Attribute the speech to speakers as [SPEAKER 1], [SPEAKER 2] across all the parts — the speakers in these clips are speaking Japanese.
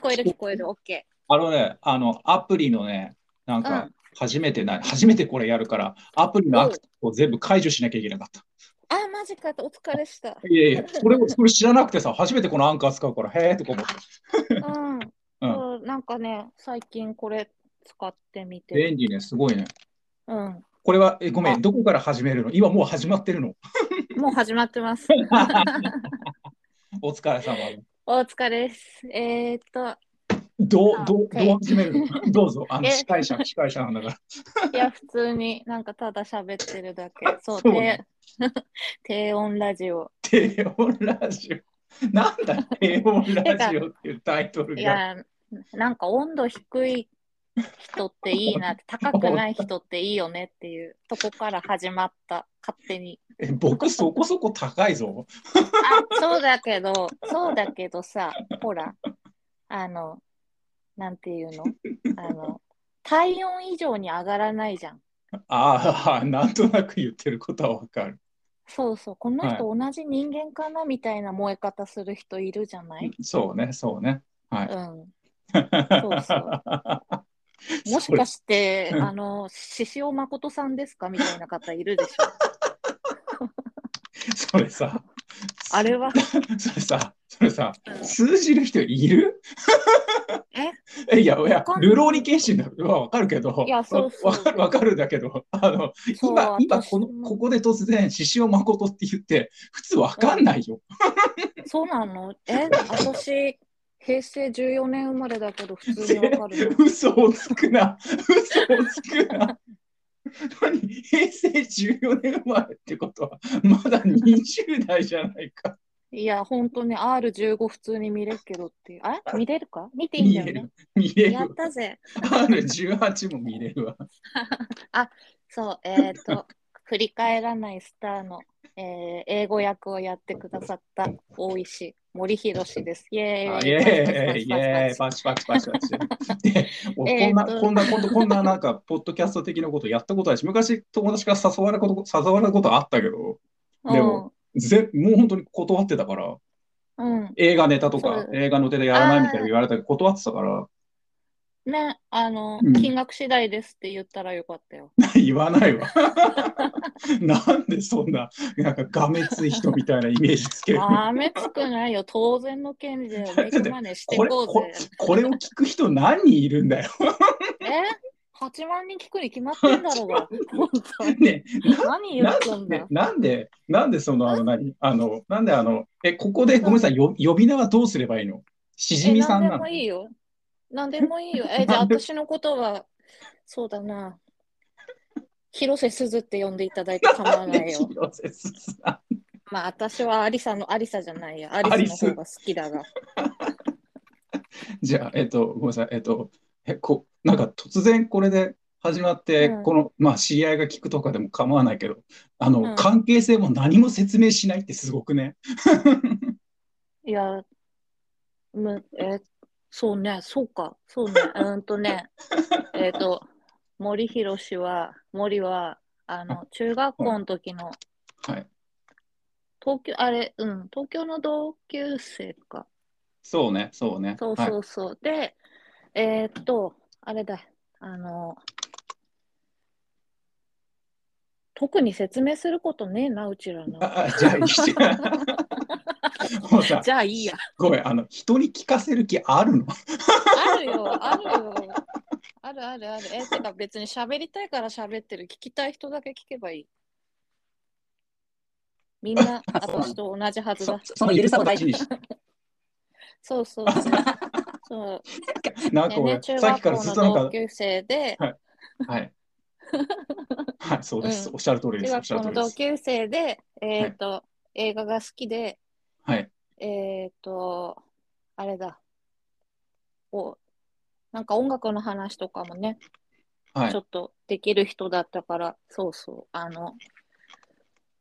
[SPEAKER 1] こえる、聞こえる、OK。
[SPEAKER 2] あのね、あの、アプリのね、なん
[SPEAKER 1] う
[SPEAKER 2] か、初めてな、初めてこれやるから、アプリのアクセスを全部解除しなきゃいけなかった。
[SPEAKER 1] あ、マジか、お疲れした。
[SPEAKER 2] いやいや、これをそれ知らなくてさ、初めてこのアンカー使うから、へえとか思って。
[SPEAKER 1] うん。
[SPEAKER 2] うん
[SPEAKER 1] そうなんかね、最近これ使ってみて。
[SPEAKER 2] 便利ね、すごいね。
[SPEAKER 1] うん。
[SPEAKER 2] これは、え、ごめ
[SPEAKER 1] あ
[SPEAKER 2] ん、どこから始めるの今もう始まってるの。
[SPEAKER 1] もう始まってます。
[SPEAKER 2] お疲れ様。
[SPEAKER 1] お疲れです。えー、っと、
[SPEAKER 2] どう、
[SPEAKER 1] あ
[SPEAKER 2] どう、
[SPEAKER 1] はい
[SPEAKER 2] どう始め るのどうぞ、あの、
[SPEAKER 1] え
[SPEAKER 2] 司会者、司会者なんだから。
[SPEAKER 1] いや、普通になんかただ喋ってるだ け。そう、
[SPEAKER 2] そ
[SPEAKER 1] 低
[SPEAKER 2] うね
[SPEAKER 1] 低 音ラジオ。
[SPEAKER 2] 低音ラジオ。なんだ、低音ラジオっていうタイトル
[SPEAKER 1] い
[SPEAKER 2] が。
[SPEAKER 1] や、なんか温度低い人っていいなって、高くない人っていいよねっていうとこから始まった、勝手に。
[SPEAKER 2] え、僕、そこそこ高いぞ。
[SPEAKER 1] あ、そうだけど、そうだけどさ、ほら、あの、なんていうのあの、体温以上に上がらないじゃん。
[SPEAKER 2] ああ、なんとなく言ってることはわかる。
[SPEAKER 1] そうそう、この人同じ人間かなみたいな燃え方する人いるじゃない、
[SPEAKER 2] そうね、そうね。はい。
[SPEAKER 1] うん。 うそもしかして、あの、獅子王誠さんですかみたいな方いるでしょ
[SPEAKER 2] それさ、
[SPEAKER 1] あれは、
[SPEAKER 2] それさ、それさ、通じる人いるえ いや、い
[SPEAKER 1] わ
[SPEAKER 2] や
[SPEAKER 1] かん、ない
[SPEAKER 2] ルローニケンシンだはわかるけど、
[SPEAKER 1] いやそうそう
[SPEAKER 2] わかる、わかるだけど、あの、
[SPEAKER 1] そう
[SPEAKER 2] 今、今
[SPEAKER 1] 私
[SPEAKER 2] この、
[SPEAKER 1] も
[SPEAKER 2] ここで突然、獅子王誠って言って、普通わかんないよ。
[SPEAKER 1] そうなのえ、私、平成14年生まれだけど、普通にわかるの
[SPEAKER 2] 嘘をつくな、嘘をつくな。何平成14年生まれってことは、まだ20代じゃないか。
[SPEAKER 1] いや、ほんとね、R15 普通に見れるけどっていう。あ見れるか見ていいん
[SPEAKER 2] 見
[SPEAKER 1] だ
[SPEAKER 2] れ
[SPEAKER 1] よね
[SPEAKER 2] る。。見れ
[SPEAKER 1] やっ
[SPEAKER 2] る。
[SPEAKER 1] たぜ。
[SPEAKER 2] R18 も見れるわ。
[SPEAKER 1] そう、えっ、 と、振り返らないスターの、えー英語役をやってくださった大石森博です。イエ
[SPEAKER 2] あ
[SPEAKER 1] ー
[SPEAKER 2] イ
[SPEAKER 1] イ
[SPEAKER 2] エーイイエーイ
[SPEAKER 1] パチパチパチパチ
[SPEAKER 2] パチパチパチパ チ。で、俺こん
[SPEAKER 1] えー
[SPEAKER 2] な、
[SPEAKER 1] と
[SPEAKER 2] こんな、こんな、こんな、なんか、ポッドキャスト的なことやったことないし、昔友達から誘われこと、誘われたことあったけど、でもぜもう本当に断ってたから、
[SPEAKER 1] うん、うん。
[SPEAKER 2] 映画ネタと
[SPEAKER 1] そ、
[SPEAKER 2] か
[SPEAKER 1] う
[SPEAKER 2] 映画の手でやらないみたいな言われたけど、断ってたから、
[SPEAKER 1] ね、あの、
[SPEAKER 2] うん
[SPEAKER 1] 金額次第ですって言ったらよかったよ。
[SPEAKER 2] 言わないわ。なんでそんな、なんか、がめつい人みたいなイメージつけるの
[SPEAKER 1] あめつくないよ。当然の権利だよ。メイクマネーして
[SPEAKER 2] これ、
[SPEAKER 1] こう
[SPEAKER 2] こ
[SPEAKER 1] ぜ。
[SPEAKER 2] これを聞く人何人いるんだよ。
[SPEAKER 1] え ?8 万人聞くに決まってんだろう が。本当に
[SPEAKER 2] ね、
[SPEAKER 1] 何言
[SPEAKER 2] な
[SPEAKER 1] ってん
[SPEAKER 2] んで
[SPEAKER 1] だ、。
[SPEAKER 2] なんで、なんでその、あの、何、あの、なんで、あの、え、ここで、ごめんなさい、よ、呼び名はどうすればいいの。しじみさん
[SPEAKER 1] え何で
[SPEAKER 2] なの
[SPEAKER 1] も。いいよ。何でもい いよ。え、じゃあ
[SPEAKER 2] なんで
[SPEAKER 1] 私のことは、そうだな。広瀬すずって呼んでいただいて構わないよ。
[SPEAKER 2] 広瀬すずさ
[SPEAKER 1] まあ私はアリサのアリサじゃないや。アリサの方が好きだが。
[SPEAKER 2] んじゃあ、えっと、ごめんなさい、えっと、え、こ、なんか突然これで。始まって、
[SPEAKER 1] うん
[SPEAKER 2] この、まあ、知り合いが聞くとかでも構わないけど、あの、
[SPEAKER 1] うん
[SPEAKER 2] 関係性も何も説明しないってすごくね。
[SPEAKER 1] いや、むえ、そうね、そうか、そうね、うーんとね、えっと、森博氏は、森は、あの、中学校の時の、
[SPEAKER 2] はい。
[SPEAKER 1] 東京、あれ、うん、東京の同級生か。
[SPEAKER 2] そうね、そうね。
[SPEAKER 1] そう
[SPEAKER 2] はい
[SPEAKER 1] そうそう。で、えーっと、あれだ、あの、特に説明することねえな、うちらの。
[SPEAKER 2] ああ、 じゃあ、いいじゃんもうさ、
[SPEAKER 1] じゃあいいや。
[SPEAKER 2] ごめん、あの、人に聞かせる気あるの
[SPEAKER 1] あるよ、あるよ。あるあるある。え、てか別に喋りたいから喋ってる。聞きたい人だけ聞けばいい。みんな
[SPEAKER 2] あそう
[SPEAKER 1] 私と同じはず だ。
[SPEAKER 2] そのゆるさを大事にし
[SPEAKER 1] そう そうそう。そう。
[SPEAKER 2] なんか
[SPEAKER 1] でね、
[SPEAKER 2] 俺、
[SPEAKER 1] 中
[SPEAKER 2] さっ
[SPEAKER 1] 学
[SPEAKER 2] きから
[SPEAKER 1] 校
[SPEAKER 2] ずっ
[SPEAKER 1] の
[SPEAKER 2] となん
[SPEAKER 1] 同
[SPEAKER 2] か、
[SPEAKER 1] 級生で、
[SPEAKER 2] はい。はい、そうです。
[SPEAKER 1] う
[SPEAKER 2] おっしゃる通りで
[SPEAKER 1] 中
[SPEAKER 2] す。お
[SPEAKER 1] 学校
[SPEAKER 2] っしゃる通
[SPEAKER 1] の
[SPEAKER 2] りで
[SPEAKER 1] 同
[SPEAKER 2] す。
[SPEAKER 1] 級生で、えっ、と、映画が好きで、
[SPEAKER 2] はい。
[SPEAKER 1] えっ、と、あれだ、こう、なんか音楽の話とかもね、
[SPEAKER 2] は
[SPEAKER 1] ちょ
[SPEAKER 2] い。
[SPEAKER 1] っとできる人だったから、そうそう、あの、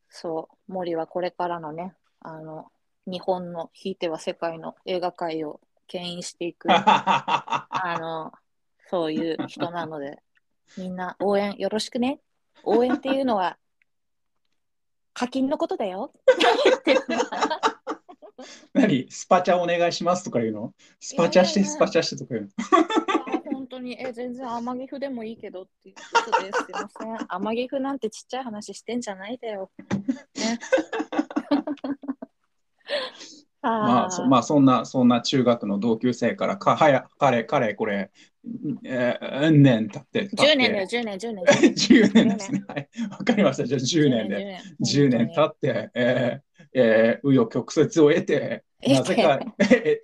[SPEAKER 1] そう、森はこれからのね、あの、日本の、ひいては世界の映画界を牽引していく、あ
[SPEAKER 2] は
[SPEAKER 1] の、そういう人なので、みんな応援よろしくね。応援っていうのは、課金のことだよ。って言ってる
[SPEAKER 2] 何スパチャお願いしますとか言うのスパチャして、
[SPEAKER 1] いやいや
[SPEAKER 2] スパチャしてとか言うの
[SPEAKER 1] あ 本当に、え、全然天城府でもいいけどって言ってたです。すいません。天城府なんてちっちゃい話してんじゃないだよ。ね。あー
[SPEAKER 2] まあ、そまあそんなそんな中学の同級生からかはや彼彼これ、えー、うん年経って経って
[SPEAKER 1] 10年だよ、10年、10年。10
[SPEAKER 2] 10年ですねはいわかりましたじゃあ10年で
[SPEAKER 1] 年
[SPEAKER 2] 10年経
[SPEAKER 1] っ
[SPEAKER 2] って、えーえー紆余曲折を得てなぜか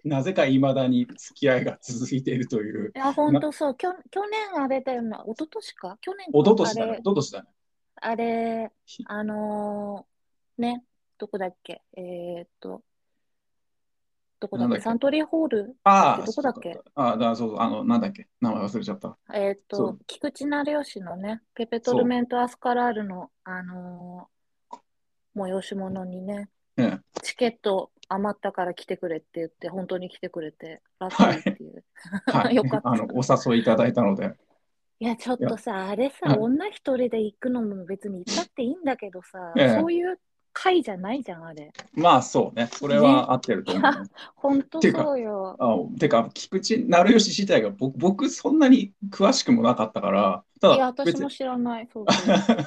[SPEAKER 2] なぜかいまだに付き合いが続いているという
[SPEAKER 1] いや、本当そう。きょ去年あれだよな、一昨年か去年か
[SPEAKER 2] おととしだ
[SPEAKER 1] あ
[SPEAKER 2] ね
[SPEAKER 1] れ
[SPEAKER 2] おととしだね
[SPEAKER 1] あれ、あのーね、どこだっけえーっと、どこだっ
[SPEAKER 2] なんだっ
[SPEAKER 1] け
[SPEAKER 2] け
[SPEAKER 1] サントリーホール、
[SPEAKER 2] ああ
[SPEAKER 1] どこだっけ
[SPEAKER 2] ああだそうそうあのなんだっけ名前忘れちゃ った
[SPEAKER 1] えーっ
[SPEAKER 2] そ
[SPEAKER 1] と
[SPEAKER 2] う、
[SPEAKER 1] 菊池成吉のね、ペペトルメント・アスカラールの、あのー催し物にね、
[SPEAKER 2] うん
[SPEAKER 1] チケット余ったから来てくれって言って、本当に来てくれて、ラッキーっていう。
[SPEAKER 2] はい
[SPEAKER 1] よかった
[SPEAKER 2] あのお誘いいただいたので
[SPEAKER 1] いや、ちょっとさ、あれ
[SPEAKER 2] は
[SPEAKER 1] さ、
[SPEAKER 2] い
[SPEAKER 1] 女一人で行くのも別に行ったっていいんだけどさ、
[SPEAKER 2] ええ
[SPEAKER 1] そういう会じゃないじゃん、あれ。
[SPEAKER 2] まあそうねそれは合ってると思う、
[SPEAKER 1] ね本当そうよ。
[SPEAKER 2] あてか菊池成吉自体が僕僕そんなに詳しくもなかったからた
[SPEAKER 1] いや、
[SPEAKER 2] だ
[SPEAKER 1] 私
[SPEAKER 2] 別
[SPEAKER 1] も
[SPEAKER 2] に
[SPEAKER 1] 知らない。そうそう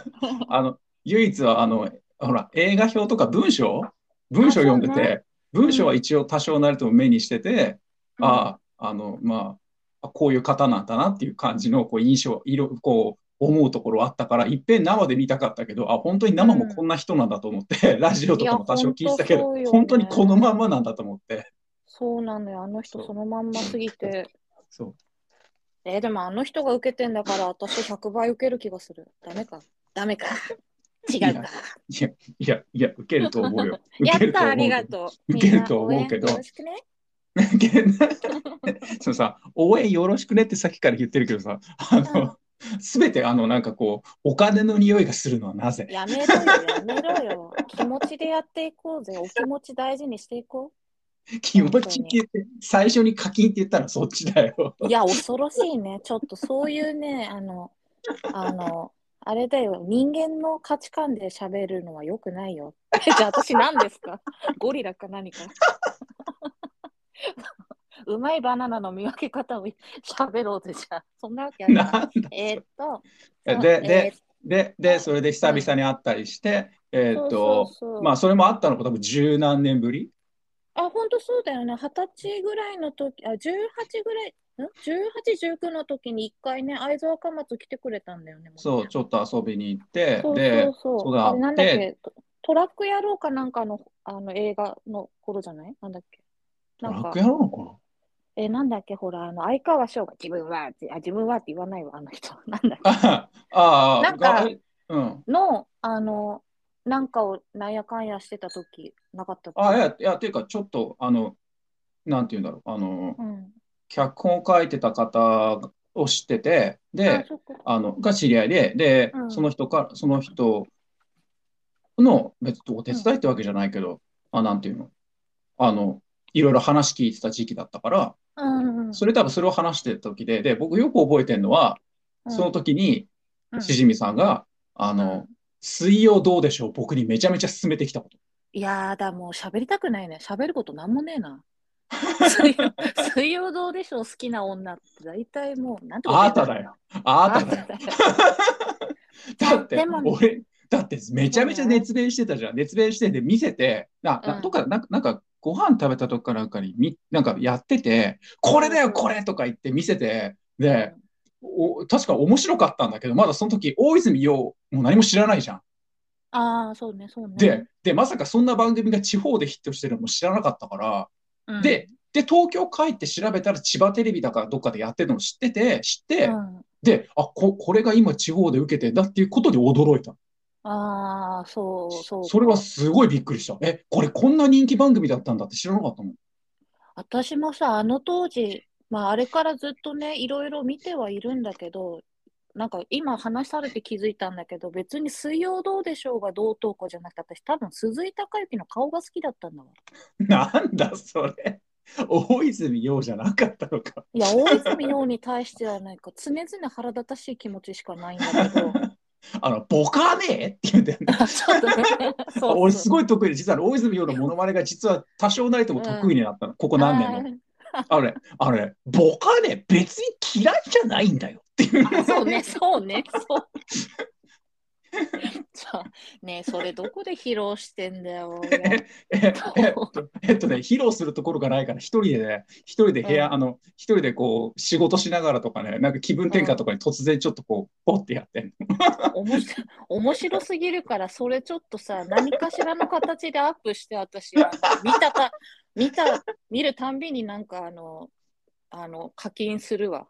[SPEAKER 2] あの唯一はあのほら映画表とか文章文章読んで
[SPEAKER 1] あそう
[SPEAKER 2] て、文章は一応多少なりとも目にしてて、あああのまああこういう方なんだなっていう感じのこう印象色こう思うところあったからいっぺん生で見たかったけどあ本当に生もこんな人なんだと思って、 ラジオとかも多少聞いてたけど
[SPEAKER 1] いや本
[SPEAKER 2] 本当
[SPEAKER 1] 当そうよね
[SPEAKER 2] にこのまんまなんだと思って
[SPEAKER 1] そうなのよ。あの人
[SPEAKER 2] そう
[SPEAKER 1] そのまんますぎて。
[SPEAKER 2] そう
[SPEAKER 1] えーでもあの人が受けてんだから、私100倍受ける気がする。ダメか。ダメか。違うか。
[SPEAKER 2] いや、いや、いや、受けると思う よ。受
[SPEAKER 1] や
[SPEAKER 2] け
[SPEAKER 1] っ
[SPEAKER 2] ると
[SPEAKER 1] た、
[SPEAKER 2] 思
[SPEAKER 1] あ
[SPEAKER 2] うけ
[SPEAKER 1] り
[SPEAKER 2] ど
[SPEAKER 1] がとう。
[SPEAKER 2] 受けると思うけど
[SPEAKER 1] みんな応援よろしくね。
[SPEAKER 2] 受ける そのさ、応援よろしくねってさっきから言ってるけどさ、あの、すべてあの、なんかこう、お金の匂いがするのはなぜ
[SPEAKER 1] やめろよ、やめろよ。気持ちでやっていこうぜ。お気持ち大事にしていこ
[SPEAKER 2] 気持ちって言って、最初に課金って言ったらそっちだよ。
[SPEAKER 1] う。いや、恐ろしいね。ちょっとそういうね、 あの、あの、あれだよ、人間の価値観で喋るのは良くないよ。 えじゃあ私何ですか ゴリラか何か。 うまいバナナの見分け方を喋ろうぜじゃあ。そんなわけある
[SPEAKER 2] なん
[SPEAKER 1] か。
[SPEAKER 2] だ
[SPEAKER 1] えーっと。
[SPEAKER 2] で
[SPEAKER 1] そう
[SPEAKER 2] で、
[SPEAKER 1] え
[SPEAKER 2] で、で、それで久々に会ったりして、え
[SPEAKER 1] ー
[SPEAKER 2] ーっ
[SPEAKER 1] そう
[SPEAKER 2] と
[SPEAKER 1] そう、そう
[SPEAKER 2] まあ、それもあったのか、多分十何年ぶり
[SPEAKER 1] あ、本当そうだよね。二十歳ぐらいの時、あ、18ぐらい、ん ?18、19の時に一回ね、会津若松来てくれたんだよね。
[SPEAKER 2] そう、ちょっと遊びに行って、
[SPEAKER 1] そう
[SPEAKER 2] で
[SPEAKER 1] そう、そう
[SPEAKER 2] そうだ
[SPEAKER 1] あれなんだっ
[SPEAKER 2] で
[SPEAKER 1] けトトラック野郎かなんかのあの映画の頃じゃないなんだっけ
[SPEAKER 2] ト
[SPEAKER 1] な
[SPEAKER 2] ラ
[SPEAKER 1] ん
[SPEAKER 2] ッ
[SPEAKER 1] か
[SPEAKER 2] ク、やろうのかな
[SPEAKER 1] え、なんだっけほら、あの、相川翔が自分はって、あ、自分はって言わないわ、あの人。 なんだっけ
[SPEAKER 2] ああ、
[SPEAKER 1] なんか
[SPEAKER 2] がうん。
[SPEAKER 1] の、あの、なんかをなんやかんやしてた時なかったっけ
[SPEAKER 2] あ、いや、いや、ていうか、ちょっと、あの、なんて言うんだろう、あの
[SPEAKER 1] う、ん。
[SPEAKER 2] 脚本を書いてた方を知ってて、
[SPEAKER 1] あ
[SPEAKER 2] で、、
[SPEAKER 1] そっか。
[SPEAKER 2] あの、が知り合いで、で
[SPEAKER 1] う、ん
[SPEAKER 2] その人から、その人の、別にお手伝いってわけじゃないけど、あ、なんていうの、あの、いろいろ話聞いてた時期だったから、
[SPEAKER 1] うんうん。
[SPEAKER 2] それ多分それを話してた時で、で、僕よく覚えてるのは、その時に、
[SPEAKER 1] うん
[SPEAKER 2] しじみさんが、あの、水曜どうでしょう、僕にめちゃめちゃ勧めてきた こと。
[SPEAKER 1] いやーだ、もう喋りたくないね。喋ることなんもねえな。 水曜水曜どうでしょう、好きな女って大体もう、なんてこと言
[SPEAKER 2] あー
[SPEAKER 1] うんだ
[SPEAKER 2] ただよ。あーただ
[SPEAKER 1] あ
[SPEAKER 2] よ。
[SPEAKER 1] ーただよ。
[SPEAKER 2] だって
[SPEAKER 1] でも、ね
[SPEAKER 2] 俺、だってめちゃめちゃ熱弁してたじゃん。熱弁してて見せて、な、な
[SPEAKER 1] うん
[SPEAKER 2] とか、なんか、なんかご飯食べたとこかなんかにみ、なんかやってて、これだよ、これとか言って見せて、 で、お確か面白かったんだけど、まだその時、大泉洋、もう何も知らないじゃん。
[SPEAKER 1] ああ、そうね、そうね。
[SPEAKER 2] で、で、まさかそんな番組が地方でヒットしてるのも知らなかったから、
[SPEAKER 1] うん、
[SPEAKER 2] で、で、東京帰って調べたら千葉テレビだからどっかでやってるのを知ってて、知って、
[SPEAKER 1] うん、
[SPEAKER 2] で、あ、こ、これが今地方で受けてんだっていうことに驚いた。
[SPEAKER 1] ああ、そう、そう。
[SPEAKER 2] それはすごいびっくりした。え、これこんな人気番組だったんだって知らなかったもん。
[SPEAKER 1] 私もさ、あの当時、まあ、あれからずっとね、いろいろ見てはいるんだけど、なんか今話されて気づいたんだけど、別に水曜どうでしょうがどうとうこうじゃなくて、私多分鈴井貴之の顔が好きだったんだわ。
[SPEAKER 2] なんだそれ。大泉洋じゃなかったのか。
[SPEAKER 1] いや、大泉洋に対してはなんか常々腹立たしい気持ちしかないんだけど、
[SPEAKER 2] あの、ボカねえって言うんだよね。
[SPEAKER 1] そうだね。そうそう
[SPEAKER 2] 俺すごい得意で、実は大泉洋のモノマネが実は多少なりとも得意になったの、ここ何年も。あれ、あれ、ボカね、別に嫌いじゃないんだよっていう。
[SPEAKER 1] あーそうね、そうね、そう。 じゃあねそれどこで披露してんだ よ。
[SPEAKER 2] ええっとえっとね、披露するところがないから、一人でね、一人で部屋、
[SPEAKER 1] うん
[SPEAKER 2] あの、一人でこう、仕事しながらとかね、なんか気分転換とかに突然ちょっとこう、ポってやってんの
[SPEAKER 1] おもし面白すぎるから、それちょっとさ、何かしらの形でアップして、私、あの見たた、見た、見るたんびになんかあの、あの、課金するわ。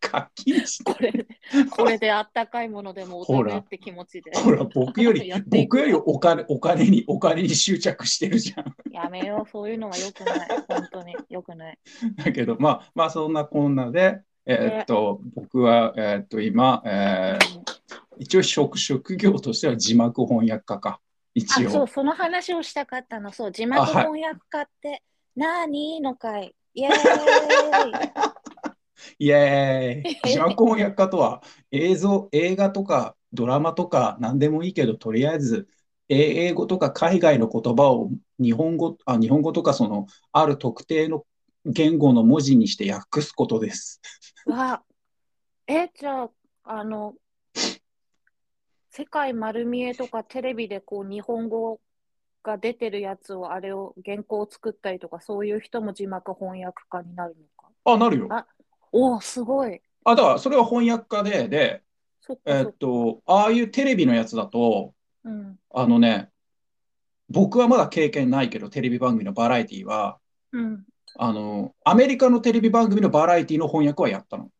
[SPEAKER 2] 課金して。
[SPEAKER 1] これ、これであったかいものでもお
[SPEAKER 2] ほ
[SPEAKER 1] 互い
[SPEAKER 2] ら
[SPEAKER 1] って気持ちで。
[SPEAKER 2] ほら、僕より
[SPEAKER 1] やっ、ていく
[SPEAKER 2] 僕よりお金、お金に、お金に執着してるじゃん。
[SPEAKER 1] やめよう、そういうのは良くない。本当に良くない。
[SPEAKER 2] だけど、まあ、まあ、そんなこんなで、えーっと、僕は、えーっと、今、えー一応職、職業としては字幕翻訳家か。一
[SPEAKER 1] あ、そう、
[SPEAKER 2] 応。
[SPEAKER 1] その話をしたかったの。そう、字幕
[SPEAKER 2] あはい
[SPEAKER 1] 翻訳家って、なーにーの会。イエーイ
[SPEAKER 2] イエ ーイ字幕翻訳家とは、映像、映画とかドラマとか何でもいいけど、とりあえず、え英語とか海外の言葉を日本語、あ、日本語とかその、ある特定の言語の文字にして訳すことです。
[SPEAKER 1] わ、え、じゃあ、あの、世界丸見えとかテレビでこう日本語が出てるやつをあれを原稿を作ったりとかそういう人も字幕翻訳家になるのか。
[SPEAKER 2] あ、なるよ。
[SPEAKER 1] あおお、すごい。
[SPEAKER 2] あ、だから、それは翻訳家で、で、
[SPEAKER 1] そっか
[SPEAKER 2] え
[SPEAKER 1] そ
[SPEAKER 2] ー
[SPEAKER 1] っ
[SPEAKER 2] っと、ああいうテレビのやつだと、
[SPEAKER 1] うん。
[SPEAKER 2] あのね、僕はまだ経験ないけど、テレビ番組のバラエティは、
[SPEAKER 1] うん。
[SPEAKER 2] あの、アメリカのテレビ番組のバラエティの翻訳はやったの。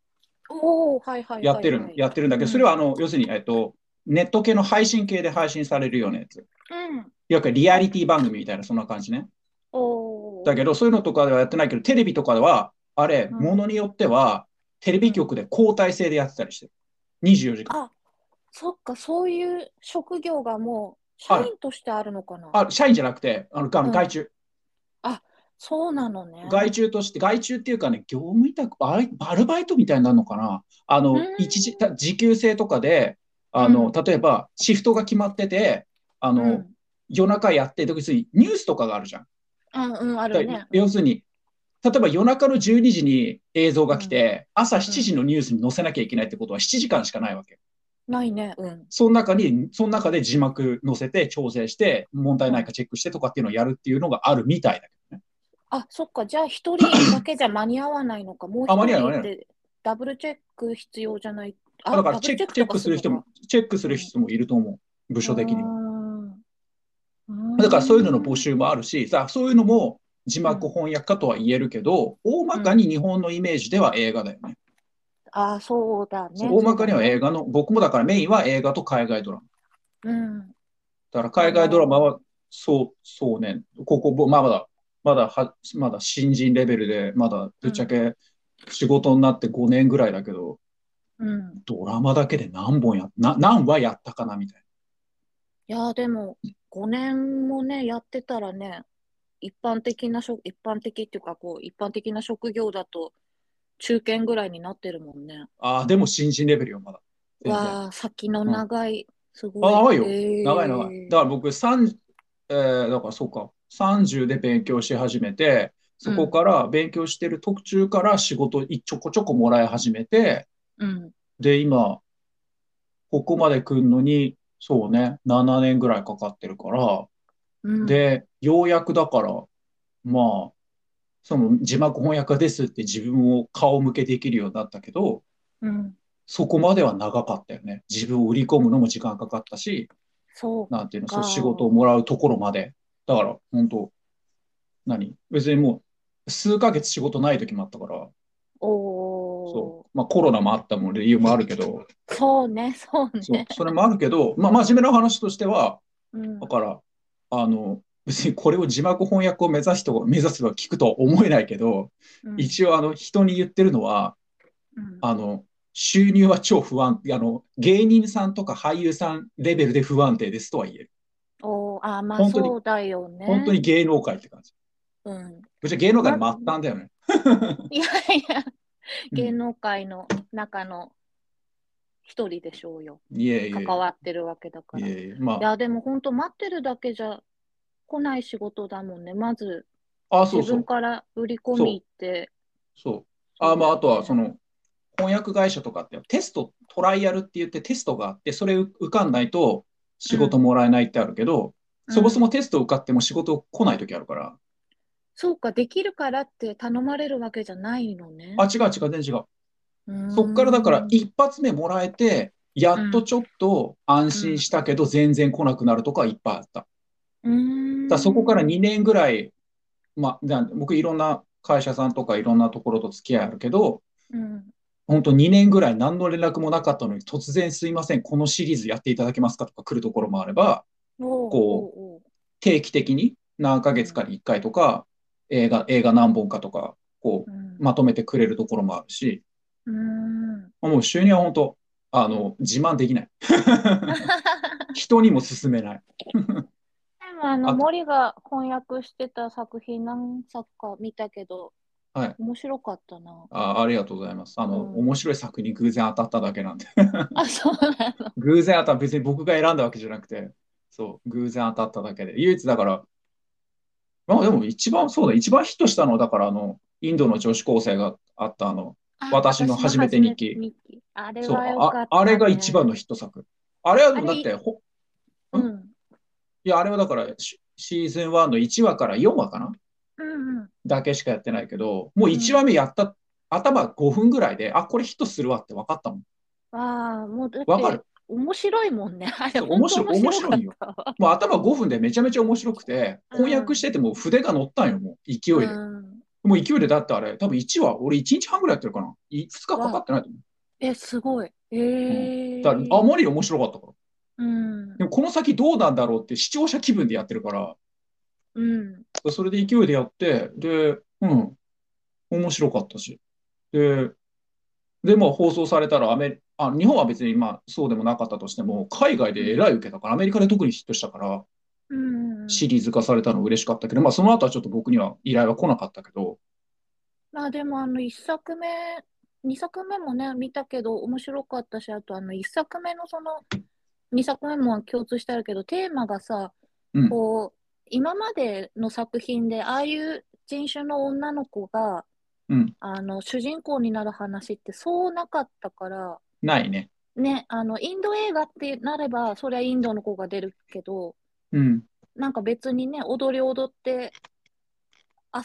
[SPEAKER 1] おお、はいはいはい、
[SPEAKER 2] やってる
[SPEAKER 1] は
[SPEAKER 2] の。
[SPEAKER 1] い
[SPEAKER 2] やってるんだけ
[SPEAKER 1] う
[SPEAKER 2] ど、
[SPEAKER 1] ん
[SPEAKER 2] それはあの、要するに、えーっと、ネット系の配信系で配信されるようなやつ。
[SPEAKER 1] うん。
[SPEAKER 2] いわゆるリアリティ番組みたいな、そんな感じね。
[SPEAKER 1] おお。
[SPEAKER 2] だけど、そういうのとかではやってないけど、テレビとかでは、あれ、
[SPEAKER 1] うん
[SPEAKER 2] ものによっては、テレビ局で交代制でやってたりしてる。24時間。
[SPEAKER 1] あ、そっか、そういう職業がもう社員としてあるのかな。
[SPEAKER 2] あ、社員じゃなくて、あの、あの外注。
[SPEAKER 1] そうなのね。
[SPEAKER 2] 外注として、外注っていうかね、業務委託、あれアルバイトみたいになるのかなあ
[SPEAKER 1] う
[SPEAKER 2] の
[SPEAKER 1] ん、
[SPEAKER 2] 一時、た時給制とかで、あの、
[SPEAKER 1] うん
[SPEAKER 2] 例えば、シフトが決まってて、あ
[SPEAKER 1] う
[SPEAKER 2] の、
[SPEAKER 1] ん、
[SPEAKER 2] 夜中やって、特にニュースとかがあるじゃん。
[SPEAKER 1] うん、うん、あ
[SPEAKER 2] だ
[SPEAKER 1] るね。
[SPEAKER 2] 要するに、例えば夜中の12時に映像が来て、朝7時のニュースに載せなきゃいけないってことは7時間しかないわけ。
[SPEAKER 1] ないね。うん。
[SPEAKER 2] その中に、その中で字幕載せて、調整して、問題ないかチェックしてとかっていうのをやるっていうのがあるみたいだけどね。
[SPEAKER 1] あ、そっか、じゃあ一人だけじゃ間に合わないのか。もう
[SPEAKER 2] あ間
[SPEAKER 1] 一
[SPEAKER 2] に合
[SPEAKER 1] 人
[SPEAKER 2] わない
[SPEAKER 1] ってダブルチェック必要じゃない。あ、
[SPEAKER 2] だから
[SPEAKER 1] ダブ
[SPEAKER 2] チェ
[SPEAKER 1] ル
[SPEAKER 2] ック、チェックする人も、チェックする人もいると思う。部署的には。
[SPEAKER 1] も。
[SPEAKER 2] だからそういうのの募
[SPEAKER 1] 集。
[SPEAKER 2] 集もあるし、さそういうのも字幕翻訳家とは言えるけど、大まかに日本のイメージでは映画だよね。
[SPEAKER 1] あ、そうだね。
[SPEAKER 2] 大まかには映画の、僕もだからメインは映画と海外ドラ
[SPEAKER 1] う
[SPEAKER 2] マ。
[SPEAKER 1] ん。
[SPEAKER 2] だから海外ドラマは、そう、そうね、ここ、ぼまあまだ、まだは、まだ新人レベルで、まだぶっちゃけ仕事になって5年ぐらいだけど、
[SPEAKER 1] うん。
[SPEAKER 2] ドラマだけで何本や、な何話やったかなみたいな。
[SPEAKER 1] いやーでも5年もねやってたらね一般的な職一般的っていうかこう一般的な職業だと中堅ぐらいになってるもんね。
[SPEAKER 2] ああ、でも新人レベルよ、まだ。全然
[SPEAKER 1] わあ先の長い、すご
[SPEAKER 2] あ長いよ
[SPEAKER 1] い。
[SPEAKER 2] 長い長い。だから僕、三えーだからそうか、30で勉強し始めて、そこから勉強してる途中から仕事いちょこちょこもらい始めて、
[SPEAKER 1] ら、うん、
[SPEAKER 2] で、今、ここまで来るのに、そうね、7年ぐらいかかってるから、
[SPEAKER 1] うん、
[SPEAKER 2] で、ようやくだから、まあ、その字幕翻訳家ですって自分を顔向けできるようになったけど、
[SPEAKER 1] うん、
[SPEAKER 2] そこまでは長かったよね。自分を売り込むのも時間かかったし、
[SPEAKER 1] そう
[SPEAKER 2] なんていうの、
[SPEAKER 1] あ
[SPEAKER 2] そう
[SPEAKER 1] ー
[SPEAKER 2] 仕事をもらうところまで。だから、本当何別にもう、数ヶ月仕事ない時もあったから、
[SPEAKER 1] お
[SPEAKER 2] そう。まあコロナもあったもん、理由もあるけど、
[SPEAKER 1] ーそうねそう
[SPEAKER 2] そう
[SPEAKER 1] ね、
[SPEAKER 2] それもあるけど、まあ真面目な話としては、
[SPEAKER 1] うん
[SPEAKER 2] だ、から、あの、別にこれを字幕翻訳を目指すと、目指すとは聞くとは思えないけど、
[SPEAKER 1] うん
[SPEAKER 2] 一応、あの、人に言ってるのは、
[SPEAKER 1] うん
[SPEAKER 2] あの、収入は超不安、あの、芸人さんとか俳優さんレベルで不安定ですとは言える。
[SPEAKER 1] おーあーまあ
[SPEAKER 2] 本当に
[SPEAKER 1] そうだよね
[SPEAKER 2] 本当に芸能界って感じ。
[SPEAKER 1] うん、
[SPEAKER 2] うちは芸能界の末端だよね。
[SPEAKER 1] いやいや
[SPEAKER 2] うん
[SPEAKER 1] 芸能界の中の一人でしょうよ。
[SPEAKER 2] いえいえ。
[SPEAKER 1] 関わってるわけだか
[SPEAKER 2] い
[SPEAKER 1] ら。い
[SPEAKER 2] えいえ。まあ、
[SPEAKER 1] や、でも本当待ってるだけじゃ来ない仕事だもんね。まず
[SPEAKER 2] あ、そう
[SPEAKER 1] 自
[SPEAKER 2] そう
[SPEAKER 1] 分。から売り込み行って。
[SPEAKER 2] そう。あ、まあ、あとはその、翻訳会社とかってテスト、トライアルって言ってテストがあって、それ受かんないと仕事もらえないってあるけど、
[SPEAKER 1] うん
[SPEAKER 2] そもそもテスト受かっても仕事来ない時あるから。
[SPEAKER 1] そうか、できるからって頼まれるわけじゃないのね。
[SPEAKER 2] あ、違う違う、全然違う。
[SPEAKER 1] うーん
[SPEAKER 2] そっからだから一発目もらえて、やっとちょっと安心したけど、全然来なくなるとかいっぱいあった。
[SPEAKER 1] うーん
[SPEAKER 2] だからそこから2年ぐらい、まあ、なん僕いろんな会社さんとかいろんなところと付き合いあるけど、
[SPEAKER 1] うん
[SPEAKER 2] 本当2年ぐらい何の連絡もなかったのに、突然すいません、このシリーズやっていただけますかとか来るところもあれば、
[SPEAKER 1] おう
[SPEAKER 2] こ
[SPEAKER 1] おうおう
[SPEAKER 2] 定期的に何ヶ月かに1回とか、映画、映画何本かとか、こ
[SPEAKER 1] うん
[SPEAKER 2] う、まとめてくれるところもあるし、
[SPEAKER 1] うーん
[SPEAKER 2] もう収入は本当、あの、自慢できない。人にも勧めない。
[SPEAKER 1] でもあ
[SPEAKER 2] あ
[SPEAKER 1] の
[SPEAKER 2] と
[SPEAKER 1] 森が翻訳してた作品何作か見たけど、
[SPEAKER 2] はい
[SPEAKER 1] 面白かったな。
[SPEAKER 2] あありがとうございます。あの、
[SPEAKER 1] うん
[SPEAKER 2] 面白い作品に偶然当たっただけなんで。
[SPEAKER 1] あ、そうなの。
[SPEAKER 2] 偶然当たった、別に僕が選んだわけじゃなくて、そう、偶然当たっただけで。唯一だから、まあでも一番、そうだ、一番ヒットしたのは、だからあの、インドの女子高生があったあの、
[SPEAKER 1] あ
[SPEAKER 2] 私の初めて日記
[SPEAKER 1] 私の初めて日記あれ
[SPEAKER 2] そう、
[SPEAKER 1] は良かった、
[SPEAKER 2] あ
[SPEAKER 1] ね、
[SPEAKER 2] あれが一番のヒット作。あれはでもだって、ほ
[SPEAKER 1] うん。
[SPEAKER 2] いや、あれはだからシ、シーズン1の1話から4話かな
[SPEAKER 1] うんうん。
[SPEAKER 2] だけしかやってないけど、もう1話目やった、頭5分ぐらいで、あ、これヒットするわって分かったもん。
[SPEAKER 1] ああ、もうだっ
[SPEAKER 2] わかる
[SPEAKER 1] て面白いもんね。あれ、
[SPEAKER 2] そ
[SPEAKER 1] 本
[SPEAKER 2] う
[SPEAKER 1] 当
[SPEAKER 2] 面白い
[SPEAKER 1] 面白かったわ
[SPEAKER 2] もう頭5分でめちゃめちゃ面白くて、翻訳しててもう筆が乗ったんよ、もう勢いで。
[SPEAKER 1] うん
[SPEAKER 2] もう勢いでだってあれ、多分1話、俺1日半ぐらいやってるかな。2日かかってないと思
[SPEAKER 1] え、すごい。え
[SPEAKER 2] う。
[SPEAKER 1] ー。
[SPEAKER 2] だからあまりに面白かったから。
[SPEAKER 1] うん
[SPEAKER 2] で。もこの先どうなんだろうって視聴者気分でやってるから、
[SPEAKER 1] うん。
[SPEAKER 2] それで勢いでやって、で、うん、面白かったし。で、で、まあ放送されたらアメあ、日本は別にまあそうでもなかったとしても、海外でえらい受けたから、アメリカで特にヒットしたから、
[SPEAKER 1] うん。
[SPEAKER 2] シリーズ化されたの嬉しかったけど、まあその後はちょっと僕には依頼は来なかったけど、
[SPEAKER 1] まあでもあの一作目、二作目もね、見たけど面白かったし、あとあの一作目のその、二作目も共通してあるけど、テーマがさ、
[SPEAKER 2] うん
[SPEAKER 1] こう、今までの作品でああいう人種の女の子が、
[SPEAKER 2] うん
[SPEAKER 1] あの主人公になる話ってそうなかったから、
[SPEAKER 2] ないね。
[SPEAKER 1] ね、あのインド映画ってなれば、そりゃインドの子が出るけど、
[SPEAKER 2] うん。
[SPEAKER 1] なんか別にね、踊り踊って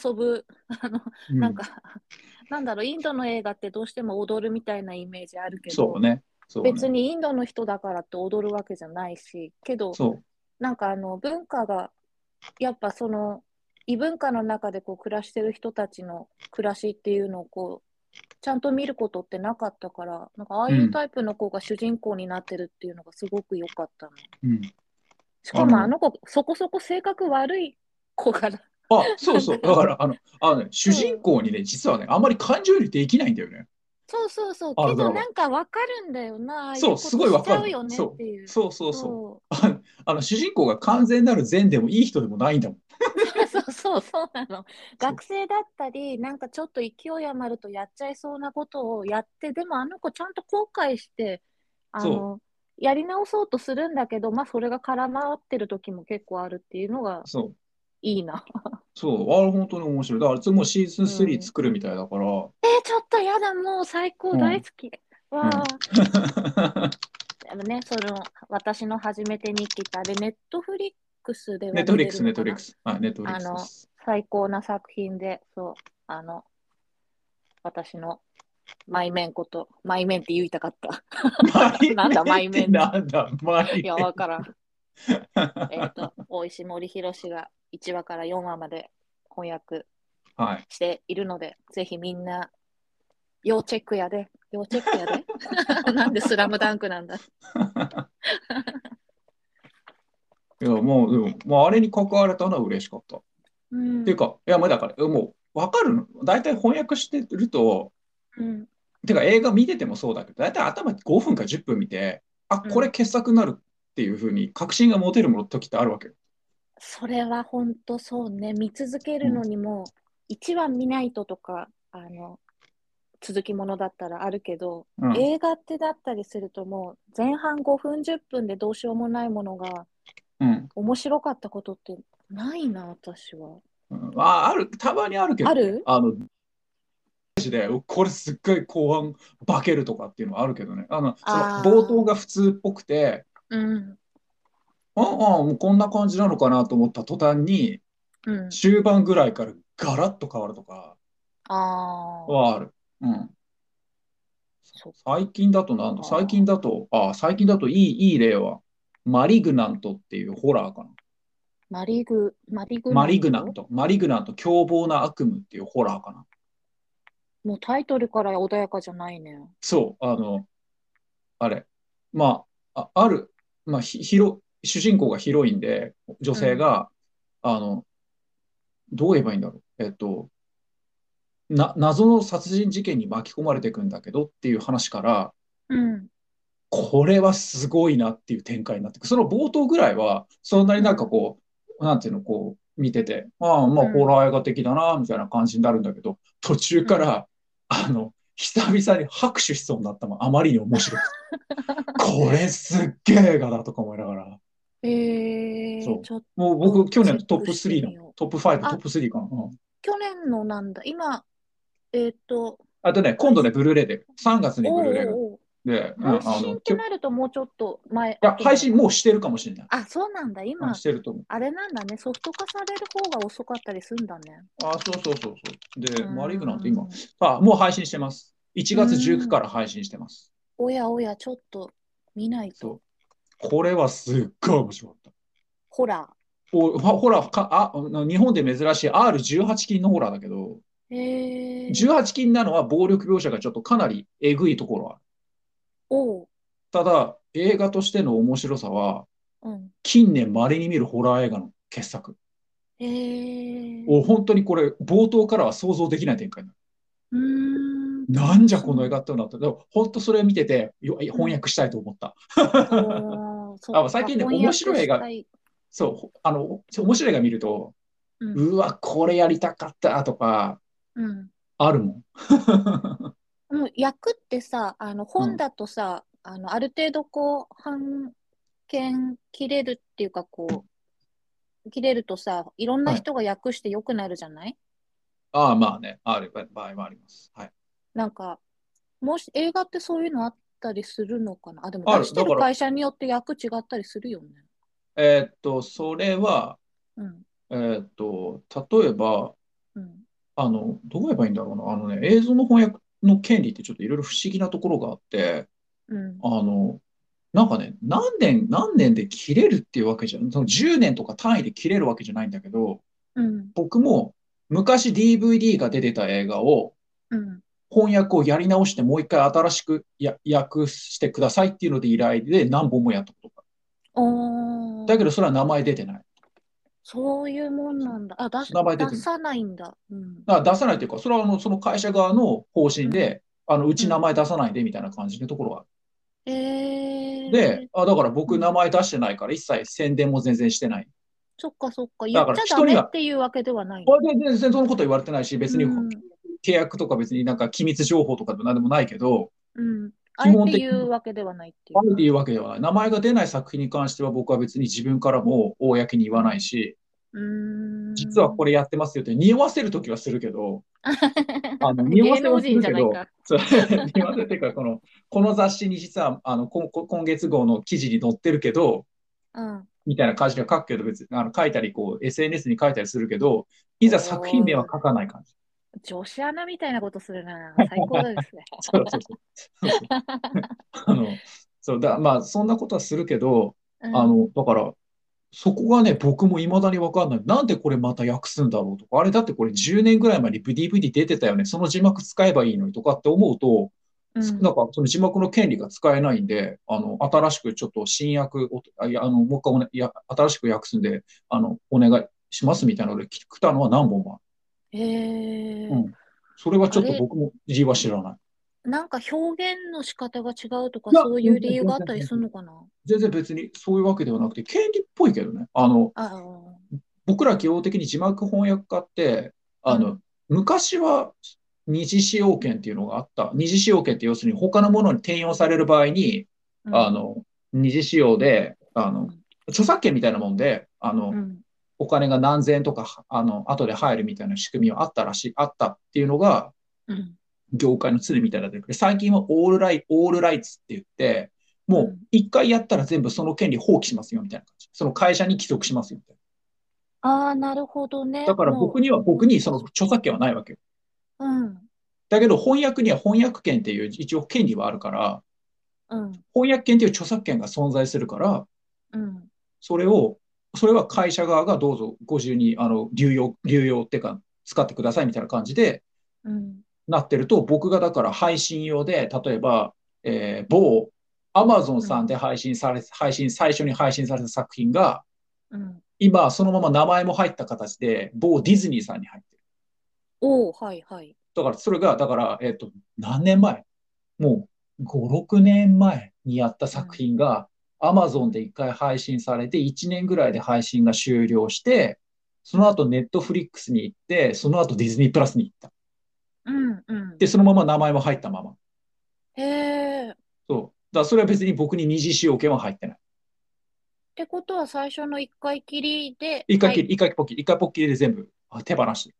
[SPEAKER 1] 遊ぶ、あの、
[SPEAKER 2] うん
[SPEAKER 1] なんか、 なんだろう、インドの映画ってどうしても踊るみたいなイメージあるけ
[SPEAKER 2] そ
[SPEAKER 1] ど、
[SPEAKER 2] うね。そうね。
[SPEAKER 1] 別にインドの人だからって踊るわけじゃないし、けど、
[SPEAKER 2] そう。
[SPEAKER 1] なんかあの文化が、やっぱその異文化の中でこう暮らしてる人たちの暮らしっていうのをこう、ちゃんと見ることってなかったから、なんかああいううんタイプの子が主人公になってるっていうのがすごく良かったの。
[SPEAKER 2] うん。
[SPEAKER 1] しかも
[SPEAKER 2] あの
[SPEAKER 1] あの子、そこそこ性格悪い子から。
[SPEAKER 2] あ、そうそう。だから、あの、あのね、主人公にね、実はね、あんまり感情移入できないんだよね。
[SPEAKER 1] そうそうそう。
[SPEAKER 2] あ
[SPEAKER 1] け
[SPEAKER 2] だか
[SPEAKER 1] ど
[SPEAKER 2] ら
[SPEAKER 1] なんかわかるんだよな。ああい
[SPEAKER 2] そう
[SPEAKER 1] こと
[SPEAKER 2] すごいわかる
[SPEAKER 1] しちゃうよねっていう。
[SPEAKER 2] そうそうそう。
[SPEAKER 1] そ
[SPEAKER 2] あの、主人公が完全なる善でもいい人でもないんだもん。
[SPEAKER 1] うそうそうそうなの。学生だったり、なんかちょっと勢い余るとやっちゃいそうなことをやって、でもあの子ちゃんと後悔して、あの、やり直そうとするんだけど、まあそれが絡まってる時も結構あるっていうのが
[SPEAKER 2] そう。
[SPEAKER 1] いい な。
[SPEAKER 2] そう。あれ、本当に面白い。だから、いつもシーズン
[SPEAKER 1] う
[SPEAKER 2] 3
[SPEAKER 1] ん
[SPEAKER 2] 作るみたいだから。
[SPEAKER 1] えーちょっとやだ、もう最
[SPEAKER 2] う
[SPEAKER 1] 高、
[SPEAKER 2] ん
[SPEAKER 1] 大好き。わあ。
[SPEAKER 2] ネ
[SPEAKER 1] でもね、その、私の初めて日記ってあれ、ネットフリックスでは
[SPEAKER 2] ットフリックス、
[SPEAKER 1] 見
[SPEAKER 2] ネッ
[SPEAKER 1] れ
[SPEAKER 2] ト
[SPEAKER 1] る
[SPEAKER 2] フ
[SPEAKER 1] のかな
[SPEAKER 2] リックス。はい、ネットフリックスです。
[SPEAKER 1] 最高な作品で、そう、あの、私の、マイメンこと、マイメンって言いたか った。なんだ
[SPEAKER 2] マイメンってなんだ、マイメン
[SPEAKER 1] いや、わからん。えっと、大石森博が1話から4話まで翻訳
[SPEAKER 2] はい。
[SPEAKER 1] しているので、ぜひみんな、要チェックやで。要チェックやで。 なんでスラムダンクなんだ。
[SPEAKER 2] いや、もう、でも、もうあれに関われたのは嬉しかった。
[SPEAKER 1] うん
[SPEAKER 2] っていうか、いや、もうだから、もう、わかるの。大体翻訳してると、
[SPEAKER 1] うん。
[SPEAKER 2] てか映画見ててもそうだけど、大体頭5分か10分見て、あ、
[SPEAKER 1] うん
[SPEAKER 2] これ傑作になるっていうふうに確信が持てるもの時ってあるわけよ。
[SPEAKER 1] それは本当そうね、見続けるのにも、1話見ないととか、あの、続きものだったらあるけど、
[SPEAKER 2] うん
[SPEAKER 1] 映画ってだったりするともう前半5分10分でどうしようもないものが
[SPEAKER 2] うん
[SPEAKER 1] 面白かったことってないな私は。
[SPEAKER 2] うんああるたまにあるけど
[SPEAKER 1] ある
[SPEAKER 2] あのマジでこれすっごい後半化けるとかっていうのはあるけどねあのその
[SPEAKER 1] あー
[SPEAKER 2] 冒頭が普通っぽくて
[SPEAKER 1] うん。
[SPEAKER 2] ああもうこんな感じなのかなと思った途端に
[SPEAKER 1] うん、
[SPEAKER 2] 終盤ぐらいからガラッと変わるとか
[SPEAKER 1] ああ。
[SPEAKER 2] はある。うん
[SPEAKER 1] そう
[SPEAKER 2] 最近だとなんだ
[SPEAKER 1] あー
[SPEAKER 2] 最近だと、あー最近だといい、いい例は、マリグナントっていうホラーかな。
[SPEAKER 1] マリグ、マリグナント
[SPEAKER 2] マリグナント、マリグナント、凶暴な悪夢っていうホラーかな。
[SPEAKER 1] もうタイトルから穏やかじゃないね。
[SPEAKER 2] そう、あの、あれ、まあ、あある、まあ、ひヒロ主人公がヒロインで、女性が、あの、どう言えばいいんだろう、えっと、な、謎の殺人事件に巻き込まれていくんだけどっていう話から、
[SPEAKER 1] うん。
[SPEAKER 2] これはすごいなっていう展開になってくその冒頭ぐらいは、そんなになんかこう、なんていうの、こう、見てて、ああ、ま
[SPEAKER 1] う
[SPEAKER 2] あ、
[SPEAKER 1] ん
[SPEAKER 2] ホラー映画的だな、みたいな感じになるんだけど、途中から、あの、久々に拍手しそうになったもん、あまりに面白く て。これすっげえ映画だとか思いながら。
[SPEAKER 1] えー、
[SPEAKER 2] そう
[SPEAKER 1] ちょっと
[SPEAKER 2] もう
[SPEAKER 1] うん
[SPEAKER 2] 僕、去年
[SPEAKER 1] チェック
[SPEAKER 2] トップ
[SPEAKER 1] してみ
[SPEAKER 2] 3
[SPEAKER 1] よう
[SPEAKER 2] の、トップ5、
[SPEAKER 1] あ
[SPEAKER 2] トップ3かな。うん
[SPEAKER 1] 去年のなんだ、今、えーっと、
[SPEAKER 2] あとね、今度ね、ブルーレイで、3月に
[SPEAKER 1] お
[SPEAKER 2] ブ
[SPEAKER 1] う
[SPEAKER 2] ルーレイ
[SPEAKER 1] おう
[SPEAKER 2] がで、
[SPEAKER 1] おう
[SPEAKER 2] うんあ
[SPEAKER 1] 配信
[SPEAKER 2] の、
[SPEAKER 1] っ
[SPEAKER 2] き
[SPEAKER 1] て
[SPEAKER 2] ょい
[SPEAKER 1] なるともうちょっと前。
[SPEAKER 2] や、配信もうしてるかもしれない。
[SPEAKER 1] あ、そうなんだ、
[SPEAKER 2] う
[SPEAKER 1] 今
[SPEAKER 2] ん、し、てると思う。
[SPEAKER 1] あれなんだね、ソフト化される方が遅かったりすんだね。
[SPEAKER 2] あ、そうそうそうそう。で、
[SPEAKER 1] うん
[SPEAKER 2] マリグナント今、あ、もう配信してます。1月19日から配信してます。
[SPEAKER 1] おやおや、ちょっと見ないと。
[SPEAKER 2] そう。これはすっごい面白かった。
[SPEAKER 1] ホラ
[SPEAKER 2] おほほらかあ、日本で珍しい R18 禁のホラーだけど、
[SPEAKER 1] ー。えー、
[SPEAKER 2] 18禁なのは暴力描写がちょっとかなりえぐいところはある。
[SPEAKER 1] おう、
[SPEAKER 2] ただ、映画としての面白さは、
[SPEAKER 1] うん。
[SPEAKER 2] 近年稀に見るホラー映画の傑作。
[SPEAKER 1] えー、
[SPEAKER 2] お本当にこれ、冒頭からは想像できない展開にな
[SPEAKER 1] う
[SPEAKER 2] る
[SPEAKER 1] ー ん。
[SPEAKER 2] なんじゃこの映画ってなった。でも、本当それを見てて、よ翻訳したいと思った。
[SPEAKER 1] おーそっか
[SPEAKER 2] あ最近ね
[SPEAKER 1] 翻訳
[SPEAKER 2] 面白い映画
[SPEAKER 1] したい
[SPEAKER 2] そうほ、あの、そう面白い映画見ると、
[SPEAKER 1] うん
[SPEAKER 2] うわ、これやりたかったとか、
[SPEAKER 1] うん。
[SPEAKER 2] あるもん。
[SPEAKER 1] もう役ってさ、あの本だとさ、あのある程度こう、判見切れるっていうかこう、切れるとさ、いろんな人が訳して良くなるじゃない、
[SPEAKER 2] ああ、まあね、ある場合もあります。はい。
[SPEAKER 1] なんか、もし映画ってそういうのあったりするのかなあ、でも
[SPEAKER 2] ある
[SPEAKER 1] 出して
[SPEAKER 2] だ
[SPEAKER 1] る
[SPEAKER 2] から
[SPEAKER 1] 会社によって役違ったりするよね。
[SPEAKER 2] えーっと、それは、
[SPEAKER 1] うん。
[SPEAKER 2] えーっと、例えば、
[SPEAKER 1] うん。
[SPEAKER 2] あの、どう言えばいいんだろうな、あのね、映像の翻訳の権利ってちょっといろいろ不思議なところがあって、
[SPEAKER 1] うん。
[SPEAKER 2] あの、なんかね、何年、何年で切れるっていうわけじゃ、その10年とか単位で切れるわけじゃないんだけど、
[SPEAKER 1] うん。
[SPEAKER 2] 僕も昔 DVD が出てた映画を、
[SPEAKER 1] うん。
[SPEAKER 2] 翻訳をやり直してもう一回新しくや訳してくださいっていうので依頼で何本もやったことか。
[SPEAKER 1] おー
[SPEAKER 2] だけどそれは名前出てない。
[SPEAKER 1] そういうもんなんだ。あ、出し
[SPEAKER 2] 名前出てる
[SPEAKER 1] 出さないんだ。うん。
[SPEAKER 2] だから出さないというか、それはあのその会社側の方針で、あのうち名前出さないでみたいな感じのところがあ
[SPEAKER 1] え
[SPEAKER 2] る。
[SPEAKER 1] ー。
[SPEAKER 2] で、あだから僕
[SPEAKER 1] うん
[SPEAKER 2] 名前出してないから一切宣伝も全然してない。
[SPEAKER 1] そっかそっか。言
[SPEAKER 2] だ
[SPEAKER 1] っ
[SPEAKER 2] から
[SPEAKER 1] ちゃ
[SPEAKER 2] 人
[SPEAKER 1] ダ
[SPEAKER 2] に
[SPEAKER 1] メ
[SPEAKER 2] は
[SPEAKER 1] っていうわけではない。
[SPEAKER 2] これで全然そのこと言われてないし、別に
[SPEAKER 1] うん
[SPEAKER 2] 契約とか別になんか機密情報とかでも何でもないけど、
[SPEAKER 1] うん。あ
[SPEAKER 2] 基
[SPEAKER 1] え
[SPEAKER 2] 本
[SPEAKER 1] て
[SPEAKER 2] 的に
[SPEAKER 1] 言うわけではないってい
[SPEAKER 2] あえ
[SPEAKER 1] う。
[SPEAKER 2] ていうわけではない。名前が出ない作品に関しては僕は別に自分からも公に言わないし、
[SPEAKER 1] うーん。
[SPEAKER 2] 実はこ
[SPEAKER 1] れ、
[SPEAKER 2] れやってますよって匂わせるときはするけど、あの匂わ
[SPEAKER 1] 芸
[SPEAKER 2] せは
[SPEAKER 1] 能
[SPEAKER 2] する
[SPEAKER 1] 人じ
[SPEAKER 2] け
[SPEAKER 1] ゃない
[SPEAKER 2] ど、
[SPEAKER 1] か。
[SPEAKER 2] そう 匂わせっていうかこの、この雑誌に実はあのここ今月号の記事に載ってるけど、
[SPEAKER 1] うん。
[SPEAKER 2] みたいな感じでは書くけど、別にあの書いたりこう、SNS に書いたりするけど、いざ作品名は書かない感じ。
[SPEAKER 1] 女子アナみたいなことするな。最高ですね。
[SPEAKER 2] そうそうそう。そうそう あのそうだまあ、そんなことはするけど、
[SPEAKER 1] うん
[SPEAKER 2] あのだから、そこがね、僕も未だに分かんない。なんでこれまた訳すんだろうとか、あれだってこれ10年ぐらい前に DVD 出てたよね、その字幕使えばいいのにとかって思うと、
[SPEAKER 1] うん
[SPEAKER 2] なんかその字幕の権利が使えないんで、あの新しくちょっと新訳を、あいやあのもう一回お、ね、いや新しく訳すんであの、お願いしますみたいなので来たのは何本もあ
[SPEAKER 1] へえ
[SPEAKER 2] うんる。それはちょっ
[SPEAKER 1] あ
[SPEAKER 2] と
[SPEAKER 1] れ
[SPEAKER 2] 僕も字は知らない。
[SPEAKER 1] なんか表現の仕方が違うとか、
[SPEAKER 2] いや
[SPEAKER 1] そういう理由があったりするのかな
[SPEAKER 2] 全然別にそういうわけではなくて、権利っぽいけどね。あの
[SPEAKER 1] ああ。
[SPEAKER 2] 僕ら基本的に字幕翻訳家って、あの、
[SPEAKER 1] う
[SPEAKER 2] 昔は二次使用権っていうのがあった。二次使用権って要するに他のものに転用される場合に、
[SPEAKER 1] うん
[SPEAKER 2] あ、の、二次使用で、あ
[SPEAKER 1] う
[SPEAKER 2] の、
[SPEAKER 1] ん
[SPEAKER 2] 著作権みたいなもんで、あの、
[SPEAKER 1] うん
[SPEAKER 2] お金が何千円とか、あの、後で入るみたいな仕組みはあったらしい、あったっていうのが、
[SPEAKER 1] うん
[SPEAKER 2] 業界の鶴みたいなので、最近はオールライ、オールライツって言って、も
[SPEAKER 1] う
[SPEAKER 2] うん一回やったら全部その権利放棄しますよみたいな感じ。その会社に帰属しますよみたい
[SPEAKER 1] ああ、なるほどね。
[SPEAKER 2] な。だから
[SPEAKER 1] もう
[SPEAKER 2] 僕には、僕にその著作権はないわけよ。
[SPEAKER 1] うん、
[SPEAKER 2] だけど翻訳には翻訳権っていう一応権利はあるから、
[SPEAKER 1] うん、
[SPEAKER 2] 翻訳権っていう著作権が存在するから、
[SPEAKER 1] うん。
[SPEAKER 2] それを、それは会社側がどうぞご自由に、あの、流用、流用っていうか、使ってくださいみたいな感じで、
[SPEAKER 1] うん、
[SPEAKER 2] なってると、僕がだから配信用で、例えば、えー某 Amazon さんで配信され、配信、最初に配信された作品が、
[SPEAKER 1] うん。
[SPEAKER 2] 今そのまま名前も入った形で、某ディズニーさんに入ってる。
[SPEAKER 1] おお、はい、はい。
[SPEAKER 2] だからそれが、だから、えっと、何年前もう5、6年前にやった作品が、Amazon で1回配信されて、1年ぐらいで配信が終了して、その後 Netflix に行って、その後ディズニープラスに行った。
[SPEAKER 1] うん、うん
[SPEAKER 2] で、。そのまま名前も入ったまま。
[SPEAKER 1] へえ。っ
[SPEAKER 2] そう。だからそれは別に僕に二次使用権は入ってない。
[SPEAKER 1] てことは最初の一回きりで、
[SPEAKER 2] 一回
[SPEAKER 1] は
[SPEAKER 2] き
[SPEAKER 1] いっ
[SPEAKER 2] り、一回ポッキリ、一回ポッキリで全部あ手放して。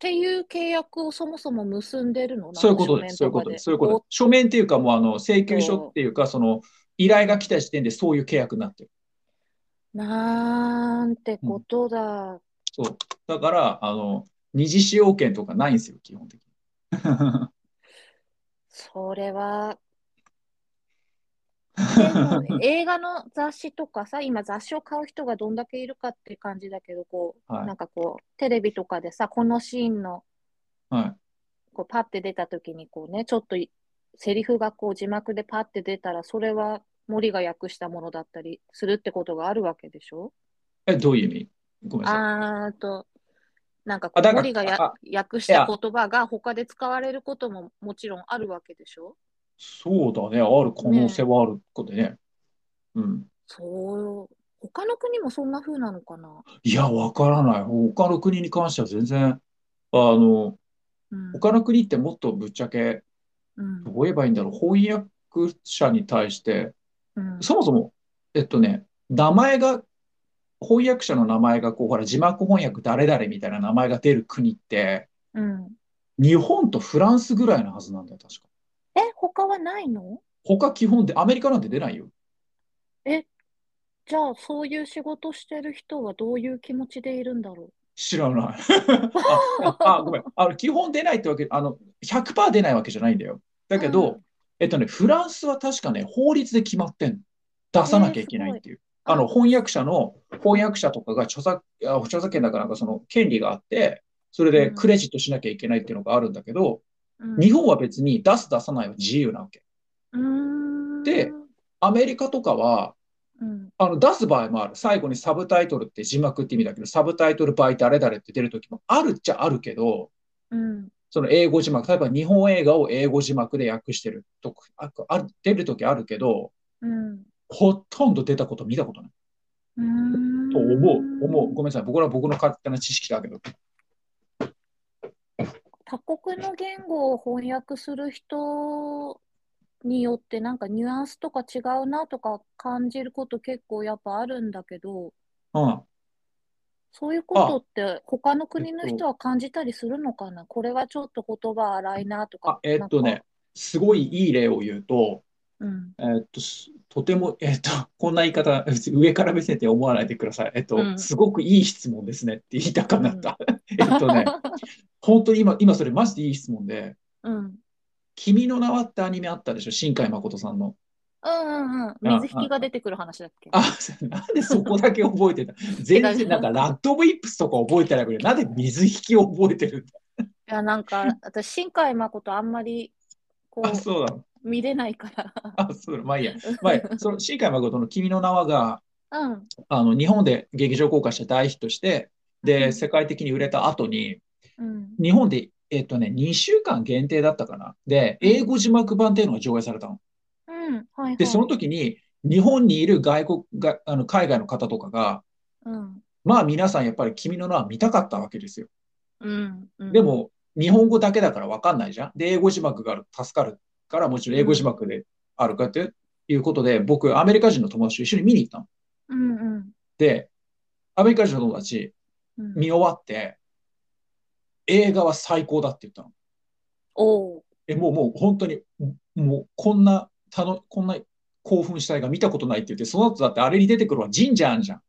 [SPEAKER 1] ていう契約をそもそも結んでるの
[SPEAKER 2] そういうことです。そういう
[SPEAKER 1] なんか
[SPEAKER 2] ことです。そういうこ
[SPEAKER 1] 書面と
[SPEAKER 2] とです。書面っていうか、もうあの、請求書っていうか、その、依頼が来た時点でそういう契約になってる。
[SPEAKER 1] かで。なんてことだ。
[SPEAKER 2] そう。だから、あの、二次使用権とかないんですよ、基本的に。
[SPEAKER 1] それは。 でも映画の雑誌とかさ、今雑誌を買う人がどんだけいるかって感じだけど、こう、
[SPEAKER 2] はい
[SPEAKER 1] なんかこう、テレビとかでさ、このシーンの、
[SPEAKER 2] はい。
[SPEAKER 1] こう、パッて出た時に、こうね、ちょっとい、セリフがこう、字幕でパッて出たら、それは森が訳したものだったりするってことがあるわけでしょ
[SPEAKER 2] え、どういう意味ごめんなさい。
[SPEAKER 1] あーっと、なんかこ
[SPEAKER 2] あ
[SPEAKER 1] う、
[SPEAKER 2] だから
[SPEAKER 1] 森がや
[SPEAKER 2] あ
[SPEAKER 1] 訳した言葉が他で使われることももちろんあるわけでしょ
[SPEAKER 2] そうだね。ある可能性はあることね。うん。
[SPEAKER 1] そう、他の国もそんな風なのかない
[SPEAKER 2] や、わからない。他の国に関しては全然、あの、
[SPEAKER 1] うん。
[SPEAKER 2] 他の国ってもっとぶっちゃけ、
[SPEAKER 1] うん
[SPEAKER 2] どう言えばいいんだろう、翻訳者に対して、
[SPEAKER 1] うん
[SPEAKER 2] そもそも、えっとね、名前が、翻訳者の名前が、こう、ほら、字幕翻訳誰々みたいな名前が出る国って、
[SPEAKER 1] うん。
[SPEAKER 2] 日本とフランスぐらいのはずなんだよ、確か。
[SPEAKER 1] え、他はないの
[SPEAKER 2] 他基本で、アメリカなんて出ないよ。
[SPEAKER 1] じゃあ、そういう仕事してる人はどういう気持ちでいるんだろ
[SPEAKER 2] 知らない。あ、あごめん。あの、基本出ないってわけ、あの、100%出ないわけじゃないんだよ。だけ
[SPEAKER 1] う
[SPEAKER 2] ど
[SPEAKER 1] ん、
[SPEAKER 2] えっとね、フランスは確かね、法律で決まってんの。出さなきゃいけないっていう。
[SPEAKER 1] えーすごい
[SPEAKER 2] あの、翻訳者の、翻訳者とかが著作、あ著作権だからなんかその権利があって、それでクレジットしなきゃいけないっていうのがあるんだけど、
[SPEAKER 1] う。うん
[SPEAKER 2] 日本は別に出す出さないは自由なわけ。
[SPEAKER 1] うーん。
[SPEAKER 2] でアメリカとかは、
[SPEAKER 1] うん。
[SPEAKER 2] あの、出す場合もある。最後にサブタイトルって字幕って意味だけど、サブタイトルバイ誰々って出るときもあるっちゃあるけど、
[SPEAKER 1] うん。
[SPEAKER 2] その英語字幕、例えば日本映画を英語字幕で訳してるとか、あある出るときあるけど、
[SPEAKER 1] うん。
[SPEAKER 2] ほとんど出たこと見たことない。
[SPEAKER 1] うーん。
[SPEAKER 2] と思う、思う。ごめんなさい。僕らは僕の勝手な知識だけど。
[SPEAKER 1] 他国の言語を翻訳する人によって、なんかニュアンスとか違うなとか感じること結構やっぱあるんだけど、
[SPEAKER 2] うん。
[SPEAKER 1] そういうことって他の国の人は感じたりするのかなこれはちょっと言葉荒いなと
[SPEAKER 2] あ
[SPEAKER 1] か、。
[SPEAKER 2] えーっと
[SPEAKER 1] なん
[SPEAKER 2] ね
[SPEAKER 1] か。、
[SPEAKER 2] すごいいい例を言うと、
[SPEAKER 1] うん。
[SPEAKER 2] えーっと、すとても、えーっと、こんな言い方、別に上から目線って思わないでください。えーっと、
[SPEAKER 1] うん
[SPEAKER 2] すごくいい質問ですねって言いたくなった。 えーっとね、本当に今、今それマジでいい質問で、
[SPEAKER 1] うん。
[SPEAKER 2] 君の名はってアニメあったでしょ新海誠さんの。
[SPEAKER 1] うんうんうん。
[SPEAKER 2] うん
[SPEAKER 1] 水引きが出てくる話だっけ
[SPEAKER 2] あ、そうなんでそこだけ覚えてた全然なんかラッドウィップスとか覚えてないけど、なんで水引きを覚えてるんだ
[SPEAKER 1] いや、なん か、私、新海誠あんまり、こ
[SPEAKER 2] あ、そうだ。
[SPEAKER 1] う、見れないから。
[SPEAKER 2] あ、そうだ。まあいいや。まあいい やその新海誠の君の名はが、
[SPEAKER 1] うん。
[SPEAKER 2] あの、日本で劇場公開して大ヒットして、
[SPEAKER 1] う
[SPEAKER 2] で、
[SPEAKER 1] ん
[SPEAKER 2] 世界的に売れた後に、
[SPEAKER 1] うん。
[SPEAKER 2] 日本で、えっとね、2週間限定だったかな。で、英語字幕版っていうのが上映されたの。
[SPEAKER 1] うん。はいは
[SPEAKER 2] で、
[SPEAKER 1] い。
[SPEAKER 2] その時に、日本にいる外国が、あの、海外の方とかが、
[SPEAKER 1] うん。
[SPEAKER 2] まあ皆さんやっぱり君の名は見たかったわけですよ。
[SPEAKER 1] うん。うん。
[SPEAKER 2] でも、日本語だけだから分かんないじゃん。で、英語字幕がある助かるから、もちろん英語字幕であるかっていうことで、僕、アメリカ人の友達と一緒に見に行ったの。
[SPEAKER 1] うんうん。
[SPEAKER 2] で、アメリカ人の友達、
[SPEAKER 1] うん、
[SPEAKER 2] 見終わって、映画は最高だって言ったの。
[SPEAKER 1] おう
[SPEAKER 2] え、もう、もう、本当に、もう、こんな、たの、こんな興奮した映画見たことないって言って、その後だってあれに出てくるは神社あんじゃん。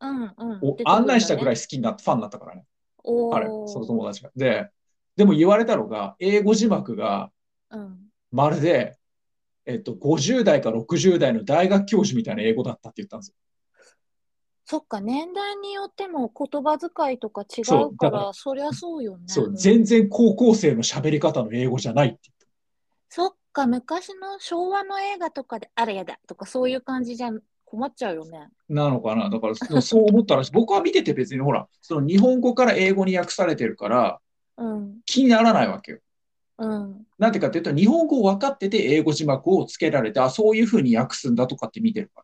[SPEAKER 1] うんうん。
[SPEAKER 2] を案内したぐら
[SPEAKER 1] い。
[SPEAKER 2] い好きになって、ファンになったからね。
[SPEAKER 1] お
[SPEAKER 2] 彼、
[SPEAKER 1] ー
[SPEAKER 2] その友達が。で、でも言われたのが、英語字幕が、
[SPEAKER 1] うん。
[SPEAKER 2] まるで、えっと、50代か60代の大学教授みたいな英語だったって言ったんですよ。
[SPEAKER 1] そっか、年代によっても言葉遣いとか違
[SPEAKER 2] そうう
[SPEAKER 1] か
[SPEAKER 2] だから
[SPEAKER 1] ら、そりゃそうよね。
[SPEAKER 2] そう、
[SPEAKER 1] ん
[SPEAKER 2] 全然高校生の喋り方の英語じゃないって言った。
[SPEAKER 1] そっか、昔の昭和の映画とかで、あれやだとか、そういう感じじゃ困っちゃうよね。
[SPEAKER 2] なのか なだから、そうそう思ったらしい、僕は見てて別にほら、その日本語から英語に訳されてるから、
[SPEAKER 1] うん、
[SPEAKER 2] 気にならないわけよ。
[SPEAKER 1] うん、
[SPEAKER 2] なんでかっていうと、日本語を分かってて英語字幕をつけられて、あ、そういうふうに訳すんだとかって見てるか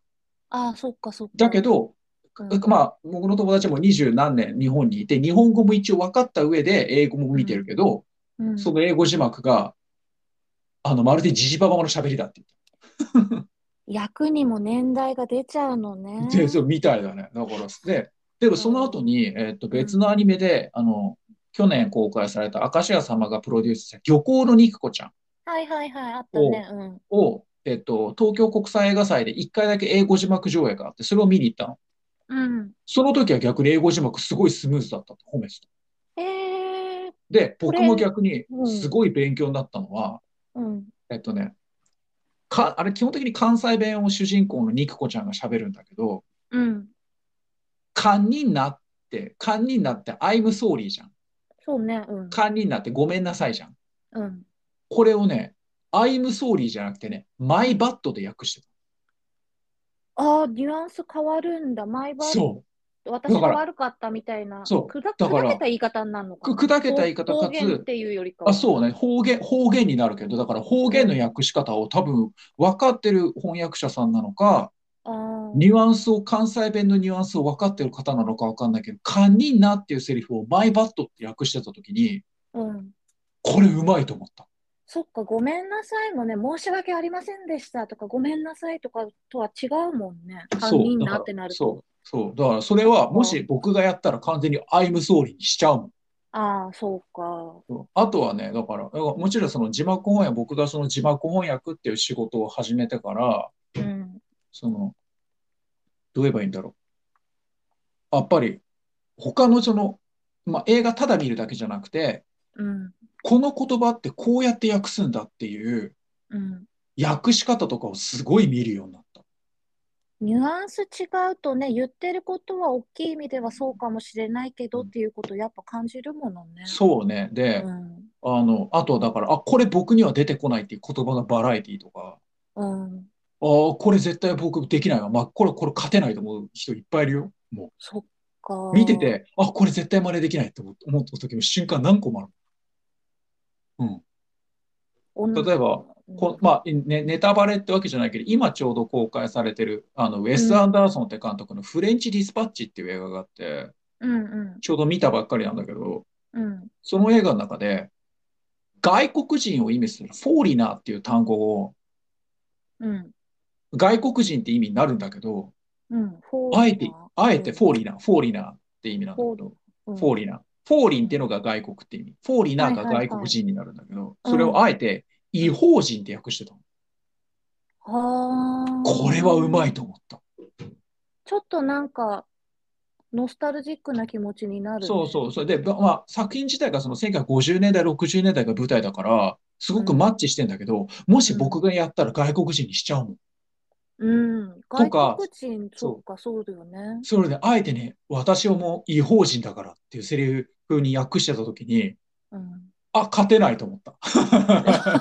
[SPEAKER 2] ら。
[SPEAKER 1] ああ、そっか、そっか。
[SPEAKER 2] だけ、ど、
[SPEAKER 1] うん、
[SPEAKER 2] まあ、僕の友達も二十何年日本にいて、日本語も一応分かった上で英語も見てるけど、
[SPEAKER 1] うん、
[SPEAKER 2] その英語字幕が、あの、まるでジジババの喋りだって
[SPEAKER 1] 役にも年代が出ちゃうの
[SPEAKER 2] 言
[SPEAKER 1] ね
[SPEAKER 2] っ。て、 そうみたいだね。だから、で、でもその後に、えっと、別のアニメで、あの、去年公開された明石家様がプロデュースした漁港の肉子ちゃん
[SPEAKER 1] はいはいはい、あったね。うん。
[SPEAKER 2] を、えっと、東京国際映画祭で一回だけ英語字幕上映があって、それを見に行ったの。
[SPEAKER 1] うん。
[SPEAKER 2] その時は逆に英語字幕すごいスムーズだったって褒めてた。
[SPEAKER 1] えー、
[SPEAKER 2] で、
[SPEAKER 1] これ
[SPEAKER 2] 僕も逆に
[SPEAKER 1] うん
[SPEAKER 2] すごい勉強になったのは、
[SPEAKER 1] うん。
[SPEAKER 2] えっとね、か、あれ基本的に関西弁を主人公の肉子ちゃんが喋るんだけど、
[SPEAKER 1] うん。
[SPEAKER 2] 勘になって、勘になって、I'm sorry じゃん。
[SPEAKER 1] そうね。うん。
[SPEAKER 2] 勘になって、ごめんなさいじゃん。
[SPEAKER 1] うん。
[SPEAKER 2] これをね、I'm sorry じゃなくてね、My bad で訳して
[SPEAKER 1] ああ、ニュアンス変わるんだ。毎
[SPEAKER 2] た。
[SPEAKER 1] 晩、
[SPEAKER 2] そ
[SPEAKER 1] 私が
[SPEAKER 2] だから
[SPEAKER 1] 悪かったみたいな、
[SPEAKER 2] そう
[SPEAKER 1] くだ
[SPEAKER 2] だから
[SPEAKER 1] 砕けた言い方になるの
[SPEAKER 2] う。く
[SPEAKER 1] かな。
[SPEAKER 2] 砕けた言い方
[SPEAKER 1] 方
[SPEAKER 2] か
[SPEAKER 1] 言っ
[SPEAKER 2] つ、
[SPEAKER 1] ていうよりかは。
[SPEAKER 2] あ、そうね、方言、方言になるけど、だから方言の訳し方を多分分かってる翻訳者さんなのか、
[SPEAKER 1] あー
[SPEAKER 2] ニュアンスを、関西弁のニュアンスを分かってる方なのか分かんないけど、カニなっていうセリフをマイバットって訳してた時に、
[SPEAKER 1] うん。
[SPEAKER 2] これうまいと思った。
[SPEAKER 1] そっか、ごめんなさいもね、申し訳ありませんでしたとか、ごめんなさいとかとは違うもんね。
[SPEAKER 2] そう
[SPEAKER 1] 犯人
[SPEAKER 2] だか
[SPEAKER 1] な
[SPEAKER 2] ら
[SPEAKER 1] ってなる
[SPEAKER 2] そ
[SPEAKER 1] と。
[SPEAKER 2] う。そう。だからそれは、
[SPEAKER 1] うん
[SPEAKER 2] もし僕がやったら完全に I'm sorry にしちゃうもん。
[SPEAKER 1] ああ、そうか。
[SPEAKER 2] そうあとはね、だから、だからもちろんその字幕翻訳、僕がその字幕翻訳っていう仕事を始めてから、
[SPEAKER 1] うん。
[SPEAKER 2] その、どう言えばいいんだろう。やっぱり、他のその、まあ、映画ただ見るだけじゃなくて、
[SPEAKER 1] うん。
[SPEAKER 2] この言葉ってこうやって訳すんだっていう、
[SPEAKER 1] うん。
[SPEAKER 2] 訳し方とかをすごい見るようになった。
[SPEAKER 1] ニュアンス違うとね、言ってることは大きい意味ではそうかもしれないけどっていうことやっぱ感じるものね。
[SPEAKER 2] そうね。で
[SPEAKER 1] う、ん。
[SPEAKER 2] あの、あとはだから、あ、これ僕には出てこないっていう言葉のバラエティとか、
[SPEAKER 1] うん。
[SPEAKER 2] あーこれ絶対僕できないわ。まあ、これ、これ勝てないと思う人いっぱいいるよ。も
[SPEAKER 1] そっか。
[SPEAKER 2] う、見て。て、あ、これ絶対真似できないって思う思った時の瞬間何個もある。
[SPEAKER 1] おん
[SPEAKER 2] 例えば、
[SPEAKER 1] うん
[SPEAKER 2] こまあ、ね、ネタバレってわけじゃないけど、今ちょうど公開されてる、あの、ウェス・アンダーソンって監督のフレンチ・ディスパッチっていう映画があって、
[SPEAKER 1] うんうん
[SPEAKER 2] ちょうど見たばっかりなんだけど、
[SPEAKER 1] うん。
[SPEAKER 2] その映画の中で、外国人を意味するフォーリナーっていう単語を、
[SPEAKER 1] うん。
[SPEAKER 2] 外国人って意味になるんだけど、
[SPEAKER 1] うん。フォー
[SPEAKER 2] あえ
[SPEAKER 1] リ
[SPEAKER 2] て
[SPEAKER 1] ナ、
[SPEAKER 2] あえてフォーリナー、フォーリナーって意味なんだけど、
[SPEAKER 1] うん
[SPEAKER 2] フォーリナー。フォーリンっていうのが外国って意味。フォーリナーが外国人になるんだけど、
[SPEAKER 1] はい
[SPEAKER 2] それをあえて違法人って訳してたの。
[SPEAKER 1] あー
[SPEAKER 2] これはうまいと思った。
[SPEAKER 1] ちょっとなんか、ノスタルジックな気持ちになるね。
[SPEAKER 2] そうそう。それで、ままあ、作品自体がその1950年代、60年代が舞台だから、すごくマッチしてんだけど、もし僕がやったら外国人にしちゃうもん。
[SPEAKER 1] うん。
[SPEAKER 2] と
[SPEAKER 1] 外
[SPEAKER 2] か
[SPEAKER 1] 国人、そっか、そうだよね。
[SPEAKER 2] それで、あえてね、私はもう違法人だからっていうセリフに訳してたときに、
[SPEAKER 1] うん。
[SPEAKER 2] あ、勝てないと思 った。あ、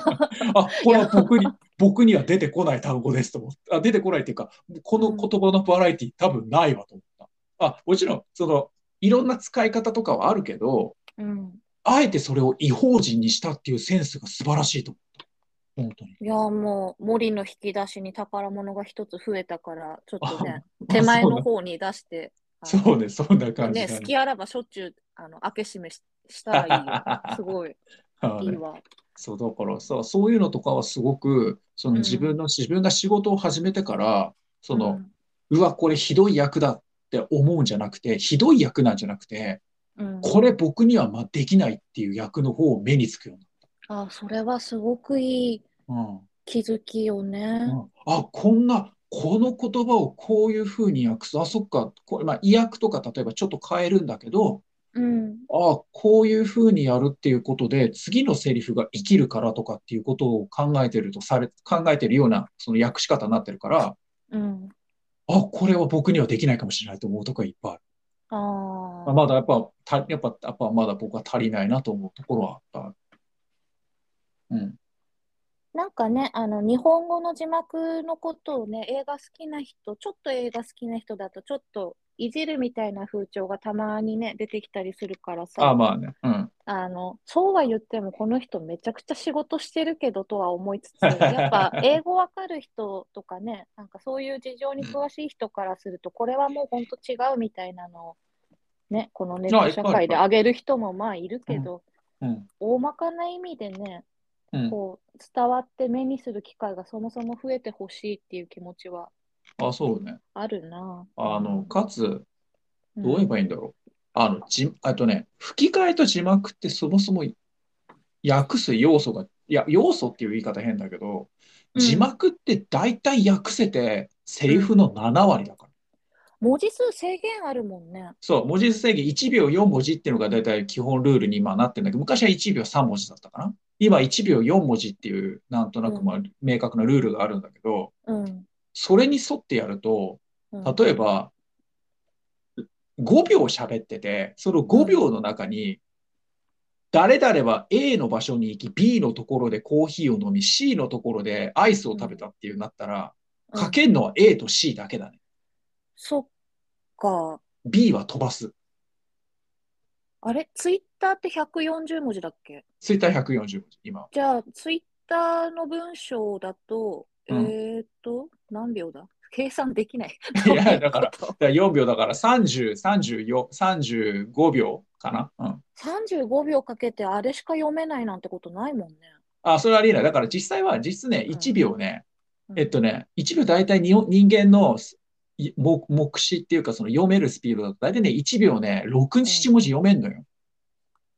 [SPEAKER 2] これは僕に、僕には出てこない単語ですと思った。あ、出てこないっていうか、この言葉のバラエティ多分ないわと思った。あ、もちろん、その、いろんな使い方とかはあるけど、
[SPEAKER 1] うん。
[SPEAKER 2] あえてそれを違法人にしたっていうセンスが素晴らしいと思った。本当に。
[SPEAKER 1] いや、もう、森の引き出しに宝物が一つ増えたから、ちょっとね、
[SPEAKER 2] あ
[SPEAKER 1] 手前
[SPEAKER 2] そう
[SPEAKER 1] の
[SPEAKER 2] だ
[SPEAKER 1] 方に出して、あの
[SPEAKER 2] そうね、そんな感じ
[SPEAKER 1] ね、
[SPEAKER 2] だね
[SPEAKER 1] 好きあらばしょっちゅうあの開け閉めししたらいいよ。すごい、いいわ。
[SPEAKER 2] そう、だからさ、そういうのとかはすごく、そ
[SPEAKER 1] う
[SPEAKER 2] の
[SPEAKER 1] ん
[SPEAKER 2] 自分の、自分が仕事を始めてから、 その、
[SPEAKER 1] う
[SPEAKER 2] うわ、これひどい役だって思うんじゃなくて、ひどい役なんじゃなくて、
[SPEAKER 1] ん、うん、
[SPEAKER 2] これ僕にはまあできないっていう役の方を目につくよ
[SPEAKER 1] あ、それはすごくいいう
[SPEAKER 2] になっ
[SPEAKER 1] 気づきよ
[SPEAKER 2] た。うん。
[SPEAKER 1] ね。
[SPEAKER 2] うん。あ、こんな、この言葉をこういうふうに訳す。あ、そっか。これ、まあ、意訳とか例えばちょっと変えるんだけど、
[SPEAKER 1] うん、
[SPEAKER 2] ああ、こういうふうにやるっていうことで、次のセリフが生きるからとかっていうことを考えてるとされ、考えてるような、その訳し方になってるから、
[SPEAKER 1] うん。
[SPEAKER 2] あ、これは僕にはできないかもしれないと思うとかいっぱいある。
[SPEAKER 1] あ
[SPEAKER 2] まあ
[SPEAKER 1] あ、
[SPEAKER 2] まだやっぱ、た、やっぱ、やっぱまだ僕は足りないなと思うところはあった。うん。
[SPEAKER 1] なんかね、あの、日本語の字幕のことをね、映画好きな人、ちょっと映画好きな人だと、ちょっといじるみたいな風潮がたまにね、出てきたりするから
[SPEAKER 2] ああ、
[SPEAKER 1] さ、
[SPEAKER 2] まあね。うん。
[SPEAKER 1] あの、そうは言っても、この人めちゃくちゃ仕事してるけどとは思いつつ、 やっぱ英語わかる人とかね、なんかそういう事情に詳しい人からすると、これはもう本当違うみたいなのを、ね、このネッ
[SPEAKER 2] あい
[SPEAKER 1] ト
[SPEAKER 2] っぱ
[SPEAKER 1] 社
[SPEAKER 2] いいっぱい
[SPEAKER 1] 会で上げる人もまあいるけど、
[SPEAKER 2] うん。
[SPEAKER 1] 大まかな意味でね、
[SPEAKER 2] うん。
[SPEAKER 1] こう伝わって目にする機会がそもそも増えてほしいっていう気持ちは
[SPEAKER 2] あ、そうね。
[SPEAKER 1] あるな。
[SPEAKER 2] あの、かつ、
[SPEAKER 1] うん、
[SPEAKER 2] どう言えばいいんだろう。あの、じ、あとね、吹き替えと字幕ってそもそも訳す要素が、いや、要素っていう言い方変だけど、
[SPEAKER 1] うん
[SPEAKER 2] 字幕って大体訳せて、セリフの7割だから。
[SPEAKER 1] 文字数制限あるもんね。
[SPEAKER 2] そう、文字制限1秒4文字っていうのが大体基本ルールに今なってるんだけど、昔は1秒3文字だったかな。今1秒4文字っていう、なんとなくまあ明確なルールがあるんだけど、
[SPEAKER 1] うん。
[SPEAKER 2] それに沿ってやると、
[SPEAKER 1] うん、
[SPEAKER 2] 例えば、5秒喋ってて、その5秒の中に、誰々は A の場所に行き、B のところでコーヒーを飲み、C のところでアイスを食べたっていうなったら、
[SPEAKER 1] うん
[SPEAKER 2] かけるのは A と C だけだね。
[SPEAKER 1] そっか。
[SPEAKER 2] B は飛ばす。
[SPEAKER 1] あれツイッターって140文字だっけ
[SPEAKER 2] ツイッター140文字、今。
[SPEAKER 1] じゃあ、ツイッターの文章だと、
[SPEAKER 2] うん
[SPEAKER 1] えーっと、何秒だ計算できない。
[SPEAKER 2] いや だから
[SPEAKER 1] どういうこ
[SPEAKER 2] だから4秒だから30、34、35秒かな。うん。
[SPEAKER 1] と。35秒かけてあれしか読めないなんてことないもんね。
[SPEAKER 2] あ、それはありえない。だから実際は実質ね、
[SPEAKER 1] うん
[SPEAKER 2] 1秒ね、
[SPEAKER 1] うん
[SPEAKER 2] えっとね、1秒大体に人間のい目目視っていうかその読めるスピードだと大体ね、1秒ね、6、7文字読めんのよ。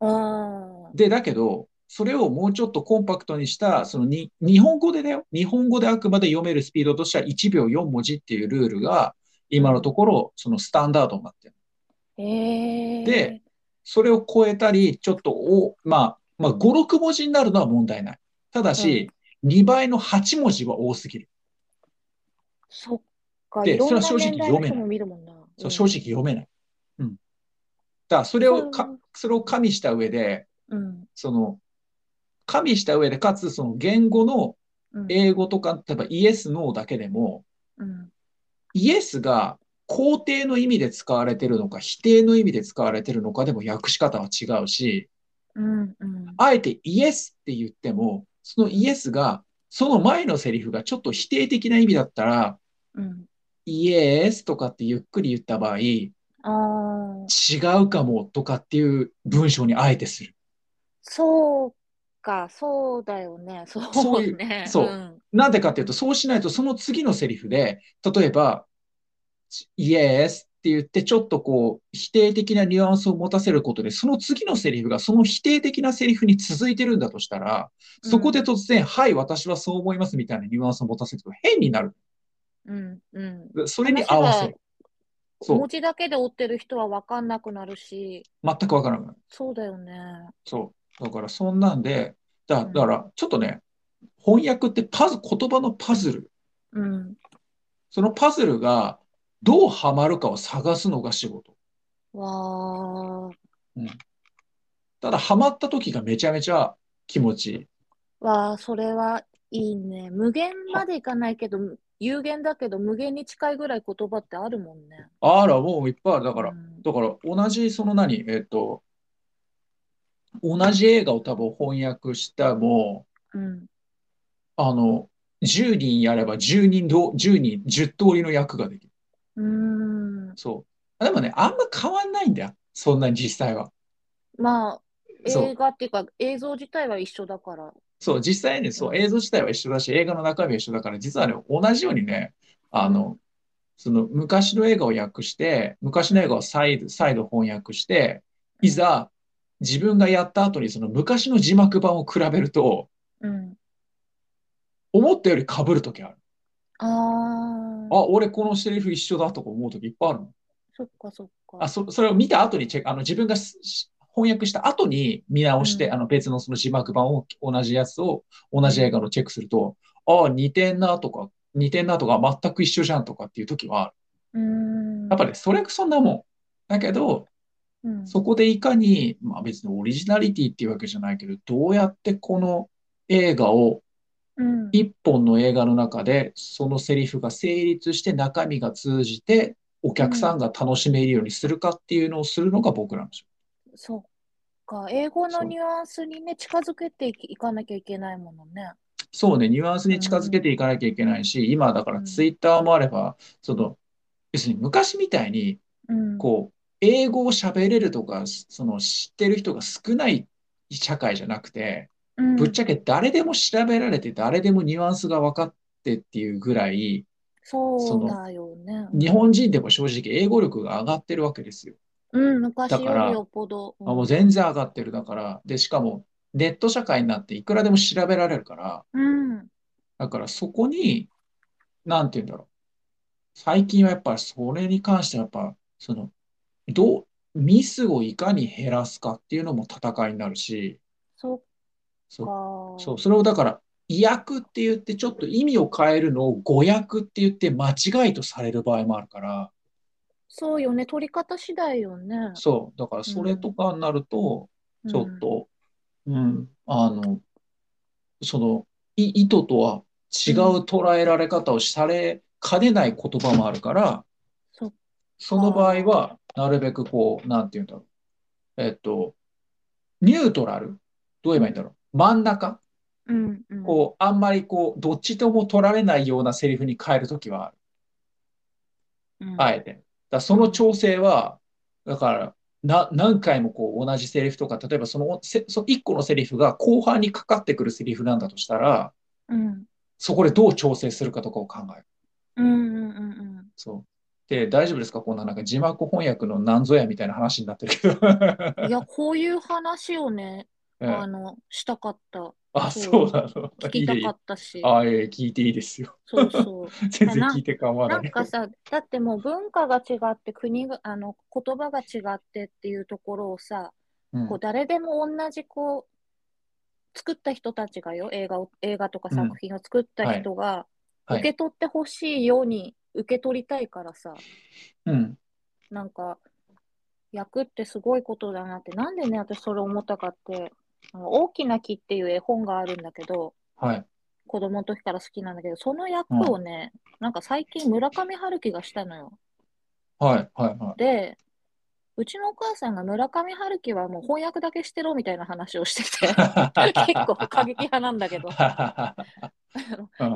[SPEAKER 1] あ
[SPEAKER 2] で、だけど、それをもうちょっとコンパクトにした、そのに日本語でだよ。日本語であくまで読めるスピードとしては1秒4文字っていうルールが、今のところ、そのスタンダードになってる。
[SPEAKER 1] ーえー。
[SPEAKER 2] で、それを超えたり、ちょっとお、まあ、まあ、5、6文字になるのは問題ない。ただし、2倍の8文字は多すぎる。
[SPEAKER 1] そっか、
[SPEAKER 2] で
[SPEAKER 1] いろんな
[SPEAKER 2] それは正
[SPEAKER 1] 年
[SPEAKER 2] 直
[SPEAKER 1] 代
[SPEAKER 2] 読
[SPEAKER 1] の
[SPEAKER 2] めない
[SPEAKER 1] 人も見るもんな。
[SPEAKER 2] そう、正直読めない。うん。だから、それをか
[SPEAKER 1] そう、
[SPEAKER 2] それを加味した上で、
[SPEAKER 1] うん。
[SPEAKER 2] その、加味した上で、かつ、その言語の
[SPEAKER 1] うん。
[SPEAKER 2] 英語とか、例えばイエス、ノーだけでも、
[SPEAKER 1] うん。
[SPEAKER 2] イエスが肯定の意味で使われてるのか、否定の意味で使われてるのかでも訳し方は違うし、
[SPEAKER 1] うん。うん。
[SPEAKER 2] あえてイエスって言っても、そのイエスが、その前のセリフがちょっと否定的な意味だったら、
[SPEAKER 1] うん。
[SPEAKER 2] イエスとかってゆっくり言った場合、違
[SPEAKER 1] ああ、
[SPEAKER 2] うかもとかっていう文章にあえてする。
[SPEAKER 1] そうか、そうだよね。そう
[SPEAKER 2] そういう
[SPEAKER 1] ね。。
[SPEAKER 2] そうんなんでかっていうと、そうしないとその次のセリフで、例えば、イエスって言ってちょっとこう否定的なニュアンスを持たせることで、その次のセリフがその否定的なセリフに続いてるんだとしたら、そこで突然、はい、私はそう思いますみたいなニュアンスを持たせると変になる。
[SPEAKER 1] うん。うん。
[SPEAKER 2] それに合わせる。そう
[SPEAKER 1] 文字だけで追ってる人は分かんなくなるし、
[SPEAKER 2] 全くわからない。
[SPEAKER 1] そうだよね。
[SPEAKER 2] そう。だからそんなんで、だ
[SPEAKER 1] うん
[SPEAKER 2] だからちょっとね、翻訳ってパズ、言葉のパズル、
[SPEAKER 1] うん。
[SPEAKER 2] そのパズルがどうはまるかを探すのが仕事。
[SPEAKER 1] わー。
[SPEAKER 2] ただ、はまった時がめちゃめちゃ気持ちいい。
[SPEAKER 1] わあ、それはいいね。無限までいかないけど、有限だけど、無限に近いぐらい言葉ってあるもんね。
[SPEAKER 2] あら、もういっぱいある。だ
[SPEAKER 1] だ
[SPEAKER 2] から、だから同じ、その何、えっと、同じ映画を多分翻訳したも、
[SPEAKER 1] うん。
[SPEAKER 2] あの、10人やれば10人ど、10人、10通りの役ができる。
[SPEAKER 1] うーん。
[SPEAKER 2] そう。あでもね、あんま変わんないんだよ。そんなに実際は。
[SPEAKER 1] まあ、
[SPEAKER 2] そう
[SPEAKER 1] 映画っていうか、映像自体は一緒だから。
[SPEAKER 2] そう、実際にそう、映像自体は一緒だし、映画の中身は一緒だから、実はね、同じようにね、あ
[SPEAKER 1] う
[SPEAKER 2] の、その昔の映画を訳して、昔の映画を再度、再度翻訳して、いざ自分がやった後にその昔の字幕版を比べると、
[SPEAKER 1] うん。
[SPEAKER 2] 思ったより被る時ある。
[SPEAKER 1] ああ、
[SPEAKER 2] あ、俺このセリフ一緒だとか思う時いっぱいあるの。
[SPEAKER 1] そっかそっか。
[SPEAKER 2] あ、そ、それを見た後にチェック、あの、自分がすし翻訳した後に見直して、
[SPEAKER 1] うん
[SPEAKER 2] あの、別のその字幕版を、同じやつを、同じ映画のチェックすると、ああ、似てんなとか、似てんなとか、全く一緒じゃんとかっていう時はあ
[SPEAKER 1] うー
[SPEAKER 2] る、
[SPEAKER 1] ん。
[SPEAKER 2] やっぱり、それそんなもん。だけど、
[SPEAKER 1] うん、
[SPEAKER 2] そこでいかに、まあ別にオリジナリティっていうわけじゃないけど、どうやってこの映画を、
[SPEAKER 1] うん。
[SPEAKER 2] 一本の映画の中で、そのセリフが成立して、中身が通じて、お客さんが楽しめるようにするかっていうのをするのが僕らの仕事。
[SPEAKER 1] そっか。英語の
[SPEAKER 2] そう
[SPEAKER 1] ニュアンスにね、近づけていいかなきゃいけないものね。
[SPEAKER 2] そうね、ニュアンスに近づけていかなきゃいけないし、今だから
[SPEAKER 1] うん
[SPEAKER 2] ツイッターもあれば、その、要するに昔みたいに、
[SPEAKER 1] うん。
[SPEAKER 2] こう、英語を喋れるとか、その知ってる人が少ない社会じゃなくて、
[SPEAKER 1] うん、
[SPEAKER 2] ぶっちゃけ誰でも調べられて、誰でもニュアンスが分かってっていうぐらい、
[SPEAKER 1] そうだよね。
[SPEAKER 2] 日本人でも正直英語力が上がってるわけですよ。
[SPEAKER 1] うん、昔
[SPEAKER 2] だから
[SPEAKER 1] よりよっぽど。
[SPEAKER 2] あもう全然上がってる。だから、で、しかもネット社会になっていくらでも調べられるから、
[SPEAKER 1] うん。
[SPEAKER 2] だからそこに、なんて言うんだろう。最近はやっぱりそれに関してはやっぱ、その、どう、ミスをいかに減らすかっていうのも戦いになるし、
[SPEAKER 1] そっ
[SPEAKER 2] そう
[SPEAKER 1] か。
[SPEAKER 2] そう、それをだから、意訳って言ってちょっと意味を変えるのを語訳って言って間違いとされる場合もあるから、
[SPEAKER 1] そうよね。取り方次第よね。
[SPEAKER 2] そう、だからそれとかになると、
[SPEAKER 1] うん
[SPEAKER 2] ちょっと、うん、あの、その、い意図とは違う捉えられ方をされかねない言葉もあるから、
[SPEAKER 1] そっか
[SPEAKER 2] その場合は、なるべくこう、なんて言うんだろう。えっと、ニュートラルどう言えばいいんだろう。真ん中
[SPEAKER 1] うん、うん。
[SPEAKER 2] こう、あんまりこう、どっちとも取られないようなセリフに変えるときはある。
[SPEAKER 1] うん
[SPEAKER 2] あえて。だからその調整は、だから、な、何回もこう、同じセリフとか、例えばその、せ、その一個のセリフが後半にかかってくるセリフなんだとしたら、
[SPEAKER 1] うん。
[SPEAKER 2] そこでどう調整するかとかを考える。
[SPEAKER 1] うん、うん、うん。うん
[SPEAKER 2] そう。で、大丈夫ですかこんななんか字幕翻訳のなんぞやみたいな話になってるけど。
[SPEAKER 1] いや、こういう話をね、
[SPEAKER 2] うん
[SPEAKER 1] あの、したかった。
[SPEAKER 2] あ、
[SPEAKER 1] そ
[SPEAKER 2] そう
[SPEAKER 1] う
[SPEAKER 2] なの。
[SPEAKER 1] 聞
[SPEAKER 2] い
[SPEAKER 1] き
[SPEAKER 2] い
[SPEAKER 1] た
[SPEAKER 2] でいい
[SPEAKER 1] かったし。
[SPEAKER 2] あ、ええ聞いていいですよ。
[SPEAKER 1] そうそう。
[SPEAKER 2] 全然聞いて構わな。
[SPEAKER 1] ないんかさ、だってもう文化が違って、国が、あの、言葉が違ってっていうところをさ、
[SPEAKER 2] うん
[SPEAKER 1] こう誰でも同じこう、作った人たちがよ、映画を、映画とか作品を作った人が、
[SPEAKER 2] はい
[SPEAKER 1] 受け取ってほしいように受け取りたいからさ、
[SPEAKER 2] うん。
[SPEAKER 1] なんか、役ってすごいことだなって、なんでね、私それ思ったかって、あの大きな木っていう絵本があるんだけど、
[SPEAKER 2] はい。
[SPEAKER 1] 子供の時から好きなんだけど、その役をね、なんか最近村上春樹がしたのよ。
[SPEAKER 2] はい。はい。はい。
[SPEAKER 1] で、うちのお母さんが村上春樹はもう翻訳だけしてろみたいな話をしてて、 結 構過激派なんだけど、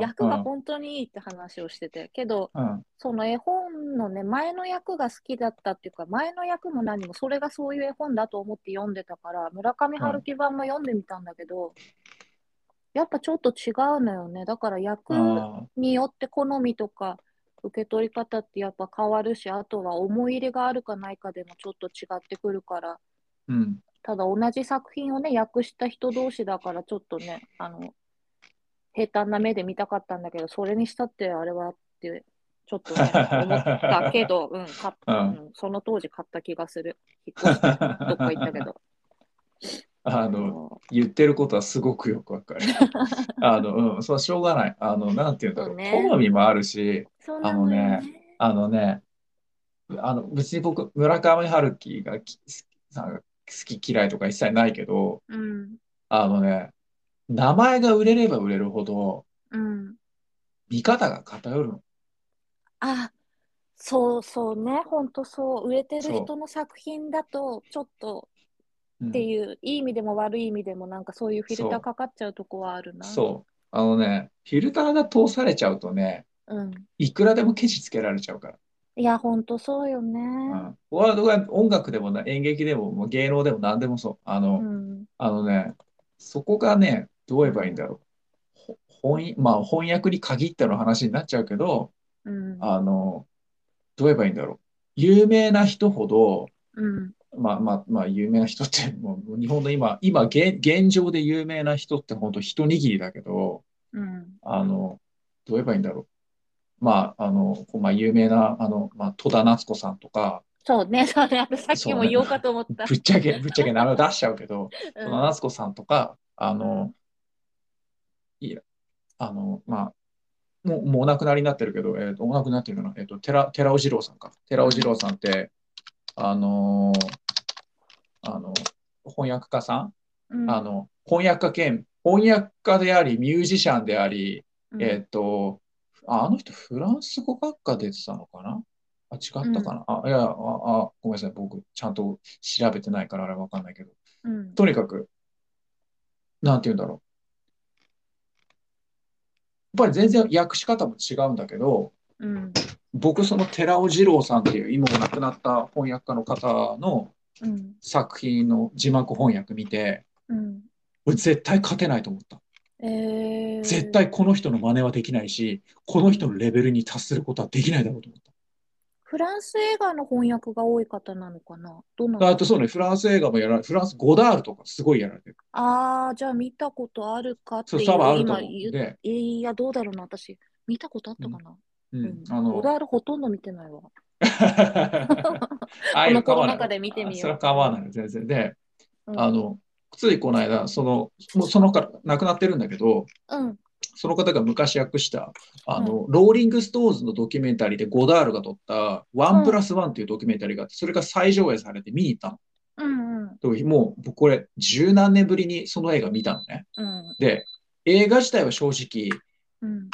[SPEAKER 1] 役が本当にいいって話をしてて、けど、
[SPEAKER 2] うん。
[SPEAKER 1] その絵本のね、前の役が好きだったっていうか、前の役も何も、それがそういう絵本だと思って読んでたから、村上春樹版も読んでみたんだけど、やっぱちょっと違うのよね。だから役
[SPEAKER 2] あ
[SPEAKER 1] によって好みとか、受け取り方ってやっぱ変わるし、あとは思い入れがあるかないかでもちょっと違ってくるから、
[SPEAKER 2] ーうん。
[SPEAKER 1] ただ同じ作品をね、訳した人同士だから、ちょっとね、あの、平坦な目で見たかったんだけど、それにしたってあれはって、ちょっと ね、思ったけど、うん、買っう
[SPEAKER 2] う。
[SPEAKER 1] んん、その当時買った気がする。引っ越 して、どっか行ったけど。
[SPEAKER 2] あ
[SPEAKER 1] う
[SPEAKER 2] の、
[SPEAKER 1] ん
[SPEAKER 2] 言ってることはすごくよく わかる。あの、うん。そう、しょうがない。あの、なんて言うんだ
[SPEAKER 1] そ
[SPEAKER 2] ろう。
[SPEAKER 1] うね
[SPEAKER 2] 好みもあるし、
[SPEAKER 1] そうなのよ
[SPEAKER 2] あのあのね、あの、別に僕、村上春樹がきさんが好き嫌いとか一切ないけど、
[SPEAKER 1] うん、
[SPEAKER 2] あのね、名前が売れれば売れるほど、
[SPEAKER 1] うん。
[SPEAKER 2] 見方が偏るの。
[SPEAKER 1] あ、そうそうね、ほんとそう。売れてる人の作品だと、ちょっと
[SPEAKER 2] うん
[SPEAKER 1] っていう、いい意味でも悪い意味でも、なんかそういうフィルターかかっちゃうとこはあるな。
[SPEAKER 2] そう。あのね、フィルターが通されちゃうとね、
[SPEAKER 1] うん。
[SPEAKER 2] いくらでもケチつけられちゃうから。
[SPEAKER 1] いや、ほんとそうよね。
[SPEAKER 2] うんワードが音楽でもな演劇でも、もう芸能でも何でもそう。あ
[SPEAKER 1] う
[SPEAKER 2] の、
[SPEAKER 1] ん。
[SPEAKER 2] あのね、そこがね、どう言えばいいんだろう。ほ翻、まあ、翻訳に限っての話になっちゃうけど、
[SPEAKER 1] うん。
[SPEAKER 2] あの、どう言えばいいんだろう。有名な人ほど、
[SPEAKER 1] うん。
[SPEAKER 2] まあまあ、まあ、有名な人って、もう日本の今、今現、現状で有名な人って本当一握りだけど、
[SPEAKER 1] うん。
[SPEAKER 2] あの、どう言えばいいんだろう。まあ、あの、こうまあ、有名な、あの、まあ、戸田夏子さんとか、
[SPEAKER 1] そうね、 そうね。私さっきも言おうかと思った。
[SPEAKER 2] ぶっちゃけ、ぶっちゃけ名前を出しちゃうけど、
[SPEAKER 1] う
[SPEAKER 2] 戸
[SPEAKER 1] ん
[SPEAKER 2] 田夏子さんとか、あの、いや、あの、まあ、もう、もうお亡くなりになってるけど、えーと、お亡くなりってるかな、えっ、と、寺、寺尾二郎さんか。寺尾二郎さんって、あのーあの、翻訳家さん、
[SPEAKER 1] うん
[SPEAKER 2] あの、翻訳家兼、翻訳家であり、ミュージシャンであり、
[SPEAKER 1] うん
[SPEAKER 2] えっ、と、ああの人、フランス語学科出てたのかなあ、違ったかな、あ、いや、あ、あ、ごめんなさい、僕、ちゃんと調べてないから、あれわかんないけど。
[SPEAKER 1] うん
[SPEAKER 2] とにかく、なんて言うんだろう。やっぱり全然訳し方も違うんだけど、
[SPEAKER 1] うん
[SPEAKER 2] 僕、その寺尾二郎さんっていう、今お亡くなった翻訳家の方の
[SPEAKER 1] うん
[SPEAKER 2] 作品の字幕翻訳見て、
[SPEAKER 1] うん
[SPEAKER 2] 俺絶対勝てないと思った。
[SPEAKER 1] えー
[SPEAKER 2] 絶対この人の真似はできないし、この人のレベルに達することはできないだろうと思った。
[SPEAKER 1] フランス映画の翻訳が多い方なのかなどうな
[SPEAKER 2] だから
[SPEAKER 1] の
[SPEAKER 2] あとそうね、フランス映画もやられ、フランス、ゴダールとかすごいやられてる。
[SPEAKER 1] ああ、じゃあ見たことあるかって
[SPEAKER 2] そ、
[SPEAKER 1] いうう。
[SPEAKER 2] 多分あると
[SPEAKER 1] 今
[SPEAKER 2] 思
[SPEAKER 1] 言
[SPEAKER 2] う。
[SPEAKER 1] う
[SPEAKER 2] で、
[SPEAKER 1] いや、どうだろうな、私。見たことあったかな、
[SPEAKER 2] う、
[SPEAKER 1] うん
[SPEAKER 2] あ
[SPEAKER 1] オ
[SPEAKER 2] の、
[SPEAKER 1] ダールほとんど見てないわ。
[SPEAKER 2] ああい
[SPEAKER 1] この
[SPEAKER 2] う
[SPEAKER 1] コロ
[SPEAKER 2] 構わ
[SPEAKER 1] ナ禍
[SPEAKER 2] ない
[SPEAKER 1] で見てみよう
[SPEAKER 2] あそれは構わないの、全然。で、
[SPEAKER 1] うん、
[SPEAKER 2] あの、ついこの間、その、もうその方、亡くなってるんだけど、
[SPEAKER 1] うん。
[SPEAKER 2] その方が昔訳した、あの、ローリング・ストーンズのドキュメンタリーでゴダールが撮った、ワンプラスワンっていうドキュメンタリーがあって、それが再上映されて見に行ったの。
[SPEAKER 1] うんうん。
[SPEAKER 2] でもう、僕これ、十何年ぶりにその映画見たのね。
[SPEAKER 1] うん
[SPEAKER 2] で、映画自体は正直、
[SPEAKER 1] うん。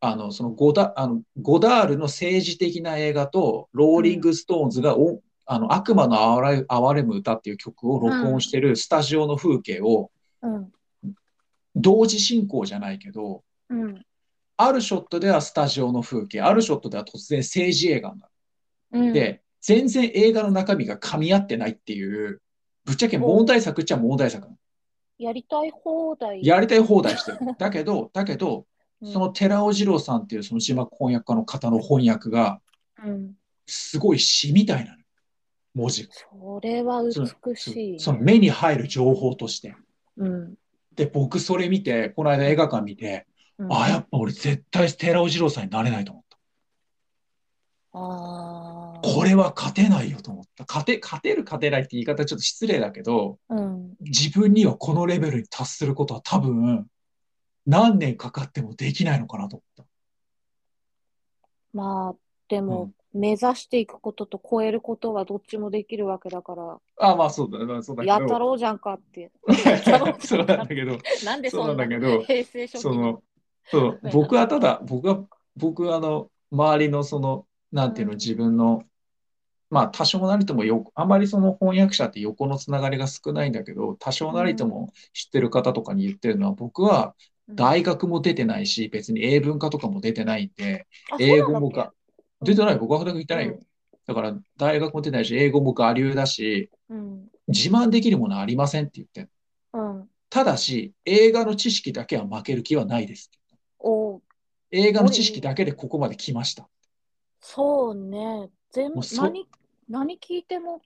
[SPEAKER 2] あの、そのゴダ、あの、ゴダールの政治的な映画と、ローリング・ストーンズがお、あの、悪魔のあわれ、哀れむ歌っていう曲を録音してるスタジオの風景を、
[SPEAKER 1] うん。
[SPEAKER 2] 同時進行じゃないけど、
[SPEAKER 1] うん。
[SPEAKER 2] あるショットではスタジオの風景、あるショットでは突然政治映画にな
[SPEAKER 1] うん。
[SPEAKER 2] って、全然映画の中身が噛み合ってないっていう、ぶっちゃけ問題作っちゃ問題作なの。
[SPEAKER 1] やりたい放題。
[SPEAKER 2] やりたい放題してる。だけど、だけど、
[SPEAKER 1] うん
[SPEAKER 2] その寺尾二郎さんっていうその字幕翻訳家の方の翻訳が、
[SPEAKER 1] うん。
[SPEAKER 2] すごい詩みたいなの文字が。
[SPEAKER 1] それは美
[SPEAKER 2] そ
[SPEAKER 1] しい。
[SPEAKER 2] その目に入る情報として。
[SPEAKER 1] うん。
[SPEAKER 2] で、僕それ見て、この間映画館見て、
[SPEAKER 1] うん
[SPEAKER 2] あ、やっぱ俺絶対寺尾二郎さんになれないと思った。
[SPEAKER 1] あー
[SPEAKER 2] これは勝てないよと思った。勝て、勝てる勝てないって言い方ちょっと失礼だけど、
[SPEAKER 1] うん。
[SPEAKER 2] 自分にはこのレベルに達することは多分、何年かかってもできないのかなと思った。
[SPEAKER 1] まあ、でも、目指していくことと超えることはどっちもできるわけだから、
[SPEAKER 2] あまあそうだ、まあそうだけ
[SPEAKER 1] やった
[SPEAKER 2] ど。
[SPEAKER 1] ろうじゃんかって。
[SPEAKER 2] そうなんだけど、
[SPEAKER 1] なんで
[SPEAKER 2] そ
[SPEAKER 1] そ
[SPEAKER 2] うなん
[SPEAKER 1] ん
[SPEAKER 2] だ
[SPEAKER 1] な
[SPEAKER 2] けど、
[SPEAKER 1] 平成初期
[SPEAKER 2] その、そう、僕はただ、僕は、僕はあの、周りのその、なんていうの、
[SPEAKER 1] うん
[SPEAKER 2] 自分の、まあ、多少なりともよ、あまりその翻訳者って横のつながりが少ないんだけど、多少なりとも知ってる方とかに言ってるのは、僕は大学も出てないし、別に英文科とかも出てないんで、英語もが、出てない、僕は大学行ってないよ。だから、大学も出てないし、英語も我流だし、
[SPEAKER 1] うん。
[SPEAKER 2] 自慢できるものはありませんって言ってんの
[SPEAKER 1] うん。
[SPEAKER 2] ただし、映画の知識だけは負ける気はないですって言った。
[SPEAKER 1] おう
[SPEAKER 2] 映画の知識だけでここまで来ました。
[SPEAKER 1] そうね。全
[SPEAKER 2] も
[SPEAKER 1] 部
[SPEAKER 2] うそう
[SPEAKER 1] 何、何聞いても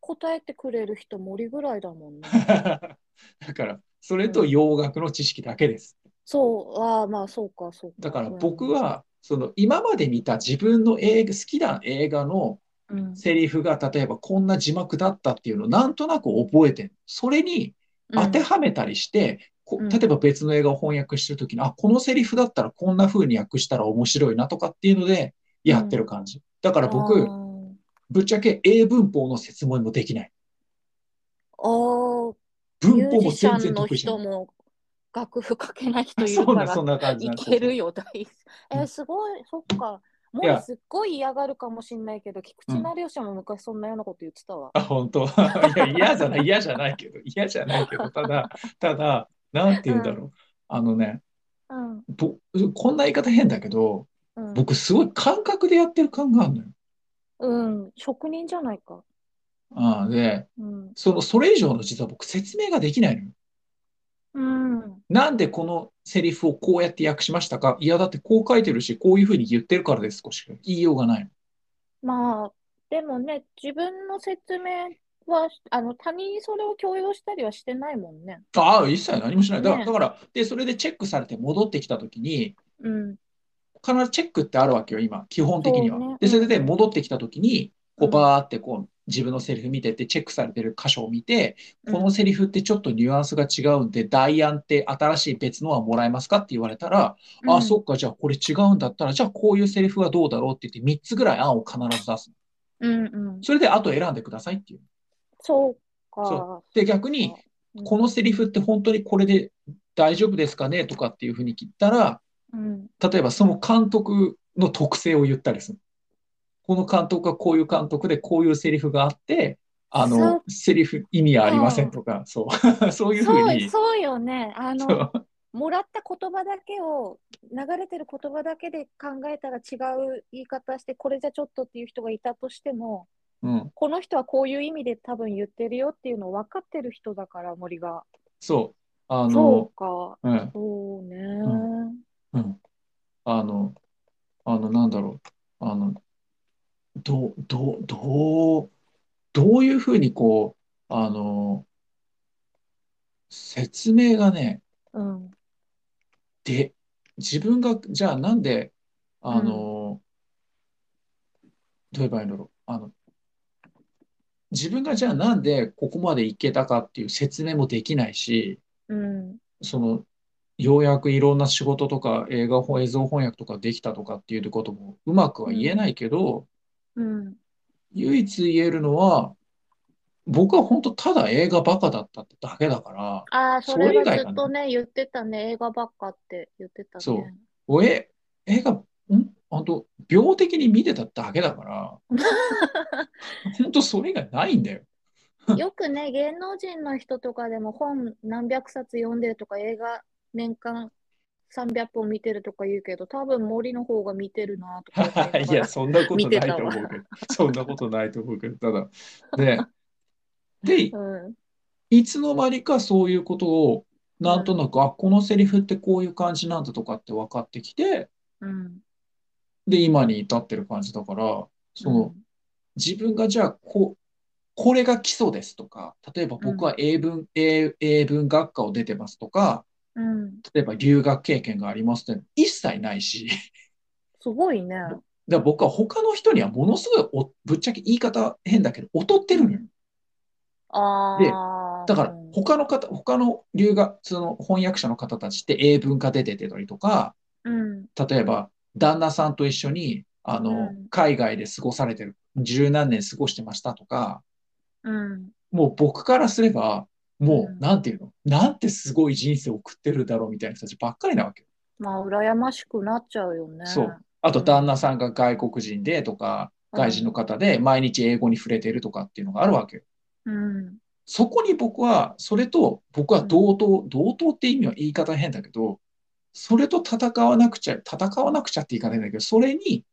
[SPEAKER 1] 答えてくれる人森ぐらいだもんね。
[SPEAKER 2] だから、それと洋楽の知識だけです。
[SPEAKER 1] そう、ああ、まあそうか、そうか。
[SPEAKER 2] だから
[SPEAKER 1] うん
[SPEAKER 2] 僕、は、その今まで見た自分の映画、好きな映画の
[SPEAKER 1] うん
[SPEAKER 2] セリフが、例えばこんな字幕だったっていうのをなんとなく覚えてる。それに当てはめたりして、こ
[SPEAKER 1] うん
[SPEAKER 2] 例えば別の映画を翻訳してるときに、あ、このセリフだったらこんな風に訳したら面白いなとかっていうのでやってる感じ。だから
[SPEAKER 1] あ
[SPEAKER 2] 僕、
[SPEAKER 1] ー
[SPEAKER 2] ぶっちゃけ英文法の説明もできない。
[SPEAKER 1] あー、ミ
[SPEAKER 2] 文
[SPEAKER 1] ュー
[SPEAKER 2] 法も
[SPEAKER 1] ジシャ
[SPEAKER 2] 全
[SPEAKER 1] ン
[SPEAKER 2] 然
[SPEAKER 1] の
[SPEAKER 2] 得意じゃない
[SPEAKER 1] 人も楽譜書けない人い
[SPEAKER 2] そ
[SPEAKER 1] る
[SPEAKER 2] う
[SPEAKER 1] か
[SPEAKER 2] な、そ
[SPEAKER 1] ら
[SPEAKER 2] んな感じ
[SPEAKER 1] い
[SPEAKER 2] なんです
[SPEAKER 1] けるよ、大好きえ
[SPEAKER 2] う
[SPEAKER 1] ー
[SPEAKER 2] ん
[SPEAKER 1] すごい、そっか。も
[SPEAKER 2] いや
[SPEAKER 1] うすっごい嫌がるかもしんないけど、菊池
[SPEAKER 2] うん
[SPEAKER 1] 成吉も昔そんなようなこと言ってたわ。
[SPEAKER 2] あ、本当。い や、嫌じゃない、嫌じゃないけど、嫌じゃないけど、ただ、ただ、なんて言うんだろう。あのね、
[SPEAKER 1] うん。
[SPEAKER 2] ぼ、こんな言い方変だけど、
[SPEAKER 1] うん、
[SPEAKER 2] 僕すごい感覚でやってる感があるのよ。
[SPEAKER 1] うん、職人じゃないか。
[SPEAKER 2] ああで、
[SPEAKER 1] うん。
[SPEAKER 2] その、それ以上の実は僕説明ができないのよ。
[SPEAKER 1] うん。
[SPEAKER 2] なんでこのセリフをこうやって訳しましたかいや、だってこう書いてるし、こういうふうに言ってるからです、少しか言いようがないの。
[SPEAKER 1] まあ、でもね、自分の説明は、あの、他人にそれを強要したりはしてないもんね。
[SPEAKER 2] ああ、一切何もしない。だから、
[SPEAKER 1] ね
[SPEAKER 2] だから、で、それでチェックされて戻ってきたときに、
[SPEAKER 1] うん。
[SPEAKER 2] 必ずチェックってあるわけよ、今、基本的には。
[SPEAKER 1] そうね
[SPEAKER 2] で、それで戻ってきたときに、こう、
[SPEAKER 1] うん
[SPEAKER 2] バーってこう、自分のセリフ見てて、チェックされてる箇所を見て、
[SPEAKER 1] うん
[SPEAKER 2] このセリフってちょっとニュアンスが違うんで、代案って新しい別のはもらえますかって言われたら、
[SPEAKER 1] う
[SPEAKER 2] あ、
[SPEAKER 1] ん
[SPEAKER 2] そっか、じゃあこれ違うんだったら、じゃあこういうセリフはどうだろうって言って、3つぐらい案を必ず出す。
[SPEAKER 1] うんうん。
[SPEAKER 2] それで、あと選んでくださいっていう。
[SPEAKER 1] そうか。
[SPEAKER 2] そで、逆に、
[SPEAKER 1] うん
[SPEAKER 2] このセリフって本当にこれで大丈夫ですかねとかっていうふうに聞いたら、
[SPEAKER 1] うん。
[SPEAKER 2] 例えばその監督の特性を言ったりする。この監督はこういう監督でこういうセリフがあって、あ
[SPEAKER 1] そ
[SPEAKER 2] の
[SPEAKER 1] う、
[SPEAKER 2] セリフ意味ありませんとか、そう、 そういうふう
[SPEAKER 1] そう、
[SPEAKER 2] に、
[SPEAKER 1] そうよね。あ
[SPEAKER 2] そ
[SPEAKER 1] の、
[SPEAKER 2] う
[SPEAKER 1] もらった言葉だけを、流れてる言葉だけで考えたら違う言い方して、これじゃちょっとっていう人がいたとしても、
[SPEAKER 2] うん、
[SPEAKER 1] この人はこういう意味で多分言ってるよっていうのを分かってる人だから、森が。
[SPEAKER 2] そう、あ
[SPEAKER 1] そう
[SPEAKER 2] の、
[SPEAKER 1] か。
[SPEAKER 2] うん、
[SPEAKER 1] そうね。
[SPEAKER 2] うん、あの、あの、なんだろう、あの、どう、どう、どう、どういうふうにこう、あの、説明がね、
[SPEAKER 1] うん。
[SPEAKER 2] で、自分が、じゃあなんで、あの、どう言えばいいんだろう。あの、自分がじゃあなんでここまでいけたかっていう説明もできないし、
[SPEAKER 1] うん。
[SPEAKER 2] その、ようやくいろんな仕事とか映画本、映像翻訳とかできたとかっていうこともうまくは言えないけど、
[SPEAKER 1] うん。
[SPEAKER 2] 唯一言えるのは、僕は本当ただ映画バカだったってだけだから、
[SPEAKER 1] ああ、そ
[SPEAKER 2] それ
[SPEAKER 1] れ
[SPEAKER 2] 以
[SPEAKER 1] は
[SPEAKER 2] 外
[SPEAKER 1] ず
[SPEAKER 2] かな
[SPEAKER 1] っとね、言ってたね。映画ばっかって言ってた
[SPEAKER 2] そう
[SPEAKER 1] ね。
[SPEAKER 2] おえ、映画、ん本当病的に見てただけ だから、本当それがないんだよ。
[SPEAKER 1] よくね、芸能人の人とかでも本何百冊読んでるとか、映画年間300本見てるとか言うけど、多分森の方が見てるなとか思って
[SPEAKER 2] い や、そんなこと
[SPEAKER 1] 見て
[SPEAKER 2] な
[SPEAKER 1] た
[SPEAKER 2] いと思うけど、 そんなことないと思うけど、ただ、で、で、
[SPEAKER 1] うん。
[SPEAKER 2] いつの間にかそういうことを、なんとなく、あ、このセリフってこういう感じなんだとかって分かってきて、
[SPEAKER 1] うん。
[SPEAKER 2] で、今に至ってる感じだから、その、自分がじゃあこう、これが基礎ですとか、例えば僕は英文、英英文学科を出てますとか、
[SPEAKER 1] うん。うん。
[SPEAKER 2] 例えば留学経験がありますって一切ないし、 だか
[SPEAKER 1] すごいね。
[SPEAKER 2] ら僕は他の人にはものすごいおぶっちゃけ言い方変だけど、劣ってるのよ。
[SPEAKER 1] あ
[SPEAKER 2] で
[SPEAKER 1] あ。
[SPEAKER 2] だから
[SPEAKER 1] う
[SPEAKER 2] 他の方、他の留学、その翻訳者の方たちって英文化で出てたりとか、
[SPEAKER 1] ん。
[SPEAKER 2] 例えば旦那さんと一緒にあの、
[SPEAKER 1] うん
[SPEAKER 2] 海外で過ごされてる、十何年過ごしてましたとか、
[SPEAKER 1] うん。
[SPEAKER 2] もう僕からすれば、も
[SPEAKER 1] うん
[SPEAKER 2] う、なんていうの、なんてすごい人生を送ってるだろうみたいな人たちばっかりなわけよ。
[SPEAKER 1] まあ、羨ましくなっちゃうよね。
[SPEAKER 2] そうあと、旦那さんが外国人でとか、
[SPEAKER 1] うん
[SPEAKER 2] 外人の方で毎日英語に触れてるとかっていうのがあるわけよ。
[SPEAKER 1] うん。
[SPEAKER 2] そこに僕は、それと、僕は同等、同等って意味は言い方変だけど、それと戦わなくちゃ、戦わなくちゃって言い方変だけど、それに、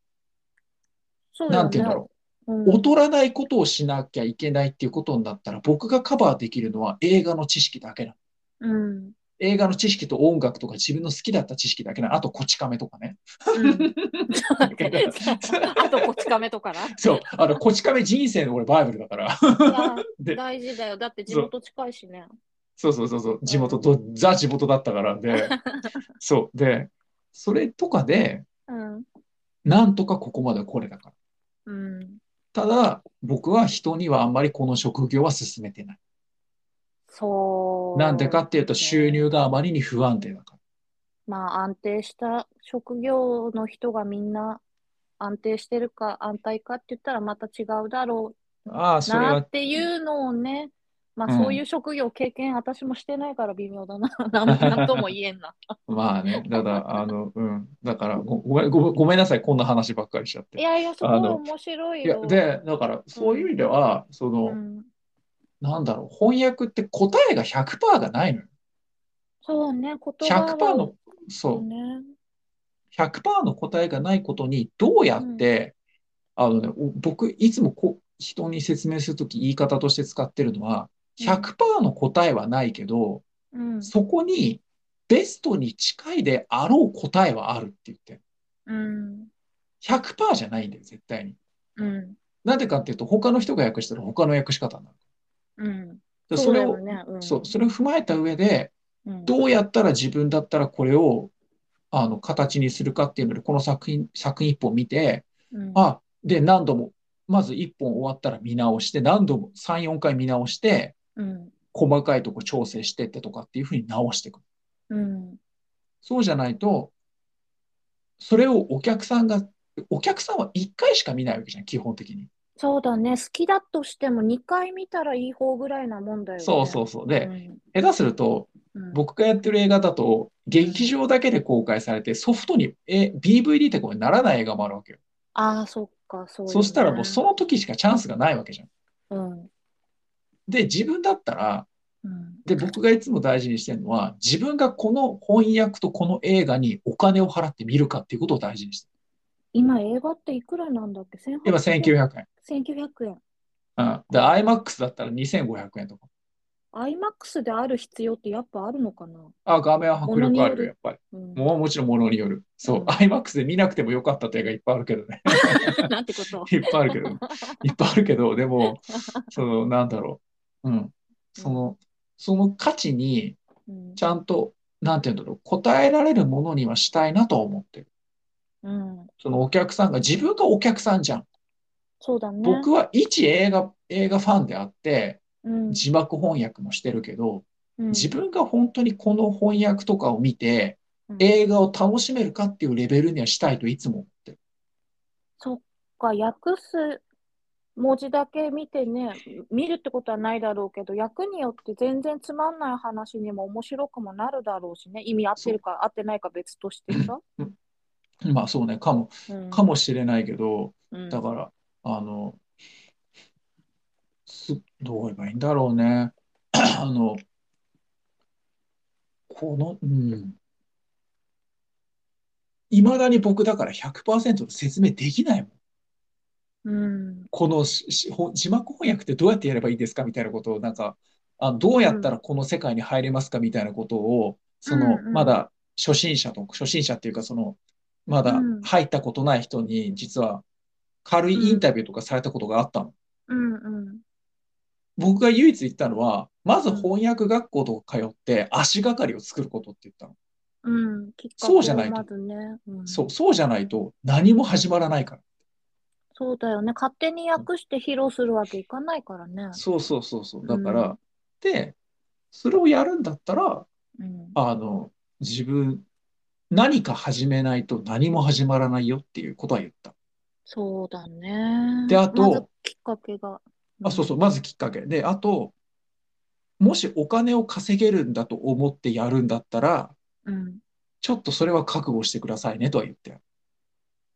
[SPEAKER 1] そう
[SPEAKER 2] なんて言
[SPEAKER 1] よ
[SPEAKER 2] うんだ
[SPEAKER 1] ね。
[SPEAKER 2] ろ
[SPEAKER 1] うん
[SPEAKER 2] う、劣らないことをしなきゃいけないっていうことになったら、僕がカバーできるのは映画の知識だけなの
[SPEAKER 1] うん。
[SPEAKER 2] 映画の知識と音楽とか自分の好きだった知識だけな、あとこち亀とかね。
[SPEAKER 1] うん。 あと、こち亀とか な。
[SPEAKER 2] そう、あの、こち亀人生の俺バイブルだから。
[SPEAKER 1] い や
[SPEAKER 2] で
[SPEAKER 1] 大事だよ。だって地元近いしね。
[SPEAKER 2] そうそうそうそう、地元と、ザ地元だったから で、そう、で、それとかで、
[SPEAKER 1] うん。
[SPEAKER 2] なんとかここまで来れたから。
[SPEAKER 1] うん。
[SPEAKER 2] ただ、僕は人にはあんまりこの職業は勧めてない。
[SPEAKER 1] そう。
[SPEAKER 2] なんでかっていうと、収入があまりに不安定だから。
[SPEAKER 1] まあ、安定した職業の人がみんな安定してるか安泰かって言ったらまた違うだろ
[SPEAKER 2] ああ、
[SPEAKER 1] う
[SPEAKER 2] それ
[SPEAKER 1] な
[SPEAKER 2] は
[SPEAKER 1] っ、ていうのをね、ま
[SPEAKER 2] う
[SPEAKER 1] あ
[SPEAKER 2] ん
[SPEAKER 1] そういう職業経験、私もしてないから微妙だな。 なんなんとも言え んな。
[SPEAKER 2] まあね、ただ、あの、うん、だからご、ごめん、ごめんごめんなさい、こんな話ばっかりしちゃって
[SPEAKER 1] い。やいや、すごい面白い
[SPEAKER 2] いや、
[SPEAKER 1] よ。
[SPEAKER 2] で、だから、そういう意味では、そうの、
[SPEAKER 1] ん、
[SPEAKER 2] なんだろう、翻訳って答えが100%がないのよ。
[SPEAKER 1] そうね、言葉
[SPEAKER 2] 100%
[SPEAKER 1] を
[SPEAKER 2] の、そう、
[SPEAKER 1] ね。
[SPEAKER 2] 100%の答えがないことにどうやって、あのね、お僕いつもこう人に説明するとき言い方として使ってるのは、100%の答えはないけど、
[SPEAKER 1] うん。
[SPEAKER 2] そこにベストに近いであろう答えはあるって言ってる。
[SPEAKER 1] うん。
[SPEAKER 2] 100%じゃないんだよ、絶対に。
[SPEAKER 1] うん。
[SPEAKER 2] なぜかっていうと、他の人が訳したら他の訳し方になる。
[SPEAKER 1] うん。
[SPEAKER 2] でそれを、
[SPEAKER 1] うだよねうん
[SPEAKER 2] そう、それを踏まえた上で、
[SPEAKER 1] うん
[SPEAKER 2] どうやったら自分だったらこれを、あの、形にするかっていうので、この作品、作品一本見て、
[SPEAKER 1] うん
[SPEAKER 2] あ、で、何度も、まず一本終わったら見直して、何度も、3、4回見直して、
[SPEAKER 1] うん。
[SPEAKER 2] 細かいとこ調整してってとかっていうふうに直していく。
[SPEAKER 1] うん。
[SPEAKER 2] そうじゃないと、それをお客さんが、お客さんは1回しか見ないわけじゃん、基本的に。
[SPEAKER 1] そうだね。好きだとしても2回見たらいい方ぐらいなもんだよね。
[SPEAKER 2] そうそうそう。で、
[SPEAKER 1] ん
[SPEAKER 2] 下手すると、
[SPEAKER 1] うん
[SPEAKER 2] 僕がやってる映画だと、劇場だけで公開されて、ソフトに、え、DVD ってこうならない映画もあるわけよ。
[SPEAKER 1] ああ、そっか、そうよ
[SPEAKER 2] そしたらもう
[SPEAKER 1] ね
[SPEAKER 2] その時しかチャンスがないわけじゃん。
[SPEAKER 1] うん。
[SPEAKER 2] で、自分だったら、
[SPEAKER 1] うん。
[SPEAKER 2] で、僕がいつも大事にしてるのは、自分がこの翻訳とこの映画にお金を払って見るかっていうことを大事にしてる。
[SPEAKER 1] 今、映画っていくらなんだっけ ?1800
[SPEAKER 2] 今1900円。
[SPEAKER 1] 円。1900円。
[SPEAKER 2] うん。で、IMAX だったら2500円とか。
[SPEAKER 1] IMAX である必要ってやっぱあるのかな
[SPEAKER 2] あ、画面は迫力
[SPEAKER 1] 物
[SPEAKER 2] あ
[SPEAKER 1] によ
[SPEAKER 2] る
[SPEAKER 1] る
[SPEAKER 2] よ、やっぱり。
[SPEAKER 1] うん。
[SPEAKER 2] もうもちろんものによる。そうう、
[SPEAKER 1] ん
[SPEAKER 2] IMAX で見なくてもよかったって映画いっぱいあるけどね。
[SPEAKER 1] なんてこと
[SPEAKER 2] いっぱいあるけど、いっぱいあるけど、でも、その、なんだろう。うん。その、その価値に、
[SPEAKER 1] うん
[SPEAKER 2] ちゃんと、なんて言うんだろう、答えられるものにはしたいなとは思ってる。
[SPEAKER 1] うん。
[SPEAKER 2] そのお客さんが、自分がお客さんじゃん。
[SPEAKER 1] そうだね。
[SPEAKER 2] 僕は一映画、映画ファンであって、
[SPEAKER 1] うん、
[SPEAKER 2] 字幕翻訳もしてるけど、
[SPEAKER 1] うん
[SPEAKER 2] 自分が本当にこの翻訳とかを見て、
[SPEAKER 1] うん
[SPEAKER 2] 映画を楽しめるかっていうレベルにはしたいといつも思ってる。
[SPEAKER 1] そっか、訳す文字だけ見てね、見るってことはないだろうけど、訳によって全然つまんない話にも面白くもなるだろうしね、意味合ってるか合ってないか別としてさ。
[SPEAKER 2] まあそうね、かも、
[SPEAKER 1] うん
[SPEAKER 2] かもしれないけど、
[SPEAKER 1] うん
[SPEAKER 2] だから、あの、す、どう言えばいいんだろうね。 あの、この、うん。いまだに僕だから100%の説明できないもん。
[SPEAKER 1] うん、
[SPEAKER 2] このししほ字幕翻訳ってどうやってやればいいですかみたいなことを、なんか、あ、どうやったらこの世界に入れますかみたいなことを、その、
[SPEAKER 1] うんうん
[SPEAKER 2] まだ初心者と、初心者っていうか、その、まだ
[SPEAKER 1] うん
[SPEAKER 2] 入ったことない人に、実は軽いインタビューとかされたことがあったの。
[SPEAKER 1] うん、うん。
[SPEAKER 2] 僕が唯一言ったのは、まず
[SPEAKER 1] うん
[SPEAKER 2] 翻訳学校とか通って足がかりを作ることって言ったの。
[SPEAKER 1] うん、きっか
[SPEAKER 2] そうじ
[SPEAKER 1] け
[SPEAKER 2] ゃ
[SPEAKER 1] を
[SPEAKER 2] ないと
[SPEAKER 1] まずね、うん、
[SPEAKER 2] そう、そうじゃないと何も始まらないから。
[SPEAKER 1] そうだよね。勝手に訳して披露するわけいかないからね。
[SPEAKER 2] そうそうそうそう。だ
[SPEAKER 1] うん
[SPEAKER 2] から、で、それをやるんだったら、
[SPEAKER 1] うん、
[SPEAKER 2] あの、自分、何か始めないと何も始まらないよっていうことは言った。
[SPEAKER 1] そうだね。
[SPEAKER 2] であと
[SPEAKER 1] まずきっかけが。
[SPEAKER 2] あ、そうそう、まずきっかけ。で、あと、もしお金を稼げるんだと思ってやるんだったら、
[SPEAKER 1] うん。うん
[SPEAKER 2] ちょっとそれは覚悟してくださいねとは言ったよ。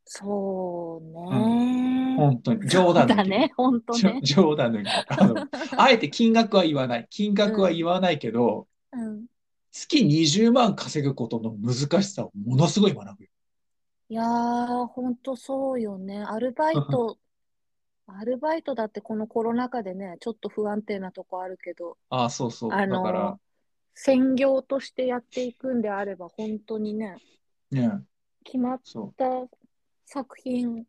[SPEAKER 1] そうね。
[SPEAKER 2] 本当に。冗談
[SPEAKER 1] そう
[SPEAKER 2] 抜
[SPEAKER 1] だ
[SPEAKER 2] きで
[SPEAKER 1] ね、本当ね。
[SPEAKER 2] じょ冗談抜きで。あの、あえて金額は言わない。金額は言わないけど、
[SPEAKER 1] うん。
[SPEAKER 2] 月20万稼ぐことの難しさをものすごい学ぶよ。
[SPEAKER 1] いやー、本当そうよね。アルバイト、アルバイトだってこのコロナ禍でね、ちょっと不安定なとこあるけど、
[SPEAKER 2] ああ、そうそう。
[SPEAKER 1] あ
[SPEAKER 2] だから
[SPEAKER 1] の、、専業としてやっていくんであれば、本当にね、
[SPEAKER 2] ね、
[SPEAKER 1] 決まっ
[SPEAKER 2] そ
[SPEAKER 1] た作品、
[SPEAKER 2] う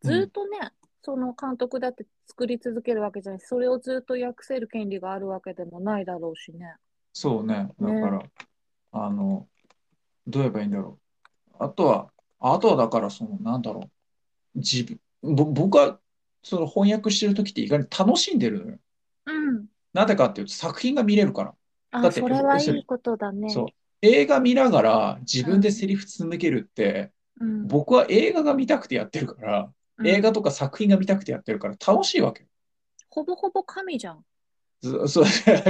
[SPEAKER 1] ず
[SPEAKER 2] ん
[SPEAKER 1] ーっとね、その監督だって作り続けるわけじゃないし、それをずっと訳せる権利があるわけでもないだろうしね。
[SPEAKER 2] う、そうね。だから、あの、どう言えばいいんだろう。あとは、あとはだから、その、なんだろう。自分、ぼ僕は、その翻訳してる時って意外に楽しんでるのよ。
[SPEAKER 1] うん。
[SPEAKER 2] なぜかっていうと作品が見れるから。
[SPEAKER 1] あ、
[SPEAKER 2] だって
[SPEAKER 1] それはい
[SPEAKER 2] それ
[SPEAKER 1] いことだね。
[SPEAKER 2] そう。映画見ながら自分でセリフ紡げるって、
[SPEAKER 1] うん。
[SPEAKER 2] 僕は映画が見たくてやってるから、
[SPEAKER 1] うん
[SPEAKER 2] 映画とか作品が見たくてやってるから楽しいわけよ
[SPEAKER 1] ほぼほぼ神じゃん。
[SPEAKER 2] そ そう、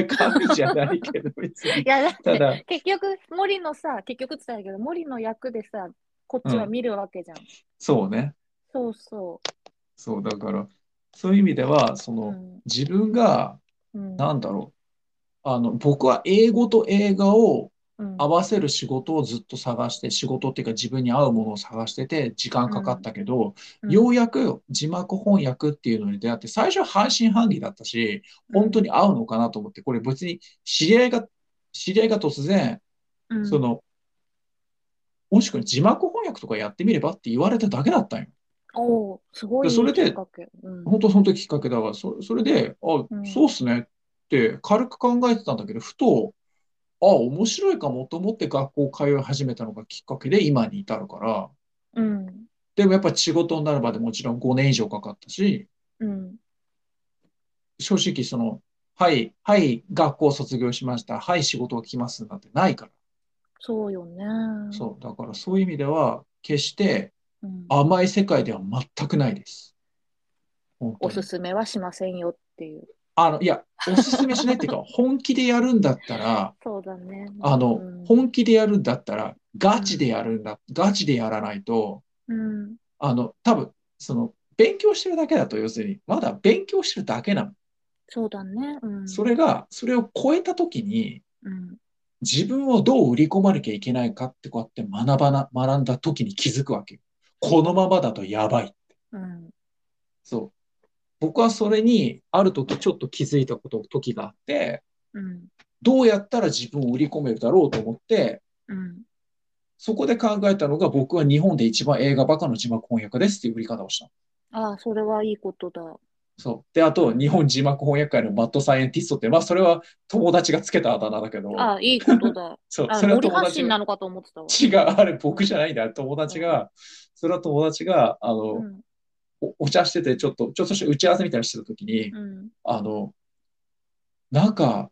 [SPEAKER 2] 神じゃないけど、別に
[SPEAKER 1] い。や、だって
[SPEAKER 2] ただ、
[SPEAKER 1] 結局、森のさ、結局って言ったけど、森の役でさ、こっちは見るわけじゃん。
[SPEAKER 2] そうね。
[SPEAKER 1] そうそ。
[SPEAKER 2] そう、だから、そういう意味では、そう
[SPEAKER 1] う
[SPEAKER 2] の、
[SPEAKER 1] ん。
[SPEAKER 2] 自分が、
[SPEAKER 1] うん。
[SPEAKER 2] なんだろう。あの、僕は英語と映画を
[SPEAKER 1] うん
[SPEAKER 2] 合わせる仕事をずっと探して、仕事っていうか自分に合うものを探してて、時間かかったけど、
[SPEAKER 1] うん
[SPEAKER 2] ようやく字幕翻訳っていうのに出会って、最初は半信半疑だったし、本当に合うのかなと思って、これ別に知り合いが、知り合いが突然、
[SPEAKER 1] うん
[SPEAKER 2] その、もしくは字幕翻訳とかやってみればって言われただけだったんよ。
[SPEAKER 1] おーすごい
[SPEAKER 2] でそれで
[SPEAKER 1] いいきっかけうん
[SPEAKER 2] 本当その時きっかけだわ。そそれで、あ
[SPEAKER 1] う、ん
[SPEAKER 2] そうっすねって軽く考えてたんだけど、ふと、あ、面白いかもと思って学校通い始めたのがきっかけで今に至るから、
[SPEAKER 1] うん
[SPEAKER 2] でもやっぱ仕事になるまでもちろん5年以上かかったし、
[SPEAKER 1] うん
[SPEAKER 2] 正直その、はい、はい、学校卒業しました。はい、仕事が来ますなんてないか
[SPEAKER 1] そうよね
[SPEAKER 2] ら。そう、だからそういう意味では、決して
[SPEAKER 1] うん
[SPEAKER 2] 甘い世界では全くないです。本当
[SPEAKER 1] お
[SPEAKER 2] に
[SPEAKER 1] すすめはしませんよっていう
[SPEAKER 2] あの、いや、おすすめしないっていうか、本気でやるんだったら、
[SPEAKER 1] そうだね
[SPEAKER 2] あの、
[SPEAKER 1] うん
[SPEAKER 2] 本気でやるんだったら、ガチでやるんだ、ガチでやらないと、
[SPEAKER 1] うん
[SPEAKER 2] あの、多分、その、勉強してるだけだと、要するに、まだ勉強してるだけなの。
[SPEAKER 1] そうだねうん
[SPEAKER 2] それが、それを超えたときに、
[SPEAKER 1] うん
[SPEAKER 2] 自分をどう売り込まなきゃいけないかって、こうやって学ばな、学んだときに気づくわけよ。このままだとやばい。
[SPEAKER 1] うん
[SPEAKER 2] そう。僕はそれに、ある時ちょっと気づいたこと、時があって、
[SPEAKER 1] うん
[SPEAKER 2] どうやったら自分を売り込めるだろうと思って、
[SPEAKER 1] うん
[SPEAKER 2] そこで考えたのが、僕は日本で一番映画バカの字幕翻訳ですっていう売り方をした。
[SPEAKER 1] ああそれはいいことだ
[SPEAKER 2] そう。で、あと、日本字幕翻訳界のマッドサイエンティストって、まあ、それは友達がつけたあだ名だけど、
[SPEAKER 1] ああいいことだ
[SPEAKER 2] そう、
[SPEAKER 1] あ
[SPEAKER 2] それは
[SPEAKER 1] 森
[SPEAKER 2] 友
[SPEAKER 1] 発
[SPEAKER 2] 達
[SPEAKER 1] 信な
[SPEAKER 2] が、
[SPEAKER 1] のかと思ってたわ
[SPEAKER 2] 違う、あれ僕じゃないんだよ、友達が、それは友達が、あの、
[SPEAKER 1] うん
[SPEAKER 2] おお茶してて、ちょっと、ちょっとした打ち合わせみたいなのしてた時に、
[SPEAKER 1] うん
[SPEAKER 2] あの、なんか、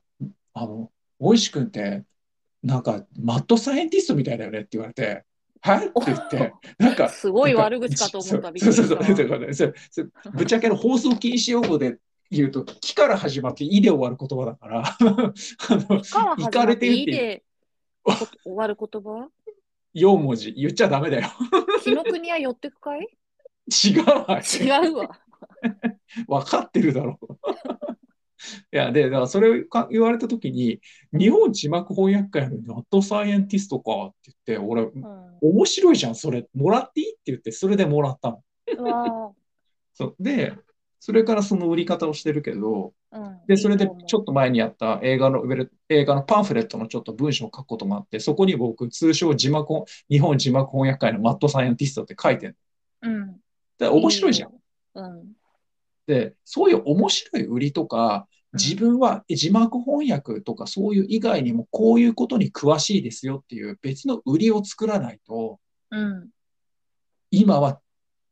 [SPEAKER 2] あの、おいしくんって、なんか、マッドサイエンティストみたいだよねって言われて、はいって言って、なんか、
[SPEAKER 1] すごい悪口かと思ったびっくり
[SPEAKER 2] そうそうそ
[SPEAKER 1] し
[SPEAKER 2] うそうそうそうそうぶっちゃけの放送禁止用語で言うと、木から始まって、いで終わる言葉だから、 あの、
[SPEAKER 1] たから始
[SPEAKER 2] 行か
[SPEAKER 1] ま
[SPEAKER 2] れ
[SPEAKER 1] ってて
[SPEAKER 2] るっ
[SPEAKER 1] いい
[SPEAKER 2] ていう
[SPEAKER 1] でこ終わる言葉
[SPEAKER 2] 4文字言っちゃダメだよ。
[SPEAKER 1] 紀の国は寄ってく かい
[SPEAKER 2] 違うわ。
[SPEAKER 1] 違うわ
[SPEAKER 2] 分かってるだろう。いや、で、だからそれをか言われたときに、日本字幕翻訳会のナットサイエンティストかって言って、俺、
[SPEAKER 1] うん
[SPEAKER 2] 面白いじゃん、それ、もらっていいって言って、それでもらったの。
[SPEAKER 1] うわ
[SPEAKER 2] そう。で、それからその売り方をしてるけど、
[SPEAKER 1] あうん
[SPEAKER 2] で、それでちょ
[SPEAKER 1] っ
[SPEAKER 2] っと前にやった映画のウェル、映画のパンフレットのちょっと文章を書くこともあって、そこに僕、通称字幕翻、日本字幕翻訳会のマッドサイエンティストって書いてる。
[SPEAKER 1] とうん
[SPEAKER 2] で、面白いじゃん。
[SPEAKER 1] いいようん
[SPEAKER 2] で、そういう面白い売りとか、自分は字幕翻訳とかそういう以外にもこういうことに詳しいですよっていう別の売りを作らないと、
[SPEAKER 1] うん
[SPEAKER 2] 今は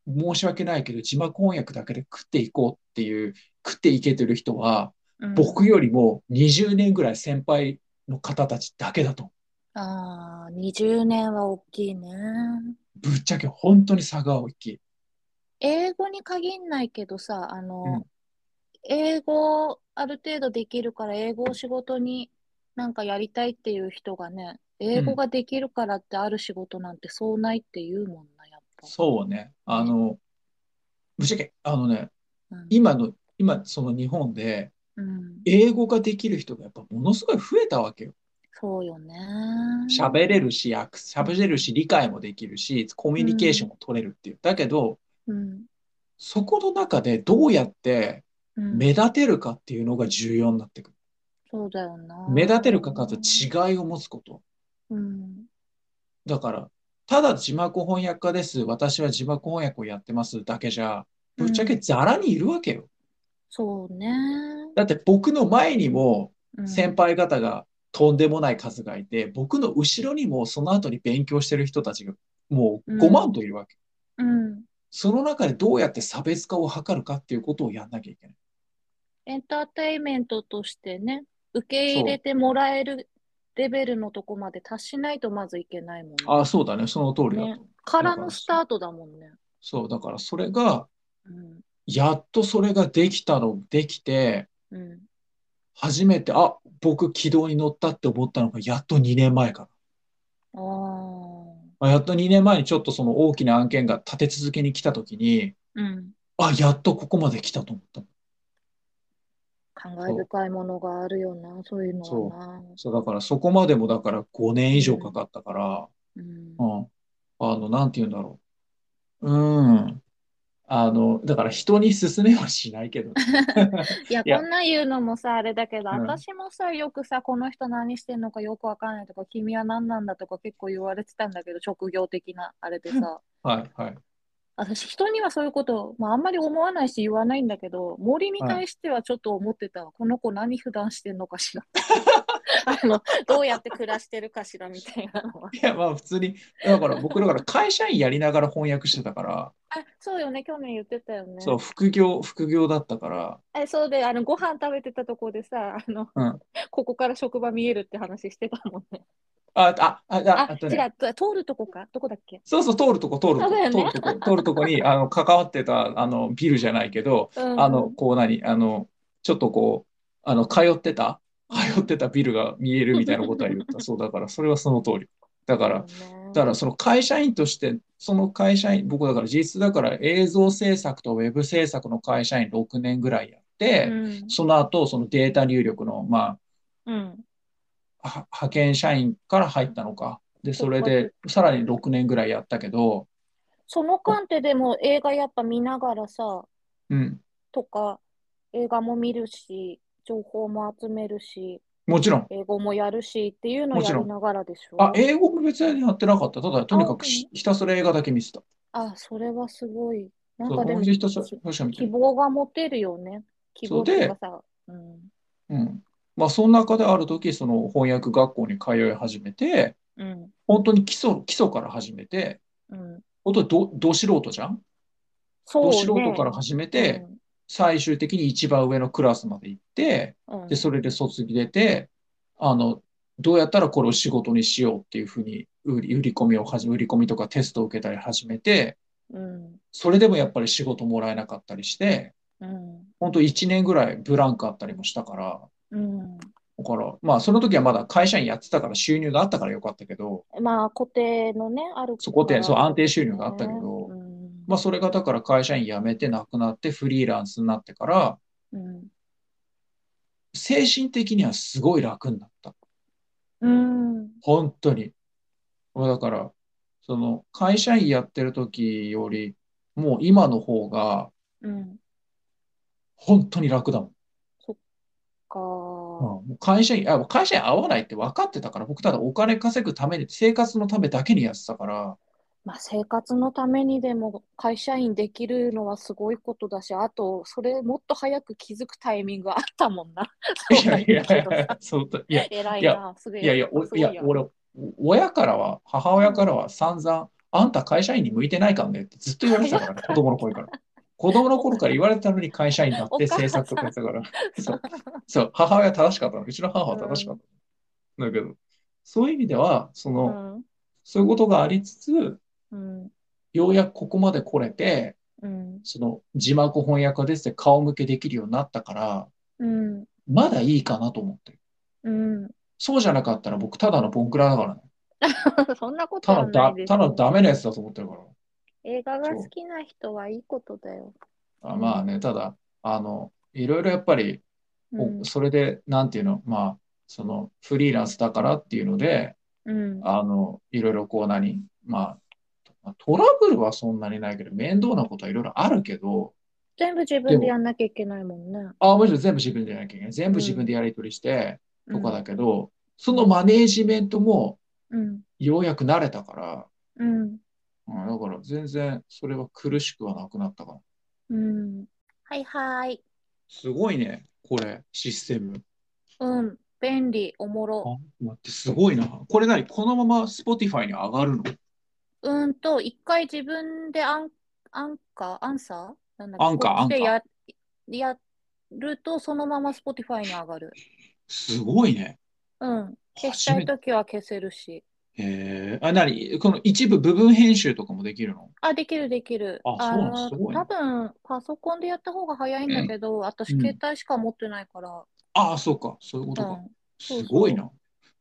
[SPEAKER 2] 申し訳ないけど字幕翻訳だけで食っていこうっていう、食っていけてる人は、
[SPEAKER 1] うん
[SPEAKER 2] 僕よりも20年ぐらい先輩の方たちだけだと。
[SPEAKER 1] ああ20年は大きいね
[SPEAKER 2] ぶっちゃけ本当に差が大きい。
[SPEAKER 1] 英語に限んないけどさ、あの、
[SPEAKER 2] うん
[SPEAKER 1] 英語ある程度できるから、英語を仕事になんかやりたいっていう人がね、英語ができるからってある仕事なんてそうないって言うもんな、やっぱ。
[SPEAKER 2] そうね。あの、ぶっちゃけ、あのね、
[SPEAKER 1] うん、
[SPEAKER 2] 今の、今その日本で
[SPEAKER 1] うん、
[SPEAKER 2] 英語ができる人がやっぱものすごい増えたわけよ。
[SPEAKER 1] そうよね。
[SPEAKER 2] 喋れるし、アク喋れるし、理解もできるし、コミュニケーションも取れるっていう。だけど、
[SPEAKER 1] うん、
[SPEAKER 2] そこの中でどうやって
[SPEAKER 1] うん、
[SPEAKER 2] 目立てるかっていうのが重要になってくる。
[SPEAKER 1] そうだよな。
[SPEAKER 2] 目立てるかかと違いを持つこと。
[SPEAKER 1] うん、
[SPEAKER 2] だから、ただ字幕翻訳家です。私は字幕翻訳をやってますだけじゃ、ぶっちゃけ
[SPEAKER 1] うん
[SPEAKER 2] ザラにいるわけよ。
[SPEAKER 1] そうね。
[SPEAKER 2] だって僕の前にも
[SPEAKER 1] うん
[SPEAKER 2] 先輩方がとんでもない数がいて、僕の後ろにもその後に勉強してる人たちがもう5万といるわけ。
[SPEAKER 1] うん。
[SPEAKER 2] その中でどうやって差別化を図るかっていうことをやんなきゃいけない。
[SPEAKER 1] エンターテインメントとしてね、受け入れてもらえるレベルのとこまで達しないとまずいけないもんね。
[SPEAKER 2] ああ、そうだね。その通りだと思う。
[SPEAKER 1] からのスタートだもんね。
[SPEAKER 2] そう、だからそれが、
[SPEAKER 1] うん。
[SPEAKER 2] やっとそれができたの、できて、
[SPEAKER 1] うん。
[SPEAKER 2] 初めて、あ、僕軌道に乗ったって思ったのが、やっと2年前か
[SPEAKER 1] あ
[SPEAKER 2] な。
[SPEAKER 1] あ。
[SPEAKER 2] まあ、やっと2年前にちょっとその大きな案件が立て続けに来た時に、
[SPEAKER 1] うん。
[SPEAKER 2] あ、やっとここまで来たと思った。
[SPEAKER 1] 感慨深いものがあるよな、そういうのはな。
[SPEAKER 2] そうだからそこまでもだから5年以上かかったから、
[SPEAKER 1] うん
[SPEAKER 2] うん、あの、なんて言うんだろう。うん。あの、だから人に勧めはしないけど ね。
[SPEAKER 1] いや、
[SPEAKER 2] いや
[SPEAKER 1] こんな言うのもさ、あれだけど、
[SPEAKER 2] うん
[SPEAKER 1] 私もさ、よくさ、この人何してんのかよくわかんないとか、君は何なんだとか結構言われてたんだけど、職業的なあれでさ。
[SPEAKER 2] はいはい。
[SPEAKER 1] 私、人にはそういうこと、まあ、あんまり思わないし言わないんだけど、森に対してはちょっと思ってたわ。この子何普段してんのかし ら。あの、どうやって暮らしてるかしらみたいなのは。
[SPEAKER 2] いや、まあ普通に、だから僕だから会社員やりながら翻訳してたから、
[SPEAKER 1] あ、そうよね、去年言ってたよね。
[SPEAKER 2] そう、副業、副業だったから、
[SPEAKER 1] え、そうで、あの、ご飯食べてたとこでさ、あの、
[SPEAKER 2] うん
[SPEAKER 1] ここから職場見えるって話してたもんね。
[SPEAKER 2] あ、あ、あ、あ、
[SPEAKER 1] あ
[SPEAKER 2] あ、と
[SPEAKER 1] 違
[SPEAKER 2] ね、
[SPEAKER 1] う、通るとこかどこだっけ
[SPEAKER 2] そうそう、通るとこ、通ると
[SPEAKER 1] そうだよね
[SPEAKER 2] こ、通るとこ、通るとこに、あの、関わってた、あの、ビルじゃないけど、
[SPEAKER 1] うん
[SPEAKER 2] あの、こう何、あの、ちょっとこう、あの、通ってた、通ってたビルが見えるみたいなことは 言った。そう、だから、それはその通り。だから、だからその会社員として、その会社員、僕だから実質だから映像制作とウェブ制作の会社員6年ぐらいやって、
[SPEAKER 1] うん
[SPEAKER 2] その後そのデータ入力の、ま
[SPEAKER 1] うん、
[SPEAKER 2] あ、は派遣社員から入ったのか。で、それでさらに6年ぐらいやったけど、
[SPEAKER 1] その間ってでも映画やっぱ見ながらさ、
[SPEAKER 2] うん、
[SPEAKER 1] とか、映画も見るし、情報も集めるし、
[SPEAKER 2] もちろん。
[SPEAKER 1] 英語もやるしっていうのを
[SPEAKER 2] もち
[SPEAKER 1] や
[SPEAKER 2] ろん
[SPEAKER 1] りながらでしょ
[SPEAKER 2] あ、英語も別にやってなかった。ただ、とにかくひひたすら映画だけ見てた。
[SPEAKER 1] あ、それはすごい。なん
[SPEAKER 2] そう、
[SPEAKER 1] かで
[SPEAKER 2] 同
[SPEAKER 1] も、
[SPEAKER 2] 時ひたすら、ひたすら見て
[SPEAKER 1] 希
[SPEAKER 2] る。
[SPEAKER 1] 望が持てるよね。希望っていうかさ、うん。
[SPEAKER 2] うん。まあ、その中である時、その翻訳学校に通い始めて、
[SPEAKER 1] うん。
[SPEAKER 2] 本当に基礎、基礎から始めて、
[SPEAKER 1] うん。
[SPEAKER 2] 本当にど、ど素人じゃん
[SPEAKER 1] そう
[SPEAKER 2] ど
[SPEAKER 1] ね。
[SPEAKER 2] 素人から始めて、最終的に一番上のクラスまで行って、
[SPEAKER 1] うん、うん
[SPEAKER 2] で、それで卒業出て、あの、どうやったらこれを仕事にしようっていうふうに売り、売り込みを始め、売り込みとかテストを受けたり始めて、
[SPEAKER 1] うん。
[SPEAKER 2] それでもやっぱり仕事もらえなかったりして、
[SPEAKER 1] うん。
[SPEAKER 2] 本当1年ぐらいブランクあったりもしたから、
[SPEAKER 1] うん。
[SPEAKER 2] だから、まあその時はまだ会社員やってたから収入があったからよかったけど、
[SPEAKER 1] まあ、固定のね、ある
[SPEAKER 2] そこで、
[SPEAKER 1] から
[SPEAKER 2] そう安定収入があったけ
[SPEAKER 1] ね
[SPEAKER 2] ど
[SPEAKER 1] う、ん。
[SPEAKER 2] まあそれがだから会社員辞めてなくなってフリーランスになってから、
[SPEAKER 1] うん。
[SPEAKER 2] 精神的にはすごい楽になった。
[SPEAKER 1] うん。
[SPEAKER 2] 本当に。もうだから、その会社員やってる時より、もう今の方が
[SPEAKER 1] うん。
[SPEAKER 2] 本当に楽だもん。
[SPEAKER 1] か
[SPEAKER 2] うんもう会社員、あ、会社員合わないって分かってたから、僕ただお金稼ぐために、生活のためだけにやってたから、
[SPEAKER 1] まあ、生活のためにでも会社員できるのはすごいことだし、あと、それもっと早く気づくタイミングあったもんな。
[SPEAKER 2] いやいや
[SPEAKER 1] そうなんだけど
[SPEAKER 2] いや、そうだ、いや、い
[SPEAKER 1] 偉い
[SPEAKER 2] いや
[SPEAKER 1] な、すごい。
[SPEAKER 2] やいや、お
[SPEAKER 1] すご
[SPEAKER 2] いや、俺、お親からは、母親からは散々、あんた会社員に向いてないかんねってずっと言われてたからね、子供の頃から。子供の頃から言われてたのに会社員になっ
[SPEAKER 1] お
[SPEAKER 2] て
[SPEAKER 1] 母さん
[SPEAKER 2] 制作とかやってたから、そう、そう、母親正しかったの、うちの母は正しかったの。だけど、そういう意味では、そうの、
[SPEAKER 1] ん、
[SPEAKER 2] そういうことがありつつ、
[SPEAKER 1] うん、
[SPEAKER 2] ようやくここまで来れて、
[SPEAKER 1] うん、
[SPEAKER 2] その字幕翻訳が出て顔向けできるようになったから、
[SPEAKER 1] うん、
[SPEAKER 2] まだいいかなと思ってる。
[SPEAKER 1] うん。
[SPEAKER 2] そうじゃなかったら僕ただのボンクラだからね。
[SPEAKER 1] そんなこと
[SPEAKER 2] た
[SPEAKER 1] は
[SPEAKER 2] だ
[SPEAKER 1] な
[SPEAKER 2] だ、
[SPEAKER 1] いです
[SPEAKER 2] ただ
[SPEAKER 1] よ
[SPEAKER 2] ダメなやつだと思ってるから。
[SPEAKER 1] 映画が好きな人はいいことだよ。
[SPEAKER 2] あまあね、ただ、あの、いろいろやっぱり、お
[SPEAKER 1] うん、
[SPEAKER 2] それで、なんていうの、まあ、その、フリーランスだからっていうので、
[SPEAKER 1] うん、
[SPEAKER 2] あの、いろいろこう何、まあ、トラブルはそんなにないけど、面倒なことはいろいろあるけど、
[SPEAKER 1] 全部自分でやんなきゃいけないもんね。
[SPEAKER 2] あ、むしろ全部自分でやらなきゃいけない。全部自分でやり取りして、とかだけど、そのマネージメントも、
[SPEAKER 1] うん、
[SPEAKER 2] ようやく慣れたから、
[SPEAKER 1] うん、
[SPEAKER 2] うん、だから全然それは苦しくはなくなったから。
[SPEAKER 1] うん。はいはい。
[SPEAKER 2] すごいね、これ、システム。
[SPEAKER 1] うん、便利、おもろ。
[SPEAKER 2] あ、待って、すごいな。これ何このまま Spotify に上がるの
[SPEAKER 1] うんと、一回自分でアン、アンカー、アンサーなんだっけ
[SPEAKER 2] アンカー
[SPEAKER 1] こっちで
[SPEAKER 2] ア
[SPEAKER 1] や、やると、そのまま Spotify に上がる。
[SPEAKER 2] すごいね。
[SPEAKER 1] うん。消した
[SPEAKER 2] 初
[SPEAKER 1] い
[SPEAKER 2] めて。
[SPEAKER 1] ときは消せるし。
[SPEAKER 2] えー、あ、何この一部部分編集とかもできるの
[SPEAKER 1] あ、できる、できる。
[SPEAKER 2] あ
[SPEAKER 1] あ
[SPEAKER 2] そうなの
[SPEAKER 1] の、
[SPEAKER 2] すごいね
[SPEAKER 1] 多分、パソコンでやった方が早いんだけど、私、
[SPEAKER 2] うん
[SPEAKER 1] 携帯しか持ってないから。
[SPEAKER 2] ああ、そうか。そういうこと
[SPEAKER 1] う
[SPEAKER 2] か。
[SPEAKER 1] ん。そう
[SPEAKER 2] す
[SPEAKER 1] そう
[SPEAKER 2] ごいな。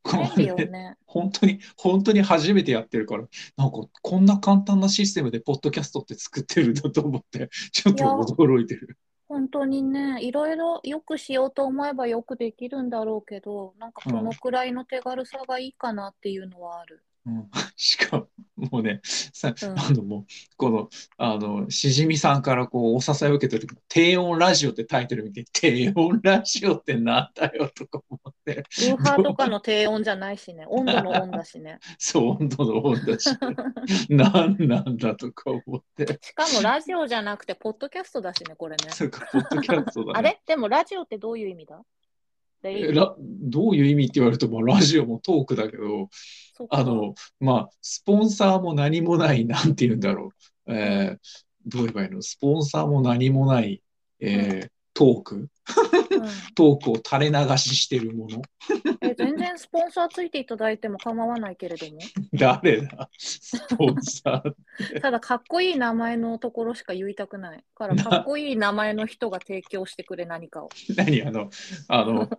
[SPEAKER 2] こ
[SPEAKER 1] 便利よ
[SPEAKER 2] れ
[SPEAKER 1] ね。
[SPEAKER 2] 本当に、本当に初めてやってるから、なんか、こんな簡単なシステムでポッドキャストって作ってるんだと思って、ちょっと驚いてる。
[SPEAKER 1] 本当にね、いろいろよくしようと思えばよくできるんだろうけど、なんかこのくらいの手軽さがいいかなっていうのはある。
[SPEAKER 2] うん、しかも、もうね、さ、
[SPEAKER 1] うん
[SPEAKER 2] あの、もう、この、あの、しじみさんからこう、お支えを受けてる時の低音ラジオってタイトル見て、低音ラジオってなんだよとか思って、
[SPEAKER 1] ウーハーとかの低音じゃない しね、温度の温だしね。
[SPEAKER 2] そう、温度の温 だし、なんなんだとか思って、
[SPEAKER 1] しかもラジオじゃなくて、ポッドキャストだしね、これね。
[SPEAKER 2] そうか、ポッドキャストだ
[SPEAKER 1] あ
[SPEAKER 2] ね。
[SPEAKER 1] れでもラジオってどういう意味だで
[SPEAKER 2] えラどういう意味って言われると、まあ、ラジオもトークだけど、
[SPEAKER 1] そうか
[SPEAKER 2] あの、まあ、スポンサーも何もない、なんて言うんだろう。えーどう言えばいいのスポンサーも何もない、えートーク
[SPEAKER 1] うん
[SPEAKER 2] トークを垂れ流ししてるもの。
[SPEAKER 1] え全然スポンサーついていただいても構わないけれど も、
[SPEAKER 2] 誰だスポンサー。
[SPEAKER 1] ただかっこいい名前のところしか言いたくないから、かっこいい名前の人が提供してくれ、何かを。
[SPEAKER 2] 何あの、あの、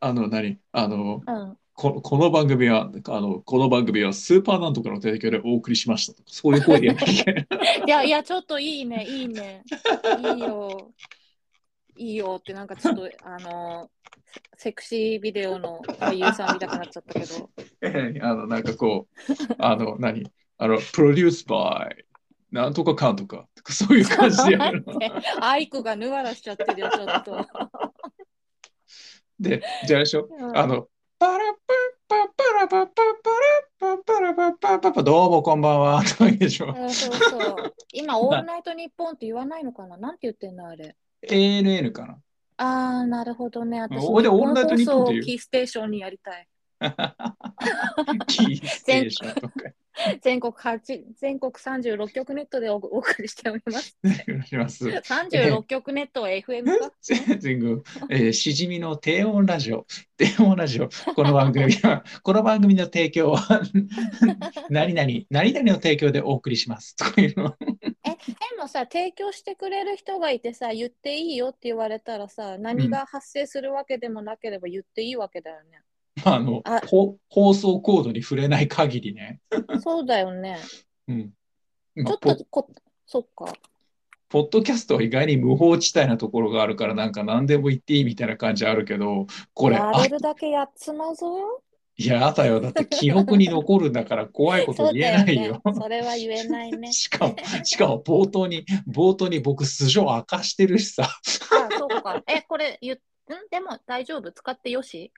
[SPEAKER 2] あの、何あの、
[SPEAKER 1] うん、
[SPEAKER 2] ここの番組は、あの、この番組はスーパーなんとかの提供でお送りしましたとか。そういう声でやっていけない。
[SPEAKER 1] いや、いや、ちょっといいね、いいね、いいよ、いいよって、なんかちょっと、あのセセクシービデオの俳優さん見たくなっちゃったけど、
[SPEAKER 2] あの、なんかこう、あの、何あの、プロデュースバイ、なんとかかんとか、とかそういう感じでやるの。
[SPEAKER 1] アイクが脱がらしちゃってるよ、ちょっと。
[SPEAKER 2] で、じゃあでしょ、
[SPEAKER 1] うん
[SPEAKER 2] あの、パラパッパパラパッパパラパッパラパッパパパ、どうもこんばんは、とか言うでしょ。
[SPEAKER 1] うんそうそう。今、オールナイトニッポンって言わないのかななんて言ってんのあれ。
[SPEAKER 2] ANN か
[SPEAKER 1] あー、なるほどね。私、
[SPEAKER 2] おで
[SPEAKER 1] 日本
[SPEAKER 2] オールナイトニッポンってい
[SPEAKER 1] 放送を
[SPEAKER 2] う
[SPEAKER 1] キーステーションにやりたい。
[SPEAKER 2] な。キーステーションとか。
[SPEAKER 1] 全国八全国36局ネットでおお送りしております。
[SPEAKER 2] お願いします。
[SPEAKER 1] 36局ネットは FM か
[SPEAKER 2] 全国、えーしじみの低音ラジオ、低音ラジオ、この番組は、この番組の提供 は、何々、何々の提供でお送りします。というの。
[SPEAKER 1] え、でもさ、提供してくれる人がいてさ、言っていいよって言われたらさ、何が発生するわけでもなければ言っていいわけだよね。
[SPEAKER 2] あの
[SPEAKER 1] あ
[SPEAKER 2] ほ放送コードに触れない限りね。
[SPEAKER 1] そうだよね。
[SPEAKER 2] うん
[SPEAKER 1] ち
[SPEAKER 2] ま
[SPEAKER 1] ょ
[SPEAKER 2] あ
[SPEAKER 1] っ
[SPEAKER 2] ポ
[SPEAKER 1] とこ、そっか。
[SPEAKER 2] ポッドキャストは意外に無法地帯なところがあるから、なんか何でも言っていいみたいな感じあるけど、これ、
[SPEAKER 1] や
[SPEAKER 2] あ
[SPEAKER 1] れるだけやっつまぞよ。
[SPEAKER 2] いや、あたよ、だって記憶に残るんだから怖いこと
[SPEAKER 1] そう
[SPEAKER 2] 言え
[SPEAKER 1] だよ
[SPEAKER 2] ない
[SPEAKER 1] ね
[SPEAKER 2] よ。。
[SPEAKER 1] それは言えないね。
[SPEAKER 2] しかも、しかも冒頭に、冒頭に僕、素性明かしてるし さ、
[SPEAKER 1] あそうか。え、これ、ゆんでも大丈夫使ってよし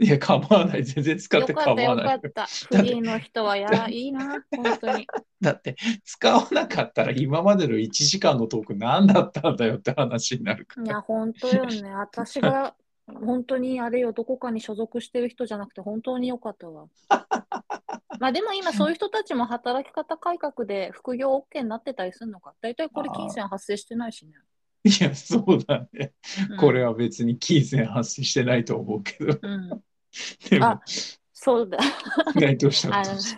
[SPEAKER 2] いや、構わない、全然使っ
[SPEAKER 1] よ
[SPEAKER 2] て
[SPEAKER 1] か
[SPEAKER 2] 構
[SPEAKER 1] った
[SPEAKER 2] わ
[SPEAKER 1] よ
[SPEAKER 2] な
[SPEAKER 1] か
[SPEAKER 2] い
[SPEAKER 1] っ。た。フリーの人はや、いいな、本当に。
[SPEAKER 2] だって、使わなかったら今までの1時間のトーク何だったんだよって話になるか
[SPEAKER 1] い
[SPEAKER 2] ら。
[SPEAKER 1] や、本当よ ね。私が、本当にあれよ、どこかに所属してる人じゃなくて、本当によかったわ。 まあでも今、そういう人たちも働き方改革で副業 OK になってたりするのか。大体これ、金銭発生してないしね。
[SPEAKER 2] いや、そうだね。
[SPEAKER 1] うん
[SPEAKER 2] これは別に金銭発生してないと思うけど、
[SPEAKER 1] うん。
[SPEAKER 2] でも
[SPEAKER 1] あ、そうだ。
[SPEAKER 2] 内藤した
[SPEAKER 1] あ
[SPEAKER 2] こ
[SPEAKER 1] の
[SPEAKER 2] とし、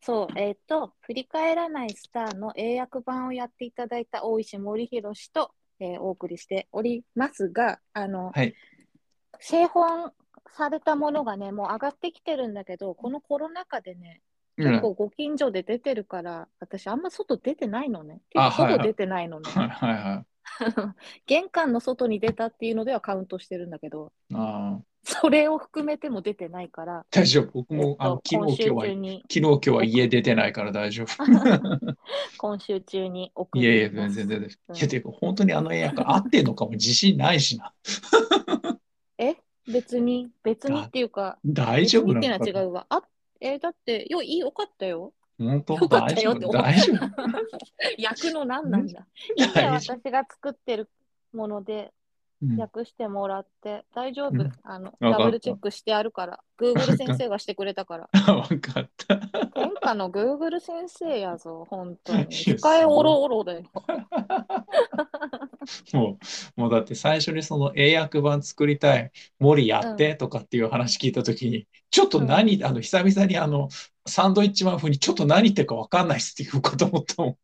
[SPEAKER 1] そう、えっ、と、振り返らないスターの英訳版をやっていただいた大石森弘と、えーお送りしておりますが、あの、
[SPEAKER 2] はい
[SPEAKER 1] 製本されたものがね、もう上がってきてるんだけど、このコロナ禍でね、
[SPEAKER 2] うん
[SPEAKER 1] 結構ご近所で出てるから、私あんま外出てないのね。
[SPEAKER 2] あ
[SPEAKER 1] 結構
[SPEAKER 2] はい
[SPEAKER 1] 外
[SPEAKER 2] はい
[SPEAKER 1] 出てないのね。
[SPEAKER 2] はいはいはい。
[SPEAKER 1] 玄関の外に出たっていうのではカウントしてるんだけど、
[SPEAKER 2] あー
[SPEAKER 1] それを含めても出てないから、
[SPEAKER 2] 大丈夫。僕
[SPEAKER 1] えっ
[SPEAKER 2] も、あの
[SPEAKER 1] と、
[SPEAKER 2] 昨
[SPEAKER 1] 今
[SPEAKER 2] 日、
[SPEAKER 1] 週
[SPEAKER 2] 今日は、
[SPEAKER 1] 中
[SPEAKER 2] 昨
[SPEAKER 1] に、
[SPEAKER 2] 日、今日は家出てないから大丈夫。
[SPEAKER 1] 今週中に送
[SPEAKER 2] いやいや、
[SPEAKER 1] りま
[SPEAKER 2] 全
[SPEAKER 1] す。
[SPEAKER 2] 然全然。
[SPEAKER 1] うん
[SPEAKER 2] いや、てか、本当にあの映画合ってんのかも自信ないしな。
[SPEAKER 1] え別に、別にっていうか、
[SPEAKER 2] 大
[SPEAKER 1] 別
[SPEAKER 2] 丈
[SPEAKER 1] に
[SPEAKER 2] 夫
[SPEAKER 1] ってい
[SPEAKER 2] なの
[SPEAKER 1] うのは違
[SPEAKER 2] か。
[SPEAKER 1] うわ。あえだって、よ、いい、よかったよ。
[SPEAKER 2] 本当
[SPEAKER 1] よかった
[SPEAKER 2] 大丈
[SPEAKER 1] よって
[SPEAKER 2] 夫
[SPEAKER 1] 思った
[SPEAKER 2] 大丈夫。
[SPEAKER 1] 役の何なんだ。
[SPEAKER 2] うん
[SPEAKER 1] 今
[SPEAKER 2] 大
[SPEAKER 1] 私
[SPEAKER 2] 丈
[SPEAKER 1] が作ってるもので
[SPEAKER 2] うん
[SPEAKER 1] 訳してもらって、大丈夫、
[SPEAKER 2] うん
[SPEAKER 1] あの。
[SPEAKER 2] た
[SPEAKER 1] ダブルチェックしてあるから。Google 先生がしてくれたから。
[SPEAKER 2] わかった。
[SPEAKER 1] 天下の Google 先生やぞ、本当に。
[SPEAKER 2] いや
[SPEAKER 1] 使えおろおろだよ。
[SPEAKER 2] もう、もうだって最初にその英訳版作りたい、森やってとかっていう話聞いたときに、ちょっと何、あの、久々にあの、サンドイッチマン風にちょっと何言ってるかわかんないっすって言うかと思ったもん。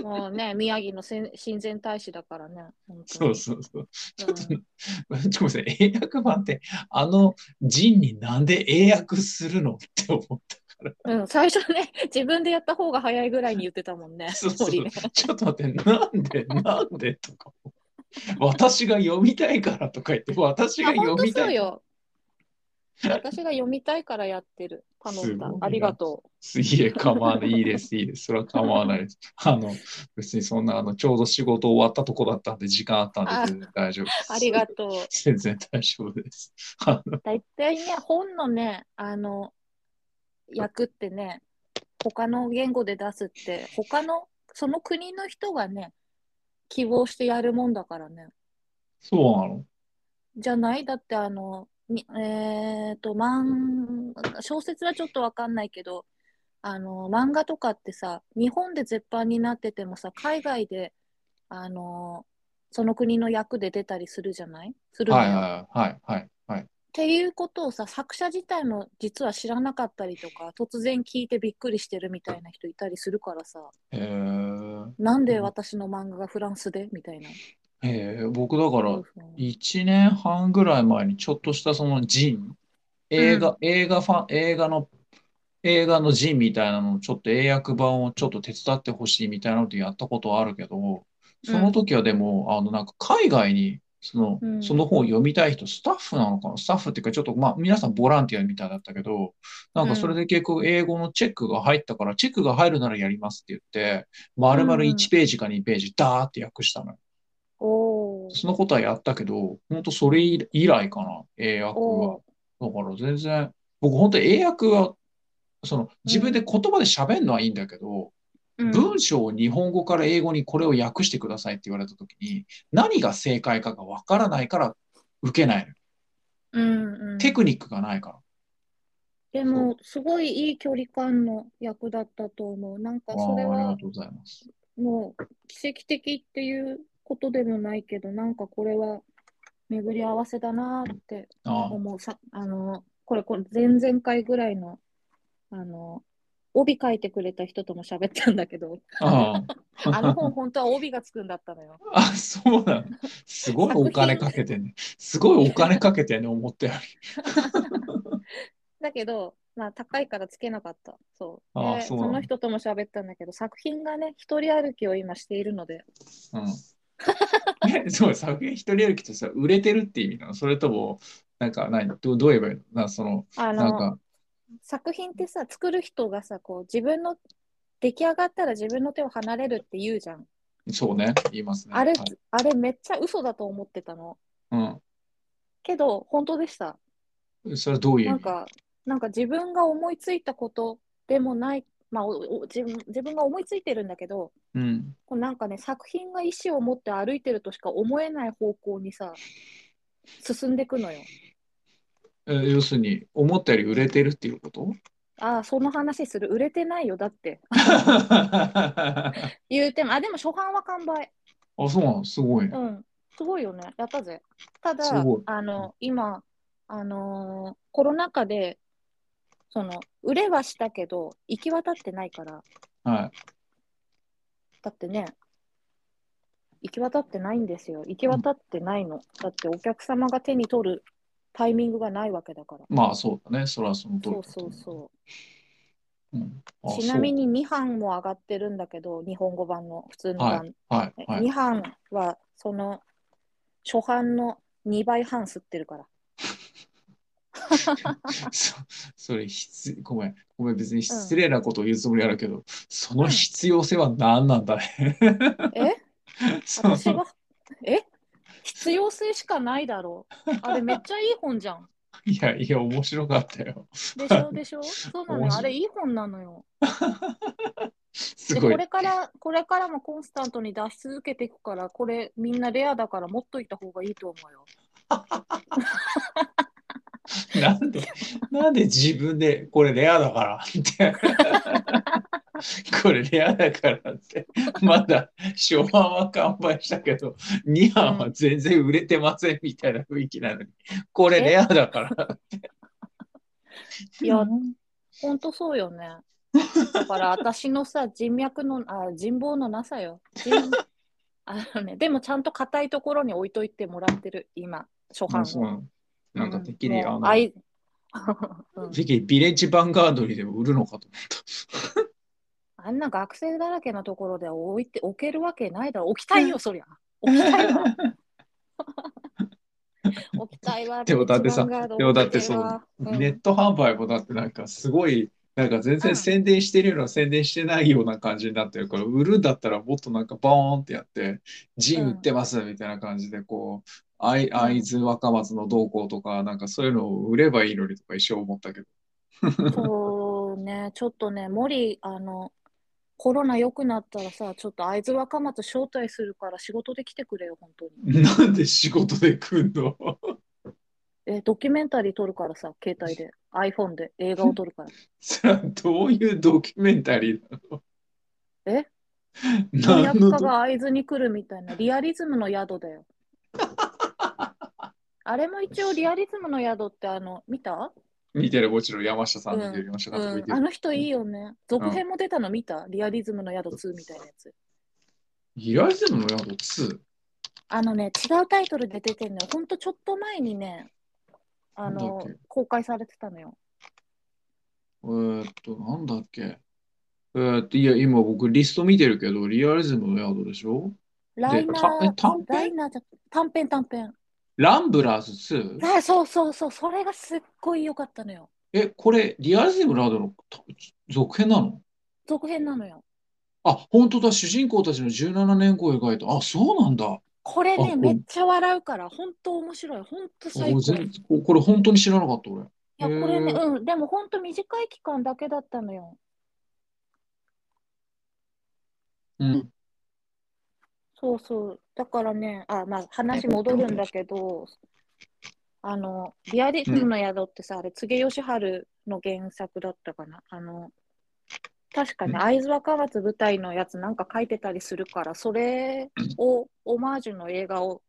[SPEAKER 1] もうね、宮城のせん親善大使だからね。本当
[SPEAKER 2] そう
[SPEAKER 1] に
[SPEAKER 2] そうそう。ちょ
[SPEAKER 1] う
[SPEAKER 2] っと、
[SPEAKER 1] ん
[SPEAKER 2] ごめんなさい、英訳版って、あの人になんで英訳するのって思った。から。
[SPEAKER 1] うん、最初ね、自分でやった方が早いぐらいに言ってたもんね。
[SPEAKER 2] そうそう
[SPEAKER 1] 森ね
[SPEAKER 2] ちょっと待って、なんで、なんでとか。私が読みたいからとか言って、私が
[SPEAKER 1] あ、本
[SPEAKER 2] 読
[SPEAKER 1] 当
[SPEAKER 2] み
[SPEAKER 1] そ
[SPEAKER 2] た
[SPEAKER 1] う
[SPEAKER 2] い。
[SPEAKER 1] よ。私が読みたいからやってる。頼んだ
[SPEAKER 2] すごい。な
[SPEAKER 1] ありがと
[SPEAKER 2] いいえ、構わない。いいです、いいです。それは構わないです。あの、別にそんな、あの、ちょうど仕事終わったとこだったんで、時間あったんで、
[SPEAKER 1] あ
[SPEAKER 2] 全然大丈夫です。
[SPEAKER 1] う。ありがとう。
[SPEAKER 2] 全然大丈夫です。あの
[SPEAKER 1] 大体ね、本のね、あの、訳ってね、他の言語で出すって、他の、その国の人がね、希望してやるもんだからね。
[SPEAKER 2] そうなの
[SPEAKER 1] じゃないだって、あの、にえっ、と、漫小説はちょっとわかんないけど、あの、漫画とかってさ、日本で絶版になっててもさ、海外で、あの、その国の役で出たりするじゃないするのよ。
[SPEAKER 2] はいはいはいはいはい。
[SPEAKER 1] っていうことをさ作者自体も実は知らなかったりとか突然聞いてびっくりしてるみたいな人いたりするからさ
[SPEAKER 2] えー、
[SPEAKER 1] なんで私の漫画がフランスでみたいな。
[SPEAKER 2] えー僕だから
[SPEAKER 1] そうそう
[SPEAKER 2] 1年半ぐらい前にちょっとしたそのジン、映画、映画ファン、映画の、映画のジンみたいなのをちょっと英訳版をちょっと手伝ってほしいみたいなのでやったことはあるけど、その時はでも、あの、なんか海外に、その、
[SPEAKER 1] うん
[SPEAKER 2] その本を読みたい人、スタッフなのかなスタッフっていうか、ちょっと、まあ、皆さんボランティアみたいだったけど、なんかそれで結局英語のチェックが入ったから、チェックが入るならやりますって言って、丸々1ページか2ページ、ダーって訳したのよ。
[SPEAKER 1] おー
[SPEAKER 2] そのことはやったけど、本当それ以来かな、英訳は
[SPEAKER 1] お。
[SPEAKER 2] だから全然、僕本当英訳は、その自分で言葉で喋るのはいいんだけど、
[SPEAKER 1] ー、うん
[SPEAKER 2] 文章を日本語から英語にこれを訳してくださいって言われた時に、何が正解かがわからないから受けないの。
[SPEAKER 1] うんうん、
[SPEAKER 2] テクニックがないから。
[SPEAKER 1] でもすごいいい距離感の役だったと思うなんか
[SPEAKER 2] わ
[SPEAKER 1] それ
[SPEAKER 2] あありが
[SPEAKER 1] は
[SPEAKER 2] とうございます。
[SPEAKER 1] もう奇跡的っていうことでもないけどなんかこれは巡り合わせだなーって
[SPEAKER 2] あ
[SPEAKER 1] 思うさあのこれこれ前々回ぐらいのあの帯書いてくれた人とも喋ったんだけ ど
[SPEAKER 2] ああ
[SPEAKER 1] あの本本当は帯がつくんだったのよ。
[SPEAKER 2] あ、そうなの。すごいお金かけてんね。すごいお金かけてんね、思ったより。
[SPEAKER 1] だけど、まあ、高いからつけなかった。そう
[SPEAKER 2] ああ
[SPEAKER 1] で
[SPEAKER 2] そ
[SPEAKER 1] そう
[SPEAKER 2] なの
[SPEAKER 1] の人とも喋ったんだけど作品がね一人歩きを今しているので
[SPEAKER 2] うん。ね、そう、作品一人歩きってさ、売れてるって意味なのそれとも、なんか、何、どうどう言えばいいのな、その、
[SPEAKER 1] あ
[SPEAKER 2] なん
[SPEAKER 1] の
[SPEAKER 2] か、
[SPEAKER 1] 作品ってさ作る人がさこう自分の出来上がったら自分の手を離れるって言うじゃん。
[SPEAKER 2] そうね、言いますね。
[SPEAKER 1] あれ、
[SPEAKER 2] はい
[SPEAKER 1] あれめっちゃ嘘だと思ってたの。けど本当でした。
[SPEAKER 2] うん。それはどういう意
[SPEAKER 1] なん
[SPEAKER 2] 味
[SPEAKER 1] か、なんか自分が思いついたことでもない、まあ、おお自分自分が思いついてるんだけど、
[SPEAKER 2] うん。
[SPEAKER 1] こうなんかね、作品が意思を持って歩いてるとしか思えない方向にさ、進んでいくのよ。
[SPEAKER 2] え要するに、思ったより売れてるっていうこと
[SPEAKER 1] ああ、その話する、売れてないよ、だって。
[SPEAKER 2] あ、
[SPEAKER 1] 言うても、あ、でも初版は完売。
[SPEAKER 2] そうなの、すごいね。
[SPEAKER 1] うん、すごいよね、やったぜ。た
[SPEAKER 2] す
[SPEAKER 1] だ
[SPEAKER 2] ごい、
[SPEAKER 1] あの今、あのーコロナ禍でその売れはしたけど、行き渡ってないから、
[SPEAKER 2] はい。
[SPEAKER 1] だってね、行き渡ってないんですよ、行き渡ってないの。だってお客様が手に取るタイミングがないわけだから。
[SPEAKER 2] まあ、そうだね。それはその通り
[SPEAKER 1] そう
[SPEAKER 2] だと
[SPEAKER 1] そ
[SPEAKER 2] 思
[SPEAKER 1] うそ
[SPEAKER 2] うん。あ
[SPEAKER 1] う。ちなみ
[SPEAKER 2] に。
[SPEAKER 1] に2版も上がってるんだけど、日本語版の普通の版。
[SPEAKER 2] はい、はい。
[SPEAKER 1] 2版はその初版の2倍半吸ってるから。
[SPEAKER 2] そそれ必、ごめん、ごめん、別に失礼なことを言うつもりあるけど、その必要性は何なんだね。
[SPEAKER 1] え
[SPEAKER 2] その
[SPEAKER 1] 私は、え必要性しかないだろう。あ れめっちゃいい本じゃん。
[SPEAKER 2] いやいや、面白かったよ。
[SPEAKER 1] でし ょでしょそうなの
[SPEAKER 2] 面
[SPEAKER 1] よ。
[SPEAKER 2] 白い
[SPEAKER 1] あれいい本なのよ。
[SPEAKER 2] す
[SPEAKER 1] で、
[SPEAKER 2] ご
[SPEAKER 1] こ
[SPEAKER 2] い。
[SPEAKER 1] れから、これからもコンスタントに出し続けていくから、これみんなレアだから持っといた方がいいと思うよ。
[SPEAKER 2] なんで、なんで自分で、これレアだからって。これレアだからって。まだ初版は完売したけど、2版は全然売れてませんみたいな雰囲気なのに、これレアだからって。
[SPEAKER 1] いやほんとそうよね。だから私の さ、人脈の、あ、人望のなさよ。人あのね、でもちゃんと硬いところに置いといてもらってる、今、初版
[SPEAKER 2] あそう
[SPEAKER 1] を。
[SPEAKER 2] なのなんかてっきり、
[SPEAKER 1] もう
[SPEAKER 2] あの、
[SPEAKER 1] 愛 うん
[SPEAKER 2] ぜひビレッジヴァンガードにでも売るのかと思った。
[SPEAKER 1] あんな学生だらけのところで置いて置けるわけないだろ置きたいよそりゃ置きたい わ置きたいわ
[SPEAKER 2] でもだってさ
[SPEAKER 1] ビレッジヴァンガード
[SPEAKER 2] でもだってそう
[SPEAKER 1] 置きたいわ
[SPEAKER 2] ネット販売もだってなんかすごい、なんか全
[SPEAKER 1] うん
[SPEAKER 2] 然宣伝してるような宣伝してないような感じになってるから、売るんだったらもっとなんかバーンってやって、ジン売ってますみたいな感じで、こう、あい会津若松の動向とか、なんかそういうのを売ればいいのにとか一生思ったけ
[SPEAKER 1] う
[SPEAKER 2] ど。
[SPEAKER 1] んそうねちょっとね森あのコロナ良くなったらさちょっと会津若松招待するから仕事で来てくれよ本当に
[SPEAKER 2] なんで仕事で来んの
[SPEAKER 1] えドキュメンタリー撮るからさ携帯 で iPhone で映画を撮るから
[SPEAKER 2] それはどういうドキュメンタリーなの
[SPEAKER 1] え婚
[SPEAKER 2] 何
[SPEAKER 1] 約
[SPEAKER 2] の
[SPEAKER 1] 家
[SPEAKER 2] ド
[SPEAKER 1] が会津に来るみたいなリアリズムの宿だよ。あれも一応リアリズムの宿ってあの見た、
[SPEAKER 2] 見てるもちろん山下さん見てる、山下監督見て
[SPEAKER 1] あ
[SPEAKER 2] る。
[SPEAKER 1] の人いいよね。続編も出たの見たリアリズムの宿2みたいなやつ。
[SPEAKER 2] イライズムの宿 2?
[SPEAKER 1] あのね違うタイトルで出てんのよ。ほんとちょっと前にねあ
[SPEAKER 2] なんだ
[SPEAKER 1] の
[SPEAKER 2] っけ
[SPEAKER 1] 公開されてたのよ。
[SPEAKER 2] えーっと、なんだっけ。えーっと、いや、今僕リスト見てるけど、リアリズムの宿でしょ
[SPEAKER 1] ライナ
[SPEAKER 2] でたえ短
[SPEAKER 1] ー
[SPEAKER 2] 編、
[SPEAKER 1] ライナーじゃ短編短編。
[SPEAKER 2] ランブラーズ 2?
[SPEAKER 1] あそうそうそう、それがすっごい良かったのよ。
[SPEAKER 2] え、これ、リアリズムの宿のた続編なの
[SPEAKER 1] 続編なのよ。
[SPEAKER 2] あ、本当だ、主人公たちの17年後を描いた。あ、そうなんだ。
[SPEAKER 1] これ
[SPEAKER 2] あ
[SPEAKER 1] ね、
[SPEAKER 2] うん
[SPEAKER 1] めっちゃ笑うから、本当面白い、本当最
[SPEAKER 2] お
[SPEAKER 1] 高。
[SPEAKER 2] 全ここれ本当に知らなかった、
[SPEAKER 1] い
[SPEAKER 2] 俺。
[SPEAKER 1] や、これね、
[SPEAKER 2] へー
[SPEAKER 1] うん、でも本当短い期間だけだったのよ。
[SPEAKER 2] うん。
[SPEAKER 1] そうそう。だからね、あ、まあ話戻るんだけど、あの、リアリズムの宿ってさ、あれ、柘植義治の原作だったかな。あの、確かね、
[SPEAKER 2] うん
[SPEAKER 1] 会津若松舞台のやつなんか書いてたりするから、そ れを、オマージュの映画を、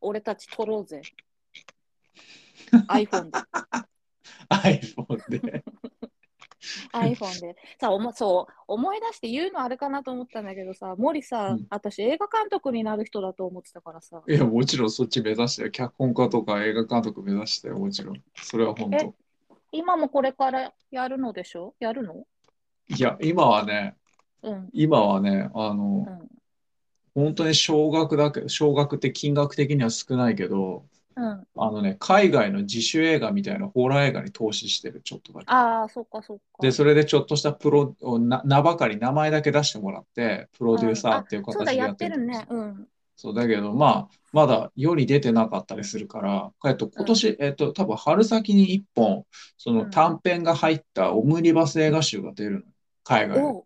[SPEAKER 1] 俺たち撮ろう ぜ。iPhone で。
[SPEAKER 2] iPhone で。
[SPEAKER 1] iPhone でさおもそう思い出して言うのあれかなと思ったんだけどさ森さ、
[SPEAKER 2] うん
[SPEAKER 1] 私映画監督になる人だと思ってたからさ
[SPEAKER 2] いや、もちろんそっち目指してよ。脚本家とか映画監督目指してよ、もちろん。それは本当。
[SPEAKER 1] 今もこれからやるのでしょやるの
[SPEAKER 2] いや、今はね、
[SPEAKER 1] うん
[SPEAKER 2] 今はね、あの
[SPEAKER 1] う、ん
[SPEAKER 2] 本当に少額だけど、少額って金額的には少ないけど、
[SPEAKER 1] うん
[SPEAKER 2] あのね、海外の自主映画みたいなホラー映画に投資してる、ちょっとだけ。
[SPEAKER 1] ああそっかそっか
[SPEAKER 2] で、それでちょっとしたプロ、な名ばかり名前だけ出してもらって、プロデューサーっていう
[SPEAKER 1] そう
[SPEAKER 2] 形
[SPEAKER 1] だ
[SPEAKER 2] で
[SPEAKER 1] や
[SPEAKER 2] や
[SPEAKER 1] っ
[SPEAKER 2] って
[SPEAKER 1] て
[SPEAKER 2] る
[SPEAKER 1] る
[SPEAKER 2] んです
[SPEAKER 1] ねうん
[SPEAKER 2] そう、だけど、まあ、まだ世に出てなかったりするから、えっと、今年、えっと、多分春先に1本、その
[SPEAKER 1] うん
[SPEAKER 2] 短編が入ったオムニバス映画集が出るの、海外で。
[SPEAKER 1] おう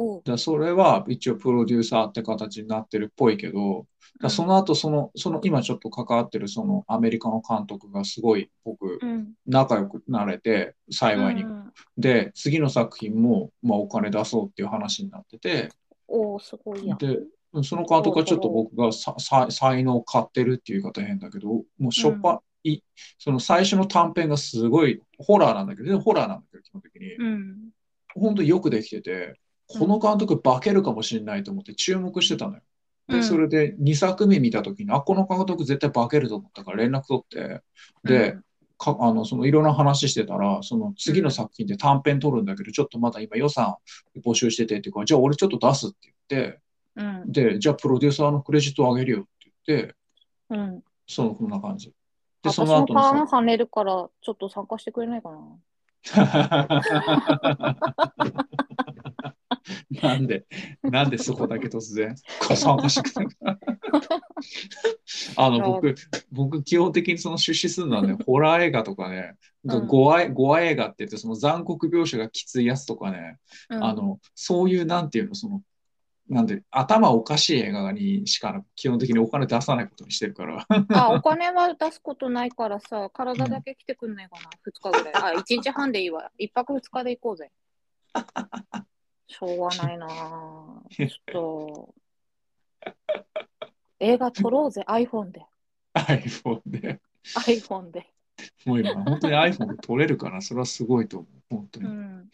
[SPEAKER 1] おう
[SPEAKER 2] だからそれは一応プロデューサーって形になってるっぽいけど、だからその後その、その今ちょっと関わってるそのアメリカの監督がすごい僕
[SPEAKER 1] うん
[SPEAKER 2] 仲良くなれて、幸いに
[SPEAKER 1] う。ん
[SPEAKER 2] で、次の作品も、まあ、お金出そうっていう話になってて、
[SPEAKER 1] おうすごいやん
[SPEAKER 2] で、その監督はちょっと僕がささ才能を買ってるっていう言い方変だけど、もうしょっぱい、その最初の短編がすごいホラーなんだけど、でホラーなんだけど、基本的に。
[SPEAKER 1] うん
[SPEAKER 2] 本当によくできてて、この監督化けるかもしれないと思って注目してたのよ。
[SPEAKER 1] う
[SPEAKER 2] で、
[SPEAKER 1] ん
[SPEAKER 2] それで2作目見たときに、あ、この監督絶対化けると思ったから連絡取って、で、か、あの、そのいろんな話してたら、その次の作品で短編取るんだけど、ちょっとまだ今予算募集しててっていうから、じゃあ俺ちょっと出すって言って、
[SPEAKER 1] うん
[SPEAKER 2] で、じゃあプロデューサーのクレジットをあげるよって言って、
[SPEAKER 1] うんうん
[SPEAKER 2] その、こんな感じ。で、
[SPEAKER 1] 私
[SPEAKER 2] その
[SPEAKER 1] も
[SPEAKER 2] 後の
[SPEAKER 1] パン
[SPEAKER 2] さ、
[SPEAKER 1] 跳ねるからちょっと参加してくれないかな
[SPEAKER 2] なんで、なんでそこだけ突然、ご参加してくれなかったあの、僕、僕、基本的にその出資するのは ね、ホラー映画とかね、
[SPEAKER 1] うん
[SPEAKER 2] ゴア、ゴア映画って言って、その残酷描写がきついやつとかね、
[SPEAKER 1] うん
[SPEAKER 2] あの、そういう、なんていうの、その、なんで、頭おかしい映画にしか、基本的にお金出さないことにしてるから。
[SPEAKER 1] あ、お金は出すことないからさ、体だけ来てくんないかな、2日ぐらい。あ、1日半でいいわ。1泊2日で行こう ぜ。しょうがないなぁちょっと。映画撮ろうぜ、iPhone で。
[SPEAKER 2] iPhone で。
[SPEAKER 1] iPhone で。
[SPEAKER 2] もう今、本当に iPhone で撮れるから、それはすごいと思う。本当
[SPEAKER 1] う
[SPEAKER 2] に。
[SPEAKER 1] ん。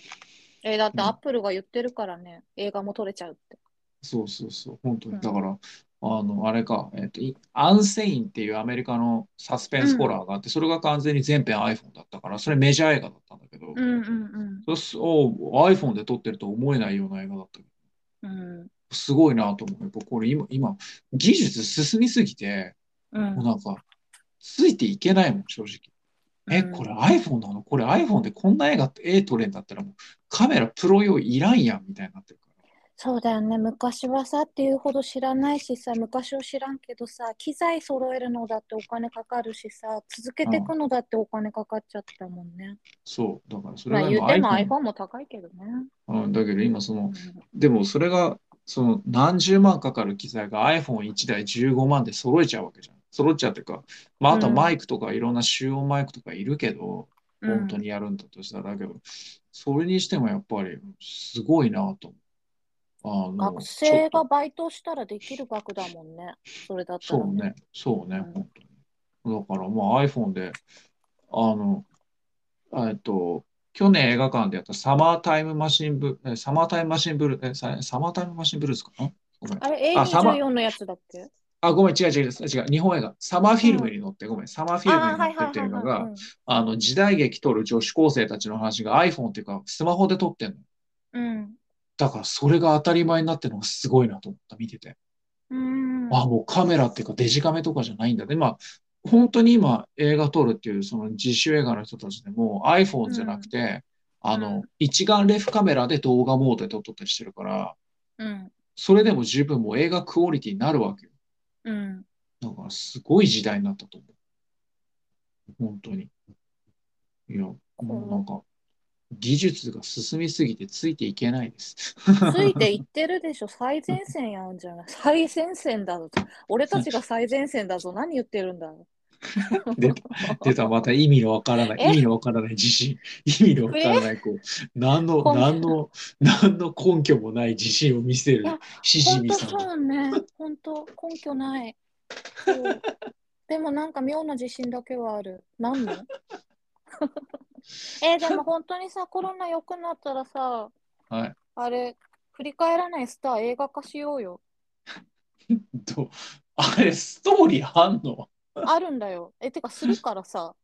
[SPEAKER 1] え、だって
[SPEAKER 2] うん
[SPEAKER 1] Apple が言ってるからね、映画も撮れちゃうって。
[SPEAKER 2] そうそうそう。本当
[SPEAKER 1] う
[SPEAKER 2] に。
[SPEAKER 1] ん
[SPEAKER 2] だから、あの、あれか、えっと、いアンセインっていうアメリカのサスペンスホラーがあって、それが完全に全編 iPhone だったから、それメジャー映画だったんだけど、
[SPEAKER 1] うんうん
[SPEAKER 2] そうすお iPhone で撮ってると思えないような映画だったけ
[SPEAKER 1] う
[SPEAKER 2] ど、
[SPEAKER 1] ん。うん
[SPEAKER 2] すごいなと思う。やっぱこれ今、今、技術進みすぎて、
[SPEAKER 1] うん
[SPEAKER 2] もうなんか、ついていけないもん、正直。え、
[SPEAKER 1] うん
[SPEAKER 2] これ iPhone なのこれ iPhone でこんな映画、絵撮れんだったらもうカメラプロ用いらんやんみたいになってるから。
[SPEAKER 1] そうだよね昔はさっていうほど知らないしさ昔を知らんけどさ機材揃えるのだってお金かかるしさ続けていくのだってお金かかっちゃったもんね。
[SPEAKER 2] そう、だからそ
[SPEAKER 1] ま
[SPEAKER 2] れ
[SPEAKER 1] あ
[SPEAKER 2] が
[SPEAKER 1] 言
[SPEAKER 2] 今
[SPEAKER 1] うても iPhone
[SPEAKER 2] iPhone。
[SPEAKER 1] も高いけどね。
[SPEAKER 2] うん、だけど今その
[SPEAKER 1] う、
[SPEAKER 2] でもそれが、その何十万かかる機材が iPhone1 台15万で揃えちゃうわけじゃん。揃っちゃうっていうか、まあ、あと
[SPEAKER 1] うん
[SPEAKER 2] マイクとかいろんな集音マイクとかいるけど、
[SPEAKER 1] ん
[SPEAKER 2] 本当にやるんだとしたら、だけど、それにしてもやっぱりすごいなと思う。あの
[SPEAKER 1] 学生
[SPEAKER 2] ちょ
[SPEAKER 1] が
[SPEAKER 2] っと
[SPEAKER 1] バイトしたらできる額だもんね。それだった
[SPEAKER 2] そ
[SPEAKER 1] ら
[SPEAKER 2] うね、そうね、
[SPEAKER 1] うん
[SPEAKER 2] 本当に。だからまあ iPhone で、あの、えっと、去年映画館でやったサマータイムマシンブ、えサマータイムマシンブル、えササマータイムマシンブルースかなごめん
[SPEAKER 1] あれ
[SPEAKER 2] あサマ
[SPEAKER 1] A24 のやつだっけ
[SPEAKER 2] あ、ごめん、違う違う違う、日本映画。サマーフィルムに乗って、ごめん、サマーフィルム
[SPEAKER 1] あ
[SPEAKER 2] に
[SPEAKER 1] ーはい
[SPEAKER 2] 乗
[SPEAKER 1] は
[SPEAKER 2] って
[SPEAKER 1] いは
[SPEAKER 2] って
[SPEAKER 1] いいう
[SPEAKER 2] の
[SPEAKER 1] は
[SPEAKER 2] が、あの、時代劇撮る女子高生たちの話が iPhone っていうか、スマホで撮ってんの。
[SPEAKER 1] い。うん。
[SPEAKER 2] だから、それが当たり前になってるのがすごいなと思った、見てて。
[SPEAKER 1] うん。
[SPEAKER 2] あ、もうカメラっていうか、デジカメとかじゃないんだね。まあ、本当に今、映画撮るっていう、その自主映画の人たちでも、iPhone じゃなくて、あ
[SPEAKER 1] う
[SPEAKER 2] の
[SPEAKER 1] ん、
[SPEAKER 2] 一眼レフカメラで動画モードで撮ったりしてるから、
[SPEAKER 1] うん。
[SPEAKER 2] それでも十分もう映画クオリティになるわけよ。
[SPEAKER 1] うん。
[SPEAKER 2] だからすごい時代になったと思う。本当に。いや、もうなんか、技術が進みすぎてついていけない です。
[SPEAKER 1] ついていってるでしょ。最前線やんじゃない。最前線だぞ。俺たちが最前線だぞ。何言ってるんだろう。
[SPEAKER 2] 出た出た、また意味のわからない、
[SPEAKER 1] え
[SPEAKER 2] 意味のわからない自信、意味のわからない、こう、何の、
[SPEAKER 1] 根拠
[SPEAKER 2] 何の、何の根拠もない自信を見せる
[SPEAKER 1] いや
[SPEAKER 2] しじ
[SPEAKER 1] 本
[SPEAKER 2] み
[SPEAKER 1] 当
[SPEAKER 2] さん。
[SPEAKER 1] そうね。本当根拠ない。そうでもなんか妙な自信だけはある。何の えーでも本当にさコロナ良くなったらさ
[SPEAKER 2] はい。
[SPEAKER 1] あれ振り返らないスター映画化しようよ。
[SPEAKER 2] と、あれ、ストーリーあんの
[SPEAKER 1] あるんだよ。えてかするからさ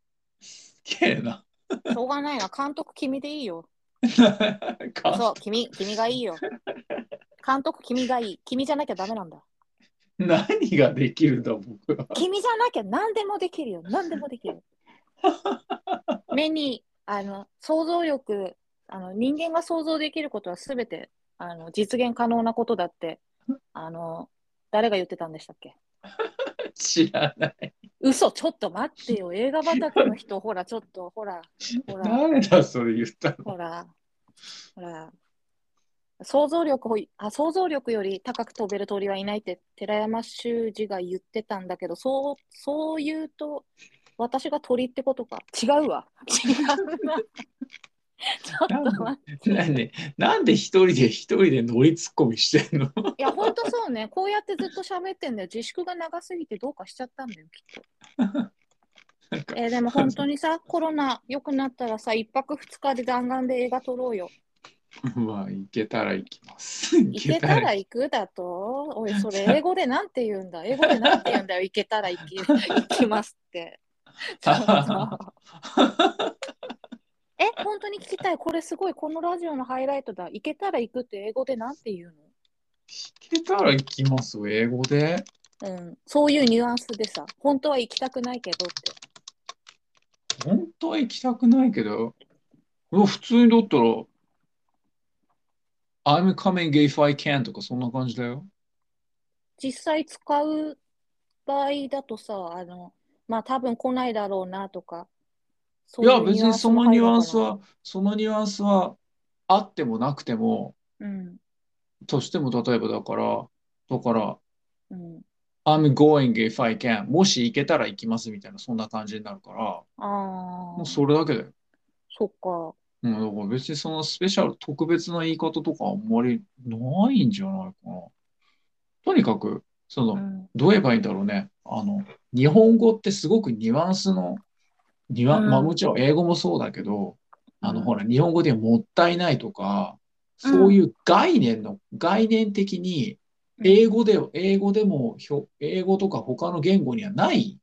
[SPEAKER 2] すげえな。
[SPEAKER 1] しょうがないな監督君でいいよ。そう君君がいいよ。監督君がいい。君じゃなきゃダメなんだ。
[SPEAKER 2] 何ができるんだ、僕は。
[SPEAKER 1] 君じゃなきゃ何でもできるよ。何でもできる。目にあの想像力あの、人間が想像できることはすべてあの実現可能なことだってあの、誰が言ってたんでしたっけ
[SPEAKER 2] 知らない。
[SPEAKER 1] 嘘ちょっと待ってよ。映画畑の人、ほら、ちょっと、ほら、ほら、
[SPEAKER 2] 誰だそれ言ったの
[SPEAKER 1] ほら、ほら。想像力をあ想像力より高く飛べる鳥はいないって寺山修司が言ってたんだけどそうそう言うと私が鳥ってことか違うわ違うなちょっと待って
[SPEAKER 2] なんでなんで一人で一人で乗りツッコミしてんの
[SPEAKER 1] いや、ほんとそうね。こうやってずっと喋ってんだよ。自粛が長すぎてどうかしちゃったんだよ、きっと。
[SPEAKER 2] なんか
[SPEAKER 1] えーでも本当にさ、コロナ良くなったらさ、一泊二日で弾丸で映画撮ろうよ。
[SPEAKER 2] まあ行けたら行きます行
[SPEAKER 1] 行けたら行くだとおい、 それ英語でなんて言うんだ英語でなんて言うんだよ。行けたら行 き行きますって。ちょっと え、本当に聞きたい。これすごい。このラジオのハイライトだ。行けたら行くって英語でなんて言う
[SPEAKER 2] 行けたら行きます英語で
[SPEAKER 1] のうん。そういうニュアンスでさ、本当は行きたくないけどって。
[SPEAKER 2] 本当は行きたくないけどもう普通にだったら I'm coming if I can とかそんな感じだよ
[SPEAKER 1] 実際使う場合だとさ、あの、まあ多分来ないだろうなとか、そ
[SPEAKER 2] いう
[SPEAKER 1] いう
[SPEAKER 2] や別にそのニュアンス
[SPEAKER 1] 入
[SPEAKER 2] はそのニュアンスはあってもなくても
[SPEAKER 1] るのか
[SPEAKER 2] としても例えばだからだから
[SPEAKER 1] な。うん、うん。
[SPEAKER 2] I'm going if I can もし行けたら行きますみたいなそんな感じになるから
[SPEAKER 1] あ
[SPEAKER 2] も
[SPEAKER 1] あ、
[SPEAKER 2] うそれだけだよ、
[SPEAKER 1] そっか。
[SPEAKER 2] うん、だから別にそのスペシャル特別な言い方とかあんまりないんじゃないかなとにかくその、
[SPEAKER 1] うん、
[SPEAKER 2] どう言えばいいんだろうねあの日本語ってすごくニュアンスのニュアン、
[SPEAKER 1] うん
[SPEAKER 2] まあもちろん英語もそうだけどあの
[SPEAKER 1] うん
[SPEAKER 2] ほら日本語でもったいないとかそういう概念の、概念的に英語で、英語でもひょ、英語とか他の言語にはない。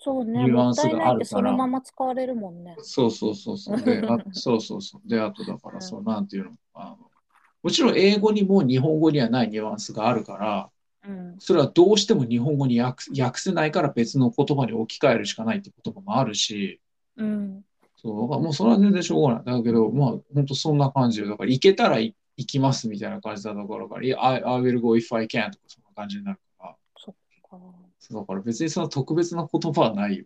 [SPEAKER 1] そうね、
[SPEAKER 2] ニュア
[SPEAKER 1] も
[SPEAKER 2] ン
[SPEAKER 1] っ
[SPEAKER 2] ス
[SPEAKER 1] たい
[SPEAKER 2] が
[SPEAKER 1] な
[SPEAKER 2] あ
[SPEAKER 1] いっ
[SPEAKER 2] る
[SPEAKER 1] て
[SPEAKER 2] か
[SPEAKER 1] そ
[SPEAKER 2] ら
[SPEAKER 1] のまま使われるもんね。
[SPEAKER 2] そうそうそうそう。 で、あそうそうそう。で、あとだから、そう、なんていうのあの、もちろん英語にも日本語にはないニュアンスがあるから、
[SPEAKER 1] うん。
[SPEAKER 2] それはどうしても日本語に訳訳せないから別の言葉に置き換えるしかないって言葉もあるし、
[SPEAKER 1] うん。
[SPEAKER 2] そう、だからもうそれは全然しょうがない。だけど、まあ、本当そんな感じで、だから行けたらい行きますみたいな感じだったから、いや I, I will go if I can とかそんな感じになるから、
[SPEAKER 1] そっか。
[SPEAKER 2] そうだから別にその特別な言葉はないよ。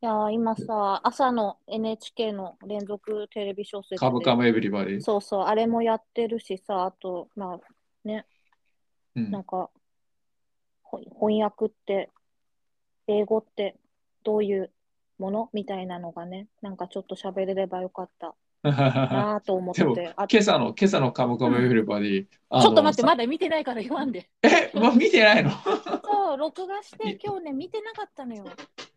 [SPEAKER 1] いやー、今さ、朝の NHK の連続テレビ小説
[SPEAKER 2] カム
[SPEAKER 1] で
[SPEAKER 2] カムエブリバディ。
[SPEAKER 1] そうそう、あれもやってるしさ、あと、まあ、
[SPEAKER 2] うん
[SPEAKER 1] なんか、ほ翻訳って、英語ってどういうものみたいなのがね、なんかちょっと喋れればよかったなぁと思って。
[SPEAKER 2] でも
[SPEAKER 1] あ
[SPEAKER 2] 今朝の、今朝のカムカムエブリバディ。あの
[SPEAKER 1] ちょっと待って、
[SPEAKER 2] さ
[SPEAKER 1] まだ見てないから言わんで。
[SPEAKER 2] え、ま、見てないの
[SPEAKER 1] そう、録画して今日ね、見てなかったのよ。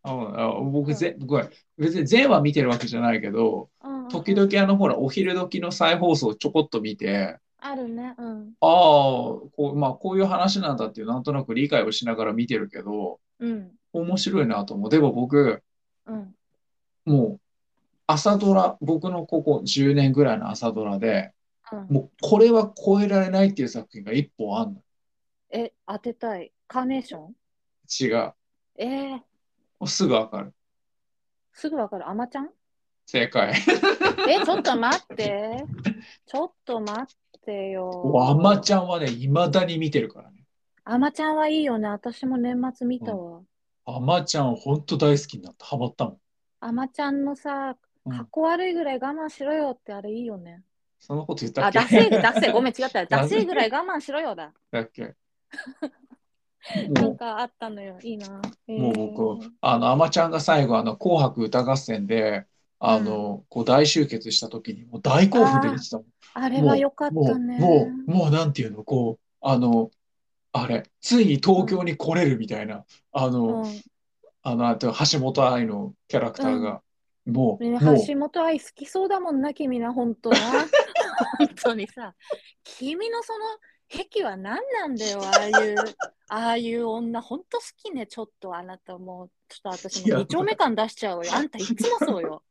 [SPEAKER 2] ああ僕ぜ、ごめん別に全話見てるわけじゃないけど、
[SPEAKER 1] うんうん
[SPEAKER 2] 時々あの、ほら、お昼時の再放送ちょこっと見て、
[SPEAKER 1] あるね、うん。
[SPEAKER 2] ああ、こう、まあ、こういう話なんだっていう、なんとなく理解をしながら見てるけど、
[SPEAKER 1] うん。
[SPEAKER 2] 面白いなと思う。でも僕、
[SPEAKER 1] うん。
[SPEAKER 2] もう、朝ドラ、僕のここ10年ぐらいの朝ドラで、
[SPEAKER 1] うん、
[SPEAKER 2] もう、これは超えられないっていう作品が一本あんの。
[SPEAKER 1] え、当てたい。カーネーション
[SPEAKER 2] 違う。も
[SPEAKER 1] えー、
[SPEAKER 2] うすぐわかる。
[SPEAKER 1] すぐわかる。あまちゃん
[SPEAKER 2] 正解。
[SPEAKER 1] え、ちょっと待 って。ちょっと待ってよ。
[SPEAKER 2] あまち
[SPEAKER 1] ゃん。
[SPEAKER 2] ゃんはね、未だに見てるからね。
[SPEAKER 1] あまちゃんはいいよね。私も年末見たわ。
[SPEAKER 2] あまちゃん、ほんと大好きになった。ハマったもん。
[SPEAKER 1] あまちゃんのさ、
[SPEAKER 2] うん
[SPEAKER 1] かっこ悪いぐらい我慢しろよってあれいいよね。
[SPEAKER 2] そんなこと言った
[SPEAKER 1] あ、
[SPEAKER 2] っけ
[SPEAKER 1] ダセー、ダセー、ごめん、違った。
[SPEAKER 2] ダ
[SPEAKER 1] ダ
[SPEAKER 2] セ
[SPEAKER 1] セ
[SPEAKER 2] ー
[SPEAKER 1] ーぐらい我慢しろよだ。
[SPEAKER 2] だっけ
[SPEAKER 1] な
[SPEAKER 2] も
[SPEAKER 1] んかあったのよ。いいな。
[SPEAKER 2] う、
[SPEAKER 1] え
[SPEAKER 2] もう僕、あの、あまちゃんが最後、あの、紅白歌合戦で、あの、こう大集結した時に、もう大興奮で見てたもん。
[SPEAKER 1] あれは良かった
[SPEAKER 2] もう、
[SPEAKER 1] ね。
[SPEAKER 2] もう、もう、なんていうの、こう、あの、あれ、ついに東京に来れるみたいな、あの、
[SPEAKER 1] うん
[SPEAKER 2] あの、あと橋本愛のキャラクターが、もう、
[SPEAKER 1] ね
[SPEAKER 2] もう、
[SPEAKER 1] 橋本愛好きそうだもんな、君な、本当な。 本当にさ、君のその癖は何なんだよ、ああいう、ああいう女、本当好きね、ちょっとあなたもう、ちょっと私
[SPEAKER 2] いや
[SPEAKER 1] も二丁目感出しちゃうよ。あんたいつもそうよ。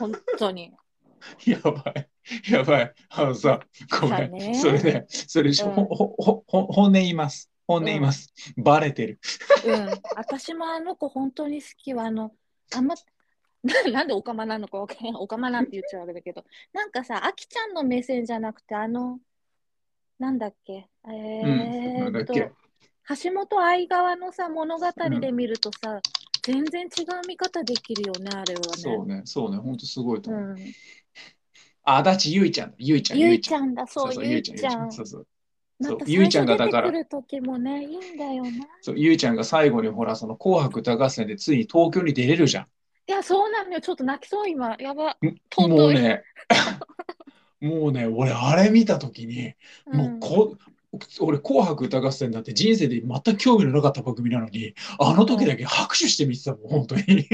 [SPEAKER 1] 本当に。
[SPEAKER 2] やばい、やばい。あのさ、ごめ
[SPEAKER 1] だ
[SPEAKER 2] ん。
[SPEAKER 1] ね
[SPEAKER 2] それで、それ、ほ、
[SPEAKER 1] うん
[SPEAKER 2] ほ、ほ、ほ、本音言います。本音言います。バレてる。
[SPEAKER 1] うん。私もあの子、本当に好きは、あの、あんま、 ななんでオカマなのかわかんない。オカマなんて言っちゃうわけだけど、なんかさ、アキちゃんの目線じゃなくて、あの、なんだっけ、え
[SPEAKER 2] うん。な
[SPEAKER 1] ー
[SPEAKER 2] んだっ
[SPEAKER 1] っと、
[SPEAKER 2] け。
[SPEAKER 1] 橋本愛側のさ物語で見るとさ、全然違う見方できるよねあれはね。
[SPEAKER 2] そうね、そうね、ほんとすごいと思う。
[SPEAKER 1] うん、
[SPEAKER 2] あ、だちゆいちゃん、ゆいちゃん、
[SPEAKER 1] ゆ
[SPEAKER 2] ゆい
[SPEAKER 1] い
[SPEAKER 2] ち
[SPEAKER 1] ち
[SPEAKER 2] ゃん。
[SPEAKER 1] ゃんだそう
[SPEAKER 2] そうそう、ゆ
[SPEAKER 1] ゆ
[SPEAKER 2] い
[SPEAKER 1] い
[SPEAKER 2] ち
[SPEAKER 1] ち
[SPEAKER 2] ゃ
[SPEAKER 1] ゃ
[SPEAKER 2] ん、
[SPEAKER 1] ん。
[SPEAKER 2] ゆいちゃん。そうそう。
[SPEAKER 1] ま
[SPEAKER 2] そ
[SPEAKER 1] た
[SPEAKER 2] うゆい
[SPEAKER 1] 最
[SPEAKER 2] ちゃん
[SPEAKER 1] 初
[SPEAKER 2] が
[SPEAKER 1] 出
[SPEAKER 2] だ
[SPEAKER 1] て
[SPEAKER 2] から
[SPEAKER 1] くる時もねいいんだよな。
[SPEAKER 2] そう、ゆいちゃんが最後にほら、その紅白歌合戦でついに東京に出れるじゃ
[SPEAKER 1] いやそうなのよちょっと泣きそう今やば。
[SPEAKER 2] ん。
[SPEAKER 1] 尊い
[SPEAKER 2] もうね、 もうね、俺、あれ見たときに、もうこ、俺、紅白歌合戦なんて人生で全く興味のなかった番組なのに、あの時だけ拍手して見てたもん、本当に。
[SPEAKER 1] うん、い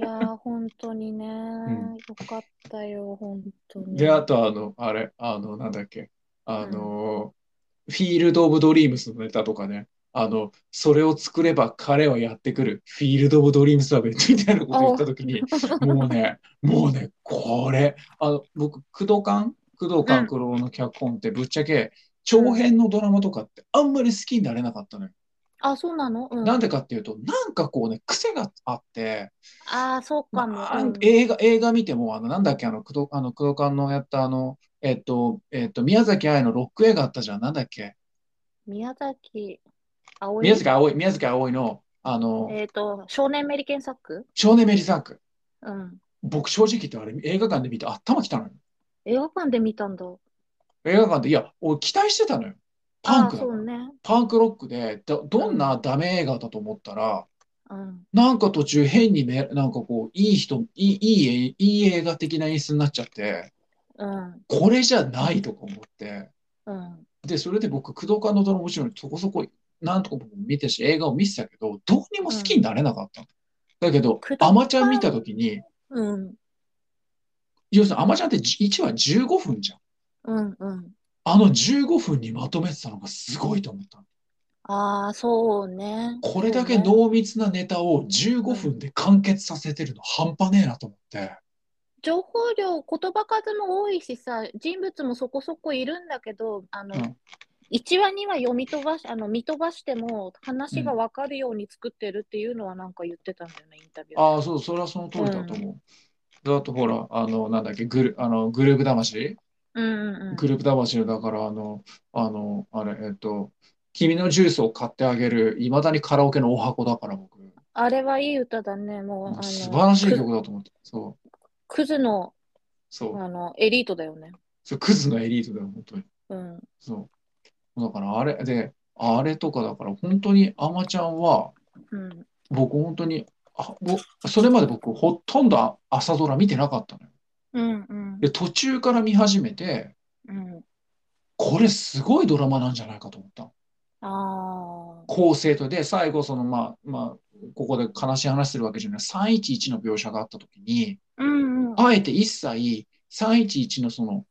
[SPEAKER 1] やー本当にね、
[SPEAKER 2] ん
[SPEAKER 1] よかったよ本当に。
[SPEAKER 2] で、あと、あの、あれ、あの、なんだっけ、あの、フィールド・オブ・ドリームスのネタとかね、あの、それを作れば彼はやってくる、フィールド・オブ・ドリームスだべ、みたいなこと言ったときに、もうね、もうね、これ、あの、僕、工藤官、工藤官九郎の脚本って、ぶっちゃけ、長編のドラマとかってあんまり好きになれなかったのよ。
[SPEAKER 1] あそうなの？うん、
[SPEAKER 2] なんでかっていうと、なんかこうね、癖があって、
[SPEAKER 1] ああそうかも。
[SPEAKER 2] まあ
[SPEAKER 1] うん
[SPEAKER 2] 映画、映画見ても、あの、なんだっけ、あの、工藤、あの、工藤官のやった、あの、えっと、えっと、宮崎愛のロック映画あったじゃん、なんだっけ。
[SPEAKER 1] 宮崎葵。
[SPEAKER 2] 宮崎葵、宮崎葵の、あの、
[SPEAKER 1] えっ、と少年メリケンサック？
[SPEAKER 2] 少年メリーサンク。
[SPEAKER 1] うん。
[SPEAKER 2] 僕、正直言ってあれ、映画館で見て頭きたのよ。
[SPEAKER 1] 映画館で見たんだ。
[SPEAKER 2] 映画館で、いや、俺期待してたのよ。パンク
[SPEAKER 1] あー
[SPEAKER 2] だ
[SPEAKER 1] そ
[SPEAKER 2] から
[SPEAKER 1] うね。
[SPEAKER 2] パンクロックで、ど、どんなダメ映画だと思ったら、
[SPEAKER 1] うん。
[SPEAKER 2] なんか途中変にめ、なんかこう、いい人、いい、いい、いい映画的な演出になっちゃって、
[SPEAKER 1] うん。
[SPEAKER 2] これじゃないとか思って、
[SPEAKER 1] うん。
[SPEAKER 2] で、それで僕、工藤官のドラマもちろんそこそこ何とかも見てし、映画を見てたけど、どうにも好きになれなかったの。だけど
[SPEAKER 1] 工、藤
[SPEAKER 2] ア
[SPEAKER 1] 官
[SPEAKER 2] マちゃん見たときに、
[SPEAKER 1] うん。
[SPEAKER 2] 要するにアマちゃんって1話15分じゃん。
[SPEAKER 1] うん。うん。
[SPEAKER 2] あの15分にまとめてたのがすごいと思った。
[SPEAKER 1] ああ、そうね。
[SPEAKER 2] これだけ
[SPEAKER 1] そうね
[SPEAKER 2] 濃密なネタを15分で完結させてるの半端ねえなと思って。
[SPEAKER 1] 情報量、言葉数も多いしさ、人物もそこそこいるんだけど、あの、
[SPEAKER 2] うん
[SPEAKER 1] 1話、2話読み飛ばし、あの、見飛ばしても話がわかるように作ってるっていうのはなんか言ってたんだよね、インタビューで。
[SPEAKER 2] ああ、そう、それはその通りだと思う。だとほら、あの、なんだっけ、グル、あの、グループ魂
[SPEAKER 1] うんうんうん。
[SPEAKER 2] グループ魂の、だから、あの、あの、あれ、えっと、君のジュースを買ってあげる、いまだにカラオケのお箱だから僕、
[SPEAKER 1] あれはいい歌だね、もう、あの、
[SPEAKER 2] 素晴らしい曲だと思って。そう、
[SPEAKER 1] ククズの、
[SPEAKER 2] そう、
[SPEAKER 1] あの、エリートだよね。
[SPEAKER 2] そう、クズのエリートだよ、本当に。
[SPEAKER 1] うん。
[SPEAKER 2] そう。だから、あれ、で、あれとかだから、本当に、あまちゃんは、
[SPEAKER 1] うん。
[SPEAKER 2] 僕本当にあぼそれまで僕ほとんどあ朝ドラ見てなかったのよ。
[SPEAKER 1] うんうん
[SPEAKER 2] で途中から見始めて
[SPEAKER 1] うん。
[SPEAKER 2] これすごいドラマなんじゃないかと思ったの
[SPEAKER 1] ああ。
[SPEAKER 2] 構成とで最後そのまあまあここで悲しい話するわけじゃない311の描写があった時に
[SPEAKER 1] うんうん。
[SPEAKER 2] あえて一切311のその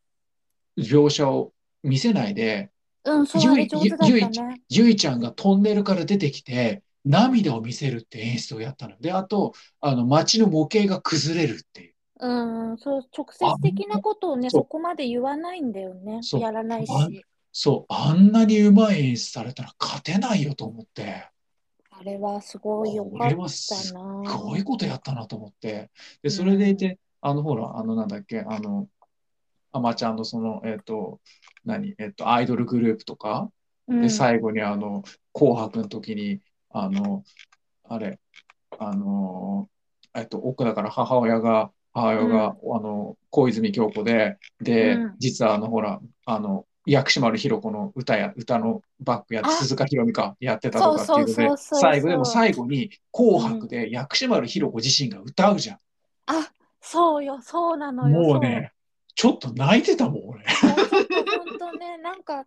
[SPEAKER 2] 描写を見せないで
[SPEAKER 1] うん、そう、
[SPEAKER 2] ゆい
[SPEAKER 1] あれ上手だった
[SPEAKER 2] ゆい
[SPEAKER 1] ね。
[SPEAKER 2] ゆいちゃんがトンネルから出てきて涙を見せるって演出をやったの。であとあの街の模型が崩れるっていう。
[SPEAKER 1] うん、そう、直接的なことをね、
[SPEAKER 2] そう
[SPEAKER 1] そこまで言わないんだよね。
[SPEAKER 2] そう
[SPEAKER 1] やらない
[SPEAKER 2] あ
[SPEAKER 1] し。
[SPEAKER 2] そう、あんなにうまい演出されたら勝てないよと思って、
[SPEAKER 1] あれはすごいよ
[SPEAKER 2] こ
[SPEAKER 1] かっ
[SPEAKER 2] れは
[SPEAKER 1] た
[SPEAKER 2] す
[SPEAKER 1] な。
[SPEAKER 2] ごいことやったなと思って、で、それでいて、あの、ほら、あの、なんだっけ、あの、アマちゃんのその、えっと、何、えっと、アイドルグループとか、
[SPEAKER 1] うん
[SPEAKER 2] で、最後に、あの、紅白の時に、あの、あれ、あの、えっと、奥だから母親が、母親が、あの、小泉京子で、で、
[SPEAKER 1] うん
[SPEAKER 2] 実はあの、ほら、あの、薬師丸ひろ子の歌や、歌のバックやって、
[SPEAKER 1] あ
[SPEAKER 2] 鈴鹿ひろみか、やってたとかっていうの
[SPEAKER 1] そうそうそう
[SPEAKER 2] で、
[SPEAKER 1] そう
[SPEAKER 2] 最後でも最後に、紅白で薬師丸ひろ子自身が歌うじゃ
[SPEAKER 1] あ、そうよ、そうなの
[SPEAKER 2] ん。
[SPEAKER 1] よ。
[SPEAKER 2] もうね、ちょっと泣いてたもん、俺。
[SPEAKER 1] そう。あれちょっと本当ね、 なんか、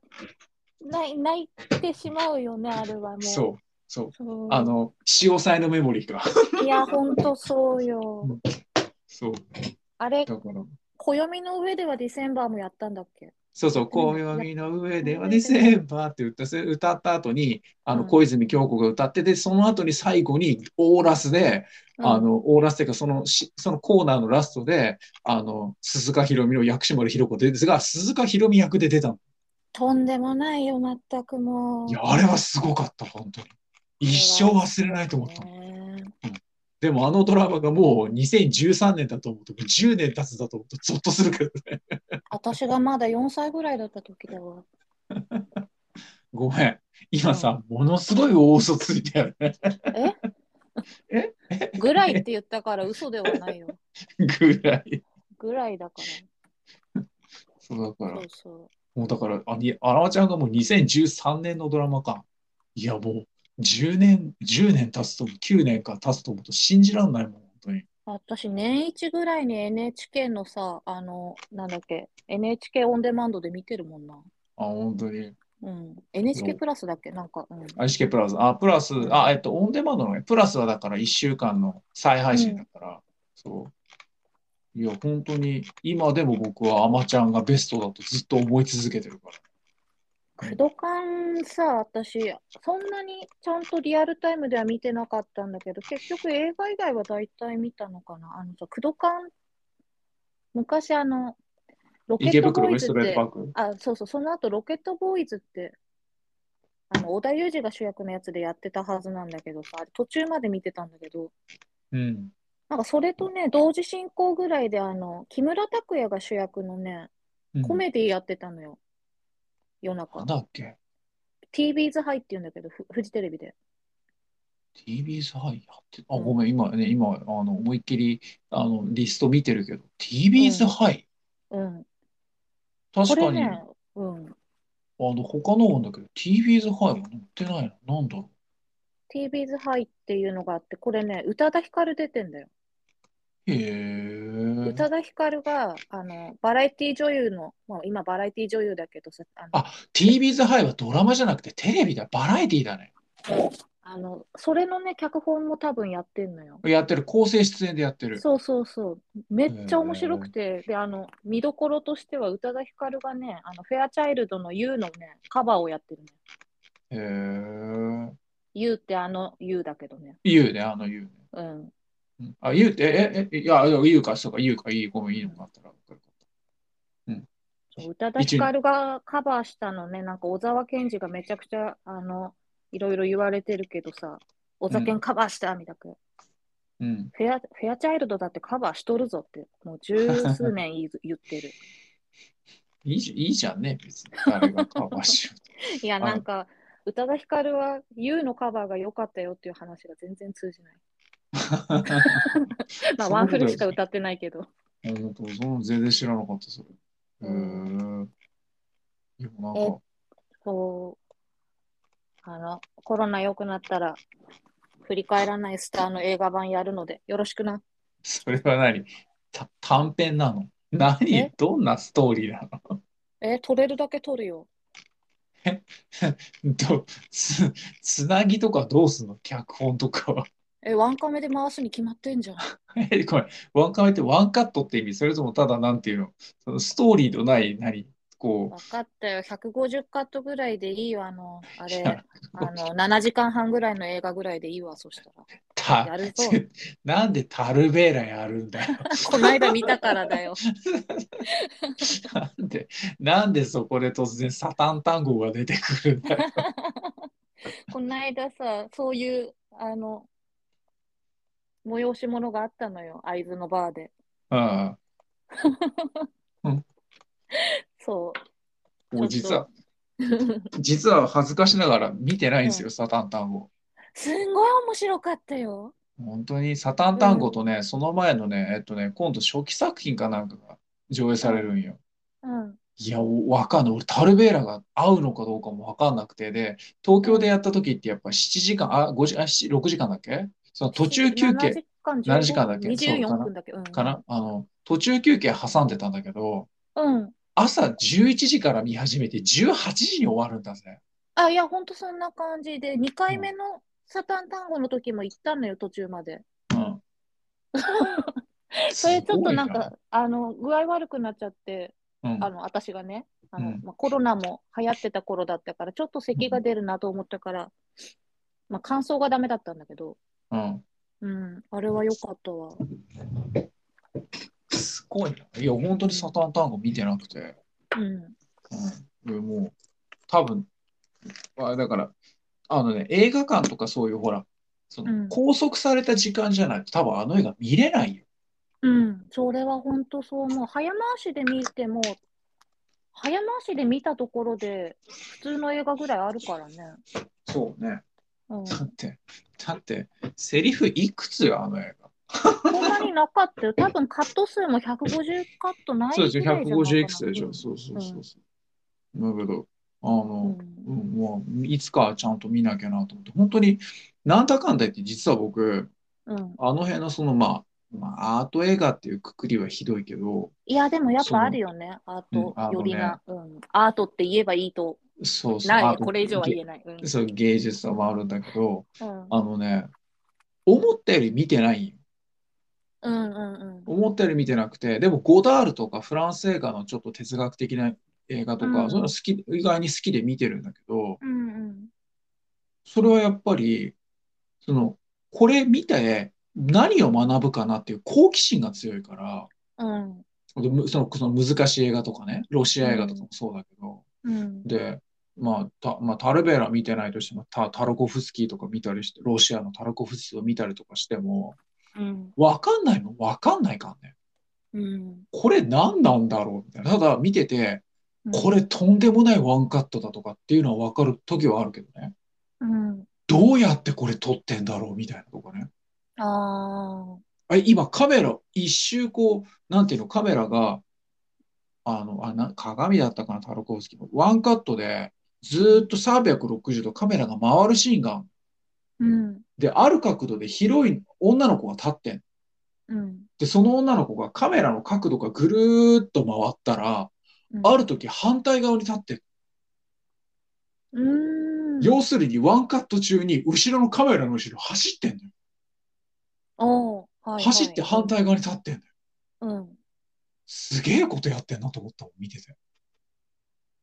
[SPEAKER 1] ない泣いてしまうよね、あれはもう。
[SPEAKER 2] そう、そう。
[SPEAKER 1] そう
[SPEAKER 2] あの、潮騒のメモリーか。
[SPEAKER 1] いや、本当そうよ。
[SPEAKER 2] そう、
[SPEAKER 1] あれ、
[SPEAKER 2] だから。
[SPEAKER 1] 暦の上ではディセンバーもやったんだっけ
[SPEAKER 2] そうそう、
[SPEAKER 1] うん
[SPEAKER 2] 暦の上ではディセンバーって歌って、それ歌った後に、あの、
[SPEAKER 1] うん
[SPEAKER 2] 小泉京子が歌ってて、その後に最後にオーラスで、
[SPEAKER 1] うん
[SPEAKER 2] あの、オーラスっていうか、そのし、そのコーナーのラストで、あの、鈴鹿ひろみの薬師丸ひろ子でですが、鈴鹿ひろみ役で出たの。
[SPEAKER 1] とんでもないよ、全くもう。
[SPEAKER 2] いや、あれはすごかった、本当に。一生忘れないと思った。
[SPEAKER 1] ね
[SPEAKER 2] でもあのドラマがもう2013年だと思うと、10年経つだと思うと、ゾッとするけどね。
[SPEAKER 1] 私がまだ4歳ぐらいだった時だわ。
[SPEAKER 2] ごめん。今さ、ものすごい大嘘ついたよね。
[SPEAKER 1] ぐらいって言ったから嘘ではない よ。
[SPEAKER 2] ぐらい。
[SPEAKER 1] ぐらいだか
[SPEAKER 2] そうだから
[SPEAKER 1] ら。そう。そ
[SPEAKER 2] もうだから、あに、あらわちゃんがもう2013年のドラマか。いや、もう10年、10年経つと、9年か経つと思うと信じらんないもん、本当に。
[SPEAKER 1] う。私、年一ぐらいに NHK のさ、あの、なんだっけ、NHK オンデマンドで見てるもんな。
[SPEAKER 2] あ、本当に。
[SPEAKER 1] うん。
[SPEAKER 2] そ
[SPEAKER 1] NHK
[SPEAKER 2] う
[SPEAKER 1] プラスだっけなんか、うん。
[SPEAKER 2] ICK プラス。あ、プラス、あ、えっと、オンデマンドのね、プラスはだから1週間の再配信だから、そう。いや、本当に、今でも僕はアマちゃんがベストだとずっと思い続けてるから。
[SPEAKER 1] クドカンさ、私、そんなにちゃんとリアルタイムでは見てなかったんだけど、結局映画以外は大体見たのかな。あのさ、クドカン、昔あの、ロケ
[SPEAKER 2] 池
[SPEAKER 1] ット
[SPEAKER 2] 袋
[SPEAKER 1] ボー
[SPEAKER 2] ウ
[SPEAKER 1] イ
[SPEAKER 2] エ
[SPEAKER 1] ズ
[SPEAKER 2] スト
[SPEAKER 1] っ
[SPEAKER 2] ゲ
[SPEAKER 1] て
[SPEAKER 2] ートパ、ーク。
[SPEAKER 1] あ、そうそう、その後ロケットボーイズって、あの、織田裕二が主役のやつでやってたはずなんだけどさ、あれ途中まで見てたんだけど、
[SPEAKER 2] うん。
[SPEAKER 1] なんかそれとね、同時進行ぐらいで、あの、木村拓哉が主役のね、
[SPEAKER 2] うん
[SPEAKER 1] コメディやってたのよ。夜
[SPEAKER 2] なん
[SPEAKER 1] 中。
[SPEAKER 2] だっけ
[SPEAKER 1] TB's ハイって言うんだけど、フフジテレビで。
[SPEAKER 2] TBS ハイやって、あ、
[SPEAKER 1] うん
[SPEAKER 2] ごめん、今ね、今、あの、思いっきり、あの、リスト見てるけど、TBS ハイ、
[SPEAKER 1] うん。
[SPEAKER 2] 確
[SPEAKER 1] こ
[SPEAKER 2] か
[SPEAKER 1] れ
[SPEAKER 2] に、
[SPEAKER 1] ね、うん。
[SPEAKER 2] あの、他のもんだけど、TBS ハイは載ってないな。なんだろ
[SPEAKER 1] TB's ハイっていうのがあって、これね、宇多田ヒカル出てんだよ。
[SPEAKER 2] う。へ
[SPEAKER 1] 宇
[SPEAKER 2] え。
[SPEAKER 1] 多田ヒカルが、あの、バラエティ女優の、まあ今バラエティ女優だけどさ、あの、
[SPEAKER 2] あ、TBS ハイはドラマじゃなくてテレビだ。バラエティだね。
[SPEAKER 1] あの、それのね、脚本も多分やってんのよ。
[SPEAKER 2] やってる。構成出演でやってる。
[SPEAKER 1] そうそうそう。めっちゃ面白くて、で、あの、見どころとしては、宇多田ヒカルがね、あの、フェアチャイルドの You のね、カバーをやってるね。
[SPEAKER 2] へえ。
[SPEAKER 1] You ってあの You だけどね。
[SPEAKER 2] 言うね、あの言うね。
[SPEAKER 1] うん。
[SPEAKER 2] うんあ、言うって、え、え、えいや、いや言うか、そうか、言うか、いい、ごめん、いいのかあったら。
[SPEAKER 1] そう宇多田ヒカルがカバーしたのね、なんか小沢健二がめちゃくちゃ、あの、いろいろ言われてるけどさ、小沢健カバーしたみたく、
[SPEAKER 2] うん。
[SPEAKER 1] フェア。フェアチャイルドだってカバーしとるぞって、もう十数年言い言ってる。
[SPEAKER 2] いいじゃいいじゃんね、別に。誰がカバーしようと。
[SPEAKER 1] いや、
[SPEAKER 2] はい
[SPEAKER 1] なんか、宇多田ヒカルは You のカバーが良かったよっていう話が全然通じ ない。まあ、
[SPEAKER 2] そんな
[SPEAKER 1] ワンフ
[SPEAKER 2] こと
[SPEAKER 1] ルしか歌ってないけど。
[SPEAKER 2] 本当、その全然知らなかった、それ。へえ。
[SPEAKER 1] うん
[SPEAKER 2] でもなんか、
[SPEAKER 1] そう。あの、コロナ良くなったら、振り返らないスターの映画版やるので、よろしくな。
[SPEAKER 2] それは何た短編なの何
[SPEAKER 1] え
[SPEAKER 2] どんなストーリーなの
[SPEAKER 1] え、撮れるだけ撮るよ。
[SPEAKER 2] どつ、つなぎとかどうすんの脚本とかは。
[SPEAKER 1] え、ワンカメで回すに決まってんじゃん。
[SPEAKER 2] え、ごめん。ワンカメってワンカットって意味それともただなんていうのそのストーリーのない、何こ
[SPEAKER 1] 分かったよ。150カットぐらいでいいよ。あの、あ
[SPEAKER 2] う、い
[SPEAKER 1] れ
[SPEAKER 2] や、
[SPEAKER 1] あの、7時間半ぐらいの映画ぐらいでいいわ、そしたら。
[SPEAKER 2] た
[SPEAKER 1] やるぞ。
[SPEAKER 2] なんでタルベーラやるんだよ。
[SPEAKER 1] こないだ見たからだよ。
[SPEAKER 2] なんで、なんでそこで突然サタン単語が出てくる んだよ。
[SPEAKER 1] こないださ、そういう、あの、催し物があったのよ。会津のバーで。
[SPEAKER 2] うん
[SPEAKER 1] そう。
[SPEAKER 2] もう
[SPEAKER 1] ちょっと
[SPEAKER 2] 実は、実は恥ずかしながら見てないんですよ、サタン単語。
[SPEAKER 1] すんごい面白かったよ。
[SPEAKER 2] 本当にサタン単語とね、その前のね、えっとね、今度初期作品かなんかが上映されるんよ。
[SPEAKER 1] うん。
[SPEAKER 2] いや、おわかんない。俺、タルベーラが合うのかどうかもわかんなくて、で、東京でやった時ってやっぱ7時間、あ、5時、あ、7 6時間だっけその途中休憩。
[SPEAKER 1] 7時間15
[SPEAKER 2] 何時間だっけそうか
[SPEAKER 1] 24
[SPEAKER 2] な
[SPEAKER 1] 分だっけうん。
[SPEAKER 2] かなあの、途中休憩挟んでたんだけど、
[SPEAKER 1] うん。
[SPEAKER 2] 朝11時から見始めて18時に終わるんだぜ。
[SPEAKER 1] あ、いや、ほんとそんな感じで、2回目のサタン単語の時も行ったのよ、途中まで。
[SPEAKER 2] うん。
[SPEAKER 1] それちょっとなん
[SPEAKER 2] すごいな
[SPEAKER 1] か、あの、具合悪くなっちゃって、
[SPEAKER 2] うん
[SPEAKER 1] あの、私がね、あの
[SPEAKER 2] うん
[SPEAKER 1] まあ、コロナも流行ってた頃だったから、ちょっと咳が出るなと思ったから、まあ、感想がダメだったんだけど、
[SPEAKER 2] うん。
[SPEAKER 1] うん、あれは良かったわ。
[SPEAKER 2] すごいな。いや、本当にサタン単語見てなくて。
[SPEAKER 1] うん。
[SPEAKER 2] うん。でもう、多分、あ、だから、あのね、映画館とかそういう、ほら、そうの、
[SPEAKER 1] ん
[SPEAKER 2] 拘束された時間じゃないと、多分あの映画見れないよ。
[SPEAKER 1] うん、それは本当そう思う。早回しで見ても、早回しで見たところで、普通の映画ぐらいあるからね。
[SPEAKER 2] そうね。
[SPEAKER 1] うん、
[SPEAKER 2] だって、だって、セリフいくつよ、あの映画。
[SPEAKER 1] そんなになかったよ。多分カット数も150カットない
[SPEAKER 2] そうでしょ、
[SPEAKER 1] ぐらいじゃないかな
[SPEAKER 2] 150いくつでしょ。そうそうそうそう。だけど、あ
[SPEAKER 1] うん
[SPEAKER 2] の、うん、もういつかちゃんと見なきゃなと思って、本当に、なんだかんだ言って、実は僕、
[SPEAKER 1] うんうん
[SPEAKER 2] あの辺のその、まあ、まあ、アート映画っていうくくりはひどいけど、
[SPEAKER 1] いや、でもやっぱあるよね。アー
[SPEAKER 2] うんあの
[SPEAKER 1] ト
[SPEAKER 2] ね
[SPEAKER 1] よりな、うん。アートって言えばいいと。
[SPEAKER 2] そうそう、
[SPEAKER 1] な
[SPEAKER 2] あ
[SPEAKER 1] い、これ以上は言えない。うん
[SPEAKER 2] げそう、芸術さもあるんだけど、
[SPEAKER 1] うん
[SPEAKER 2] あのね、思ったより見てないよ。
[SPEAKER 1] うんうんうん。
[SPEAKER 2] 思ったより見てなくて、でもゴダールとかフランス映画のちょっと哲学的な映画とか、
[SPEAKER 1] うん
[SPEAKER 2] そういうの好き、意外に好きで見てるんだけど、
[SPEAKER 1] うんうん
[SPEAKER 2] それはやっぱり、その、これ見て何を学ぶかなっていう好奇心が強いから、
[SPEAKER 1] うん
[SPEAKER 2] でむその、その難しい映画とかね、ロシア映画とかもそうだけど、
[SPEAKER 1] うん
[SPEAKER 2] で、まあ、た、まあ、タルベーラ見てないとしても、タ、タルコフスキーとか見たりして、ロシアのタルコフスキーを見たりとかしても、
[SPEAKER 1] うん
[SPEAKER 2] わかんないもん、わかんないからね。
[SPEAKER 1] うん
[SPEAKER 2] これ何なんだろうみたいな。ただ見てて、
[SPEAKER 1] うん
[SPEAKER 2] これとんでもないワンカットだとかっていうのはわかる時はあるけどね。
[SPEAKER 1] うん
[SPEAKER 2] どうやってこれ撮ってんだろうみたいなとかね。
[SPEAKER 1] あ
[SPEAKER 2] あ今カメラ一周こう、なんていうの、カメラが、あの、あ、な、鏡だったかな、タルコフスキーの。ワンカットで、ずーっと360度カメラが回るシーンが、
[SPEAKER 1] ーうん
[SPEAKER 2] で、ある角度でヒロイン、女の子が立ってん。
[SPEAKER 1] うん
[SPEAKER 2] で、その女の子がカメラの角度がぐるーっと回ったら、
[SPEAKER 1] うん
[SPEAKER 2] ある時反対側に立ってん
[SPEAKER 1] うーんうん
[SPEAKER 2] 要するにワンカット中に後ろのカメラの後ろ走ってんだよ。
[SPEAKER 1] おーはいはい
[SPEAKER 2] 走って反対側に立ってんだよ。
[SPEAKER 1] うん。
[SPEAKER 2] すげえことやってんなと思ったもん、見てて。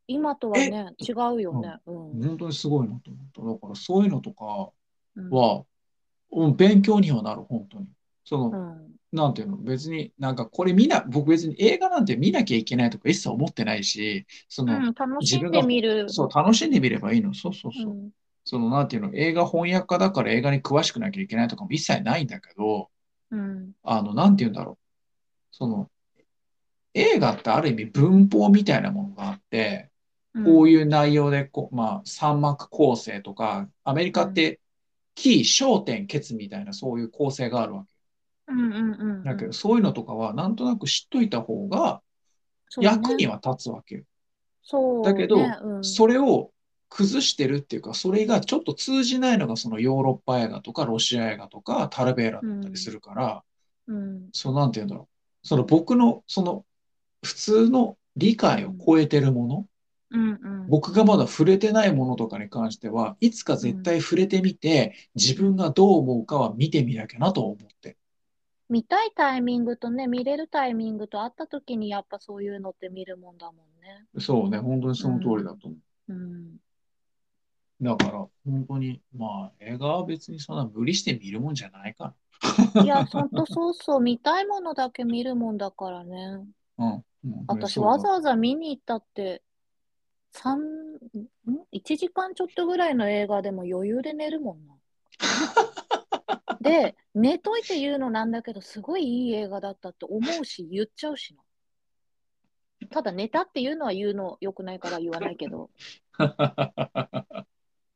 [SPEAKER 1] 今とはね、違うよね。うん。
[SPEAKER 2] 本当にすごいなと思った。だからそういうのとか
[SPEAKER 1] うん
[SPEAKER 2] は、うん、勉強にはなる、本当に。その、
[SPEAKER 1] うん。
[SPEAKER 2] なんていうの、別になんかこれ見な、僕別に映画なんて見なきゃいけないとか一切思ってないし、その、
[SPEAKER 1] うん楽
[SPEAKER 2] 自
[SPEAKER 1] し
[SPEAKER 2] 分
[SPEAKER 1] ん
[SPEAKER 2] が
[SPEAKER 1] でみる。
[SPEAKER 2] そう、楽しんでみればいいの。そうそうそうう。
[SPEAKER 1] ん。
[SPEAKER 2] その、なんていうの、映画翻訳家だから映画に詳しくなきゃいけないとかも一切ないんだけど、
[SPEAKER 1] うん。
[SPEAKER 2] あの、なんていうんだろう。その、映画ってある意味文法みたいなものがあって、こういう内容でこう、まあ、三幕構成とか、アメリカって、キー、焦点、ケツみたいな、そういう構成があるわけ。
[SPEAKER 1] うんうんうんうん。
[SPEAKER 2] だけど、そういうのとかは、なんとなく知っといた方が、
[SPEAKER 1] そうね、
[SPEAKER 2] 役には立つわけよ。
[SPEAKER 1] そう
[SPEAKER 2] だけど
[SPEAKER 1] ねうん
[SPEAKER 2] それを崩してるっていうか、それがちょっと通じないのが、そのヨーロッパ映画とか、ロシア映画とか、タルベーラだったりするから、
[SPEAKER 1] うん。
[SPEAKER 2] そのなんて言うんだろう。その僕の、その普通の理解を超えてるもの、
[SPEAKER 1] うんうん。
[SPEAKER 2] 僕がまだ触れてないものとかに関しては、いつか絶対触れてみて、自分がどう思うかは見てみなきゃなと思って。
[SPEAKER 1] 見たいタイミングとね、見れるタイミングとあったときに、やっぱそういうのって見るもんだもんね。
[SPEAKER 2] そうね、本当にその通りだと思う。
[SPEAKER 1] うん。
[SPEAKER 2] だから、本当に、まあ、映画は別にそんな無理して見るもんじゃないか
[SPEAKER 1] いや、ほんとそうそう、見たいものだけ見るもんだからね。
[SPEAKER 2] ら。うん。うん
[SPEAKER 1] 私、
[SPEAKER 2] そうだ
[SPEAKER 1] わざわざ見に行ったって、三ん ?1 時間ちょっとぐらいの映画でも余裕で寝るもんな。で、寝といて言うのなんだけど、すごいいい映画だったって思うし、言っちゃうしな。ただ、寝たっていうのは言うの良くないから言わないけど。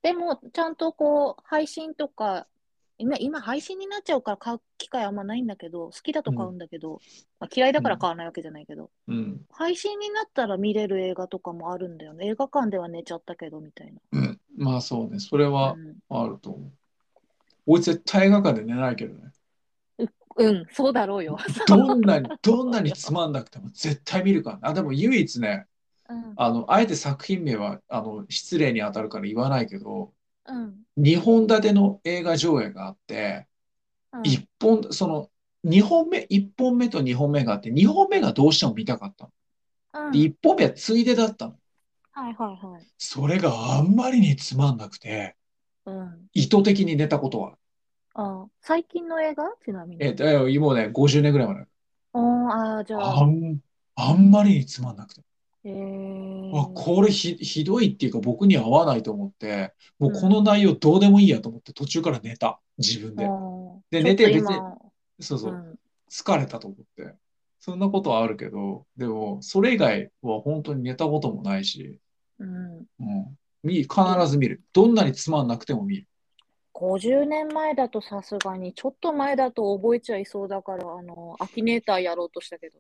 [SPEAKER 1] でも、ちゃんとこう、配信とか、今、今配信になっちゃうから買う機会あんまないんだけど、好きだと買うんだけど、まあ、嫌いだから買わないわけじゃないけど、
[SPEAKER 2] うん。
[SPEAKER 1] 配信になったら見れる映画とかもあるんだよね。映画館では寝ちゃったけどみたい
[SPEAKER 2] うん。まあそうね、それ
[SPEAKER 1] な。
[SPEAKER 2] は
[SPEAKER 1] うん
[SPEAKER 2] あると思う。俺絶対映画館で寝ないけどね。
[SPEAKER 1] うん、そうだろうよ。
[SPEAKER 2] どんなに、どんなにつまんなくても絶対見るからね。あ、でも唯一ね、
[SPEAKER 1] うん、
[SPEAKER 2] あの、あえて作品名は、あの、失礼に当たるから言わないけど、
[SPEAKER 1] うん、
[SPEAKER 2] 2本立ての映画上映があって、
[SPEAKER 1] うん。
[SPEAKER 2] 1本、その、2本目、1本目と2本目があって、2本目がどうしても見たかったの。
[SPEAKER 1] うん
[SPEAKER 2] で、1本目はついでだったの。
[SPEAKER 1] はいはいはい。
[SPEAKER 2] それがあんまりにつまんなくて、
[SPEAKER 1] うん。
[SPEAKER 2] 意図的に寝たことは。
[SPEAKER 1] あ、最近の映画ちなみに。
[SPEAKER 2] えっと、えもうね、50年ぐらい前。
[SPEAKER 1] おーあー、じゃ
[SPEAKER 2] あ
[SPEAKER 1] あ。
[SPEAKER 2] ん、あんまりにつまんなくて。
[SPEAKER 1] えー、
[SPEAKER 2] あ、これひ、ひどいっていうか僕には合わないと思って、もうこの内容どうでもいいやと思って途中から寝た。自分で。
[SPEAKER 1] れ
[SPEAKER 2] で寝て別にそう
[SPEAKER 1] う
[SPEAKER 2] そ
[SPEAKER 1] ん
[SPEAKER 2] う。疲れたと思って。そんなことはあるけど、でも、それ以外は本当に寝たこともないし、
[SPEAKER 1] うん。
[SPEAKER 2] うん。見、必ず見る。どんなにつまんなくても見る。
[SPEAKER 1] 50年前だとさすがに、ちょっと前だと覚えちゃいそうだから、あの、アキネーターやろうとしたけど、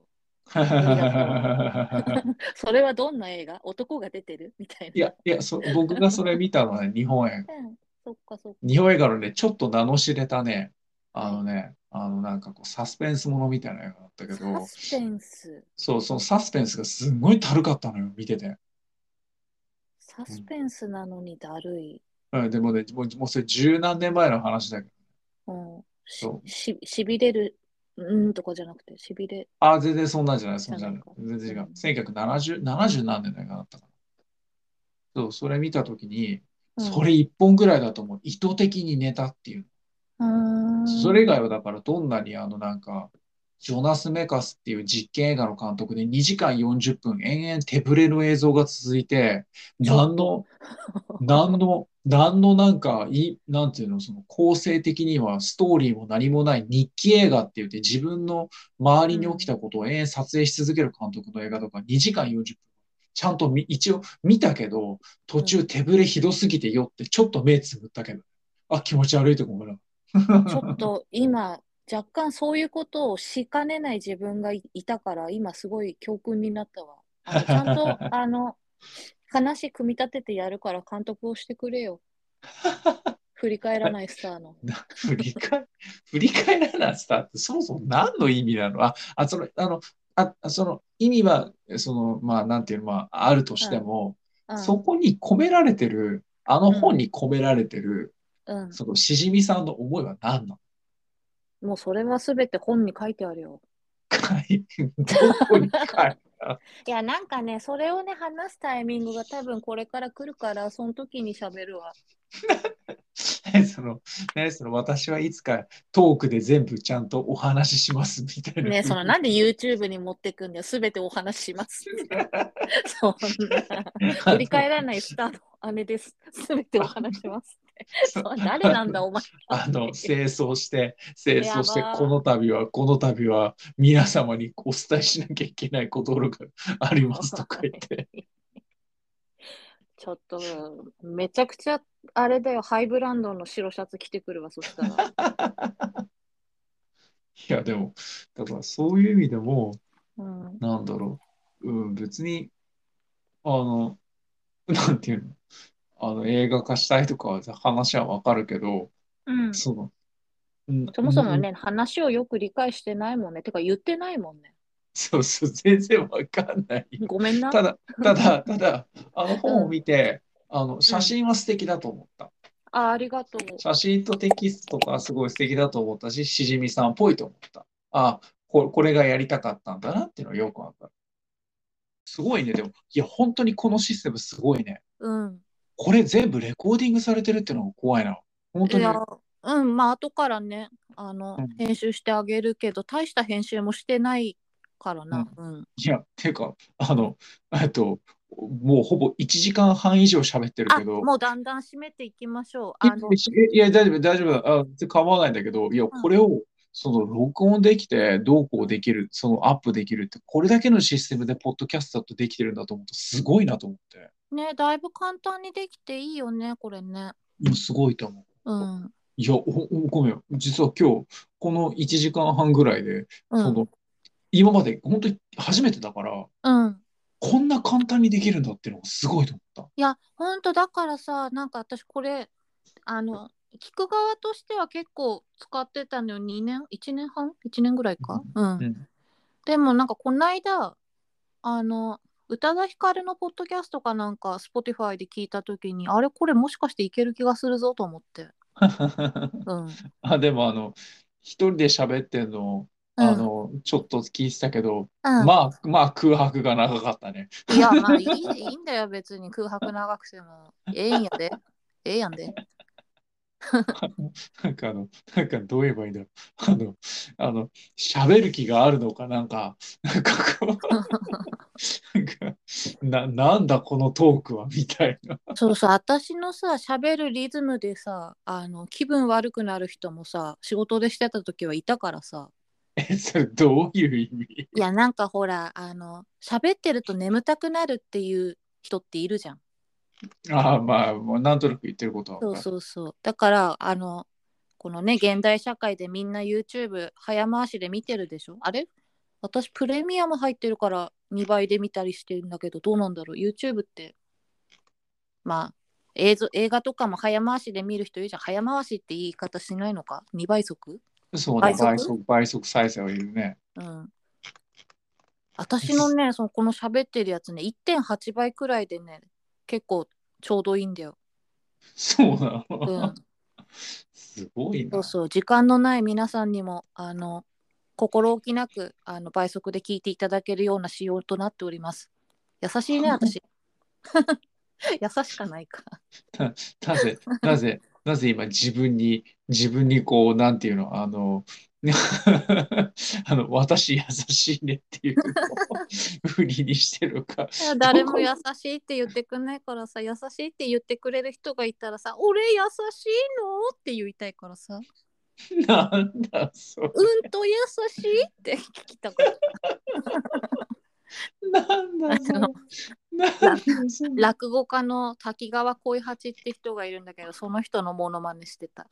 [SPEAKER 1] それはどんな映画男が出てるみたいな。
[SPEAKER 2] いや、いや、そ、僕がそれ見たのはね、日本映画。
[SPEAKER 1] うん、そっかそっか。
[SPEAKER 2] 日本映画のね、ちょっと名の知れたね、あのね、あのなんかこう、サスペンスものみたいな映画だったけど、
[SPEAKER 1] サスペンス。
[SPEAKER 2] そう、そのサスペンスがすごいたるかったのよ、見てて。
[SPEAKER 1] サスペンスなのにだるい。
[SPEAKER 2] うん、でもね、もう、もうそれ十何年前の話だけど。
[SPEAKER 1] うん、し
[SPEAKER 2] そう
[SPEAKER 1] ししびれる、うんとかじゃなくて、しびれ。
[SPEAKER 2] あ、全然そんなんじゃない、そんなんじゃない
[SPEAKER 1] じゃ。
[SPEAKER 2] 全然違
[SPEAKER 1] う
[SPEAKER 2] う。
[SPEAKER 1] ん
[SPEAKER 2] 1970、70何年の映画だったかな。そう、それ見たときに、
[SPEAKER 1] うん
[SPEAKER 2] それ一本ぐらいだと思う。意図的に寝たっていう。
[SPEAKER 1] うーん
[SPEAKER 2] それ以外はだからどんなにあのなんか、ジョナス・メカスっていう実験映画の監督で2時間40分延々手ぶれの映像が続いて、
[SPEAKER 1] ちょ
[SPEAKER 2] 何の、何の、何のなんか、い、なんていうの、その構成的にはストーリーも何もない日記映画って言って自分の周りに起きたことを延々撮影し続ける監督の映画とか2時間40分。ちゃんとみ一応見たけど、途中手ぶれひどすぎて酔ってちょっと目つぶったけど、あ、気持ち悪いとこもな。
[SPEAKER 1] ちょっと今、若干そういうことをしかねない自分がいいたから、今すごい教訓になったわ。あのちゃん と、あの、話組み立ててやるから監督をしてくれ よ。振り返らないスターの。
[SPEAKER 2] な振り返、振り返らないスターってそもそも何の意味なのあ、あ、その、あの、あ、その意味は、その、まあ、なんていうの、まあ、あるとしても、
[SPEAKER 1] うん
[SPEAKER 2] そこに込められてるあの本に込められてる、
[SPEAKER 1] うん。
[SPEAKER 2] そのしじみさんの思いは 何なの
[SPEAKER 1] もうそれはすべて本に書いてあるよ。
[SPEAKER 2] かいどこにかい
[SPEAKER 1] いや、なんかね、それをね、話すタイミングが多分これから来るから、その時に喋るわ。
[SPEAKER 2] ね その、ね、その私はいつかトークで全部ちゃんとお話ししますみたいな。
[SPEAKER 1] ね、そのなんで YouTube に持ってくんだよ、すべてお話しします。 そんな、振り返らないスタート、姉です。すべてお話しますって。そ
[SPEAKER 2] そう
[SPEAKER 1] 誰なん だ、お前。
[SPEAKER 2] あの、清 掃して、清掃して
[SPEAKER 1] やば、ー
[SPEAKER 2] この度は、この度は、皆様にお伝えしなきゃいけないことがありますとか言って。
[SPEAKER 1] ちょっと、めちゃくちゃ、あれだよ、ハイブランドの白シャツ着てくるわ、そしたら。
[SPEAKER 2] いや、でも、だからそういう意味でも、
[SPEAKER 1] うん、
[SPEAKER 2] なんだろう、うん、別に、あの、なんていうの、あの映画化したいとかは話はわかるけど、
[SPEAKER 1] うん、そ
[SPEAKER 2] その、うん
[SPEAKER 1] もそもね、話をよく理解してないもんね。てか、言ってないもんね。
[SPEAKER 2] そうそう、全然わかんない。
[SPEAKER 1] ごめんな。
[SPEAKER 2] ただ、ただ、ただ、あの本を見て、あの、写真は素敵だと思った。
[SPEAKER 1] あありがとう。
[SPEAKER 2] 写真とテキストがすごい素敵だと思ったし、しじみさんっぽいと思った。あ、ここれがやりたかったんだなっていうのがよくわかる。すごいね、でも、いや、本当にこのシステムすごいね。
[SPEAKER 1] うん。
[SPEAKER 2] これ全部レコーディングされてるっていうのが怖いな。本当
[SPEAKER 1] い
[SPEAKER 2] に。
[SPEAKER 1] や、うん、まあ、後からね、あの、
[SPEAKER 2] うん
[SPEAKER 1] 編集してあげるけど、大した編集もしてないからな。うん。
[SPEAKER 2] いや、ていうか、あの、えっと、もうほぼ1時間半以上喋ってる
[SPEAKER 1] あ、
[SPEAKER 2] けど、
[SPEAKER 1] もうだんだん締めていきましょう。あの、
[SPEAKER 2] いや、いや大丈夫、大丈夫、あ、全然構わないんだけど、いや、これを、その、録音できて、どうこうできる、その、アップできるって、これだけのシステムで、ポッドキャストだとできてるんだと思うと、すごいなと思って、
[SPEAKER 1] ね、だいぶ簡単にできていいよね、これね。
[SPEAKER 2] もうすごいと思う。
[SPEAKER 1] うん。
[SPEAKER 2] いや、お、おごめん、実は今日、この1時間半ぐらいで、
[SPEAKER 1] う
[SPEAKER 2] そ
[SPEAKER 1] ん。
[SPEAKER 2] の、今まで、本当に初めてだから、
[SPEAKER 1] うん。
[SPEAKER 2] こんな簡単にできるんだっていうのがすごいと思った。
[SPEAKER 1] いや、ほんとだからさ、なんか私これ、あの、聞く側としては結構使ってたのよ、2年、1年半 ?1 年ぐらいか。うん。
[SPEAKER 2] うん
[SPEAKER 1] でもなんかこないだ、あの、宇多田ヒカルのポッドキャストかなんか、Spotify で聞いたときに、あれこれもしかしていける気がするぞと思って。 うん。
[SPEAKER 2] あ、でも、あの、一人で喋ってるのを、あの、ちょっと聞いてたけど、
[SPEAKER 1] うん、うん
[SPEAKER 2] まあ、まあ空白が長かったね。
[SPEAKER 1] いや、まあいい、いいんだよ、別に空白長くても。ええんやで。ええやんで。
[SPEAKER 2] なんかあの、なんかどう言えばいいんだろう。 あの、あの、喋る気があるのか、なんか、 なんか こう、なんか、な、なんだこのトークは、みたいな。
[SPEAKER 1] そうそう私のさ喋るリズムでさあの気分悪くなる人もさ仕事でしてた時はいたからさ
[SPEAKER 2] え、それどういう意味
[SPEAKER 1] いやなんかほらあの喋ってると眠たくなるっていう人っているじゃん
[SPEAKER 2] ああ、まあ、もうなんとなく言ってることは
[SPEAKER 1] そう
[SPEAKER 2] わか
[SPEAKER 1] そうそうだからあのこのね現代社会でみんな YouTube 早回しで見てるでしょあれ私プレミアム入ってるから2倍で見たりしてるんだけどどうなんだろう YouTube ってまあ映像映画とかも早回しで見る人いるじゃん早回しって言い方しないのか2倍速
[SPEAKER 2] る。そう
[SPEAKER 1] 倍
[SPEAKER 2] ね、
[SPEAKER 1] 速
[SPEAKER 2] 倍速、倍速再生はいるね。
[SPEAKER 1] うん私のねそのこの喋ってるやつね1.8倍くらいでね結構ちょうどいいんだよ、
[SPEAKER 2] そうなの。
[SPEAKER 1] うん、
[SPEAKER 2] すごい
[SPEAKER 1] そ
[SPEAKER 2] な
[SPEAKER 1] う。そう時間のない皆さんにもあの心置きなくあの倍速で聞いていただけるような仕様となっております優しいね私 優しかないか
[SPEAKER 2] なぜ、なぜ、なぜ今自分に、自分にこう、なんていうの、あの、 あの、私優しいねっていう のを振りにしてるか。
[SPEAKER 1] いや誰も優しいって言ってくんないからさ優しいって言ってくれる人がいたらさ俺優しいのって言いたいからさ
[SPEAKER 2] なんだ、そ
[SPEAKER 1] うんと優しいって聞きたかった
[SPEAKER 2] れ。なんだ、それ。
[SPEAKER 1] あの
[SPEAKER 2] なんだ、それ。
[SPEAKER 1] 落語家の滝川恋八って人がいるんだけどその人のモノマネして た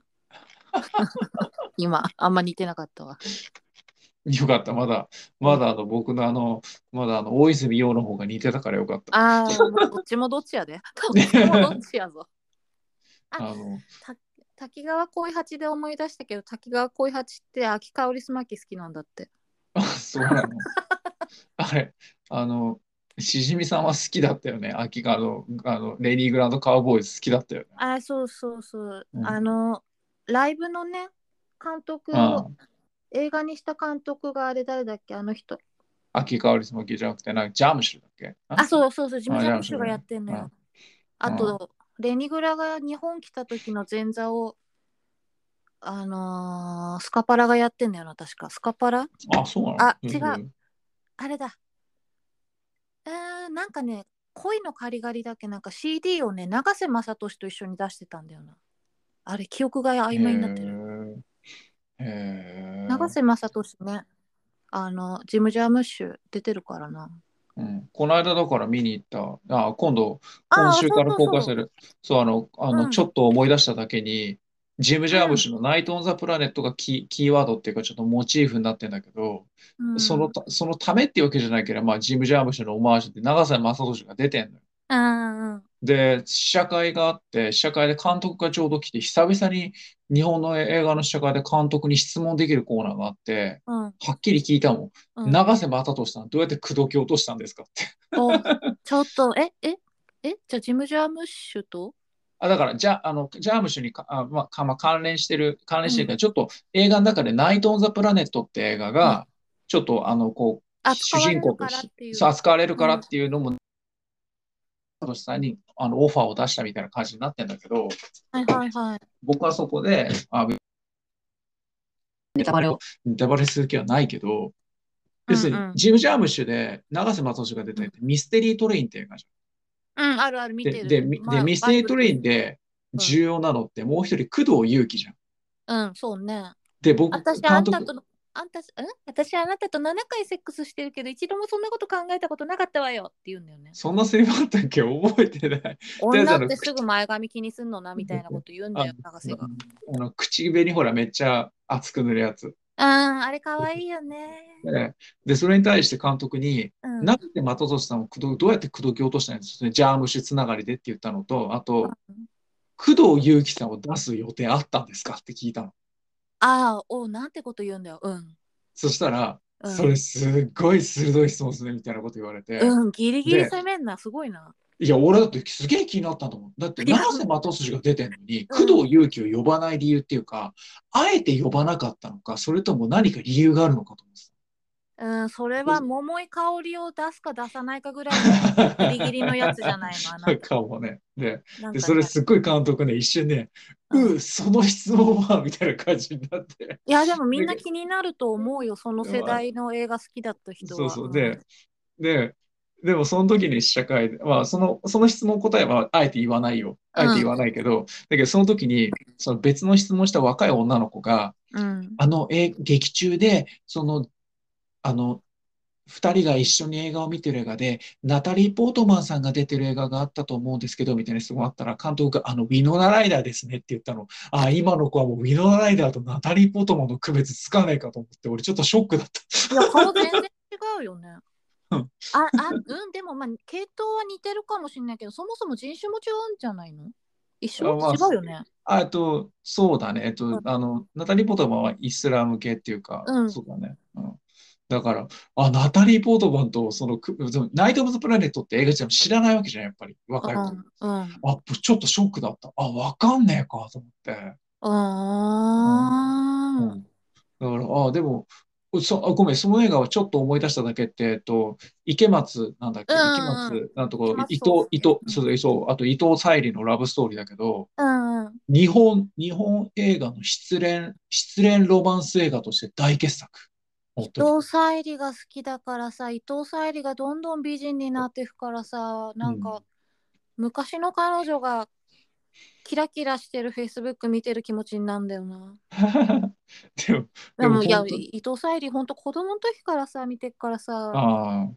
[SPEAKER 1] 今あんま似てなかったわ
[SPEAKER 2] よかった、まだ、まだあの、僕のあの、まだあの、大泉洋の方が似てたからよかった。
[SPEAKER 1] あ あどっちもどっち やでどっちもどっちやぞあ
[SPEAKER 2] あの、
[SPEAKER 1] 滝川恋八で思い出したけど滝川恋八って秋香りすまき好きなんだって
[SPEAKER 2] あそうなの。あれ、あの、しじみさんは好きだったよね。秋があの、あの、レニーグランドカウボーイズ好きだったよね。
[SPEAKER 1] あ、そうそうそう。
[SPEAKER 2] うん
[SPEAKER 1] あの、ライブのね、監督
[SPEAKER 2] あ
[SPEAKER 1] を、映画にした監督があれ誰だっけ、あの人。
[SPEAKER 2] 秋香りスモーキーじゃなくて、なんかジャムシュだっけ
[SPEAKER 1] あ、そうそうそう、ジム・ジャムシュ
[SPEAKER 2] あ
[SPEAKER 1] が
[SPEAKER 2] れ
[SPEAKER 1] や
[SPEAKER 2] は
[SPEAKER 1] ってんの
[SPEAKER 2] う
[SPEAKER 1] よ
[SPEAKER 2] ん。
[SPEAKER 1] あと、レニグラが日本来た時の前座を、あのースカパラがやってんのよな、確か。スカパラ
[SPEAKER 2] あ、そうなの
[SPEAKER 1] あ
[SPEAKER 2] へ
[SPEAKER 1] 違
[SPEAKER 2] ー
[SPEAKER 1] あれだ。うーん、なんかね、恋のカリガリだっけなんか CD をね、永瀬正敏と一緒に出してたんだよな。あれ、記憶が曖昧になってる。
[SPEAKER 2] へーへー
[SPEAKER 1] 永瀬正敏ね、あの、ジム・ジャムッシュ出てるからな。
[SPEAKER 2] うん、この間だから見に行った。あ、今度、
[SPEAKER 1] あ
[SPEAKER 2] 今
[SPEAKER 1] あ、
[SPEAKER 2] 週から
[SPEAKER 1] そうそう
[SPEAKER 2] 公
[SPEAKER 1] そう
[SPEAKER 2] 開される。そう、あの、あ
[SPEAKER 1] う
[SPEAKER 2] の、
[SPEAKER 1] ん
[SPEAKER 2] ちょっと思い出しただけに、ジム・ジャームシュのナイト・オン・ザ・プラネットがキー、キーワードっていうか、ちょっとモチーフになってんだけど、
[SPEAKER 1] うん
[SPEAKER 2] そのた、そのためっていうわけじゃないけど、まあ、ジム・ジャームシュのオマージュで長瀬正敏が出てんのよ。
[SPEAKER 1] うんうん
[SPEAKER 2] で、試写会があって、試写会で監督がちょうど来て、久々に日本の映画の試写会で監督に質問できるコーナーがあって、
[SPEAKER 1] うん
[SPEAKER 2] はっきり聞いたも
[SPEAKER 1] うん
[SPEAKER 2] ん。長瀬正敏さん、どうやって口説き落としたんですかって。
[SPEAKER 1] おちょっと、え、え、え、じゃあジム・ジャームッシュと
[SPEAKER 2] あ、だから、じゃ、あの、ジャームシュにか、あ、まあ、か、まあ、関連してる、関連してるから、ちょっと映画の中で、ナイト・オン・ザ・プラネットって映画が、ちょっと、あの、こう、
[SPEAKER 1] 扱
[SPEAKER 2] 主
[SPEAKER 1] われる
[SPEAKER 2] 人公
[SPEAKER 1] か
[SPEAKER 2] と
[SPEAKER 1] らっ
[SPEAKER 2] して
[SPEAKER 1] いう。
[SPEAKER 2] そう扱われるからっていうのも、サトシさんに、あの、オファーを出したみたいな感じになってんだけど、
[SPEAKER 1] はいはいはい。
[SPEAKER 2] 僕はそこで、あ、ネタバレを、ネタバレする気はないけど、要する
[SPEAKER 1] うんう
[SPEAKER 2] に、
[SPEAKER 1] ん
[SPEAKER 2] ジム・ジャームッシュで、長瀬正敏が出てて、ミステリートレインって映画じ
[SPEAKER 1] うん、あるある見
[SPEAKER 2] ゃん。
[SPEAKER 1] てる。
[SPEAKER 2] で、で、み
[SPEAKER 1] まあ
[SPEAKER 2] でミステリートレイン。で
[SPEAKER 1] うん
[SPEAKER 2] 重要なのって、もう一人、工藤祐樹じゃん。
[SPEAKER 1] バイブルうん、そうね。
[SPEAKER 2] で、僕、
[SPEAKER 1] 私、あ
[SPEAKER 2] 監
[SPEAKER 1] んた
[SPEAKER 2] 督
[SPEAKER 1] と、の、あんた、ん私、あなたと7回セックスしてるけど、一度もそんなこと考えたことなかったわよって言うんだ よね。
[SPEAKER 2] そんなセリフあったっけ覚えてない。
[SPEAKER 1] 女ってすぐ前髪気にすんのなみたいなこと言うんだよ、永瀬が。
[SPEAKER 2] あの、口紅ほら、めっちゃ熱く塗るやつ。
[SPEAKER 1] うん、あれ可愛いよね。
[SPEAKER 2] で、でそれに対して監督に、
[SPEAKER 1] うん。
[SPEAKER 2] なんで的俊さんを口説どうやって口説き落としたんですかジャームシュつながりでって言ったのと、あと、工藤祐樹さんを出す予定あったんですかって聞いたの。
[SPEAKER 1] ああ、おうなんてこと言うんだよ。うん。
[SPEAKER 2] そしたら、
[SPEAKER 1] うん
[SPEAKER 2] それすっごい鋭い質問ですね、みたいなこと言われて、
[SPEAKER 1] うん、ギリギリ
[SPEAKER 2] で
[SPEAKER 1] 攻めんな、すごいな。
[SPEAKER 2] いや、俺だってすげえ気になったんだもん。だって、
[SPEAKER 1] いや
[SPEAKER 2] 長瀬的筋が出てんのに、
[SPEAKER 1] うん
[SPEAKER 2] 工藤祐樹を呼ばない理由っていうか、あえて呼ばなかったのか、それとも何か理由があるのかと思って
[SPEAKER 1] うん、それは桃井香りを出すか出さないかぐらいの ギリギリのやつじゃないの。あ
[SPEAKER 2] た。
[SPEAKER 1] な
[SPEAKER 2] かもね。で、
[SPEAKER 1] たなんかね
[SPEAKER 2] でそれすっごい監督ね、一瞬ね、
[SPEAKER 1] うん
[SPEAKER 2] うー、その質問は、みたいな感じになって。
[SPEAKER 1] いや、でもみんな気になると思うよ、その
[SPEAKER 2] うん
[SPEAKER 1] 世代の映画好きだった人は。
[SPEAKER 2] そうそう。で、で、でもその時に試写会で、まあ、その、その質問答えはあえて言わないよ。あえて言わないけど、だけどその時に、その別の質問した若い女の子が、
[SPEAKER 1] うん、
[SPEAKER 2] あの、え、劇中で、その、あの、二人が一緒に映画を見てる映画で、ナタリー・ポートマンさんが出てる映画があったと思うんですけど、みたいな質問あったら、監督が、あの、ウィノナ・ライダーですねって言ったの。あ、今の子はもうウィノナ・ライダーとナタリー・ポートマンの区別つかねえかと思って、俺ちょっとショックだった。
[SPEAKER 1] いや、顔全然違うよね。
[SPEAKER 2] う
[SPEAKER 1] あ
[SPEAKER 2] ん
[SPEAKER 1] あうん、でも、まあ、系統は似てるかもしれないけど、そもそも人種も違うんじゃないの一緒、
[SPEAKER 2] あまあ
[SPEAKER 1] 違うよね。
[SPEAKER 2] あえっと、そうだね。えっ
[SPEAKER 1] う
[SPEAKER 2] と、あの、ナタリー・ポートマンはイスラム系っていうか、
[SPEAKER 1] うん
[SPEAKER 2] そうだね。うん。だから、あ、ナタリー・ポートマンと、その、くそのナイト・オブ・ザ・プラネットって映画じゃ知らないわけじゃん、やっぱり。若い子。
[SPEAKER 1] うん。うん。
[SPEAKER 2] あ、ちょっとショックだった。あ、わかんねえかと思って。
[SPEAKER 1] あー
[SPEAKER 2] うんだから、あ、でも、そ、あ、ごめん、その映画はちょっと思い出しただけって、えっと、池松、なんだっけ、
[SPEAKER 1] うんうん
[SPEAKER 2] 池松、なんとこ、伊
[SPEAKER 1] 池
[SPEAKER 2] 藤
[SPEAKER 1] 松壮亮、う
[SPEAKER 2] 伊藤、そう、そう、あと伊藤沙莉のラブストーリーだけど、
[SPEAKER 1] うんうん。
[SPEAKER 2] 日本、日本映画の失恋、失恋ロマンス映画として大傑作。本当に
[SPEAKER 1] 伊藤沙莉が好きだからさ、伊藤沙莉がどんどん美人になっていくからさ、なんか、昔の彼女がキラキラしてるフェイスブック見てる気持ちになんだよな。
[SPEAKER 2] でも、
[SPEAKER 1] でも、いや、
[SPEAKER 2] 本当に
[SPEAKER 1] 伊藤沙莉、ほんと子供の時からさ、見てっからさ、
[SPEAKER 2] あ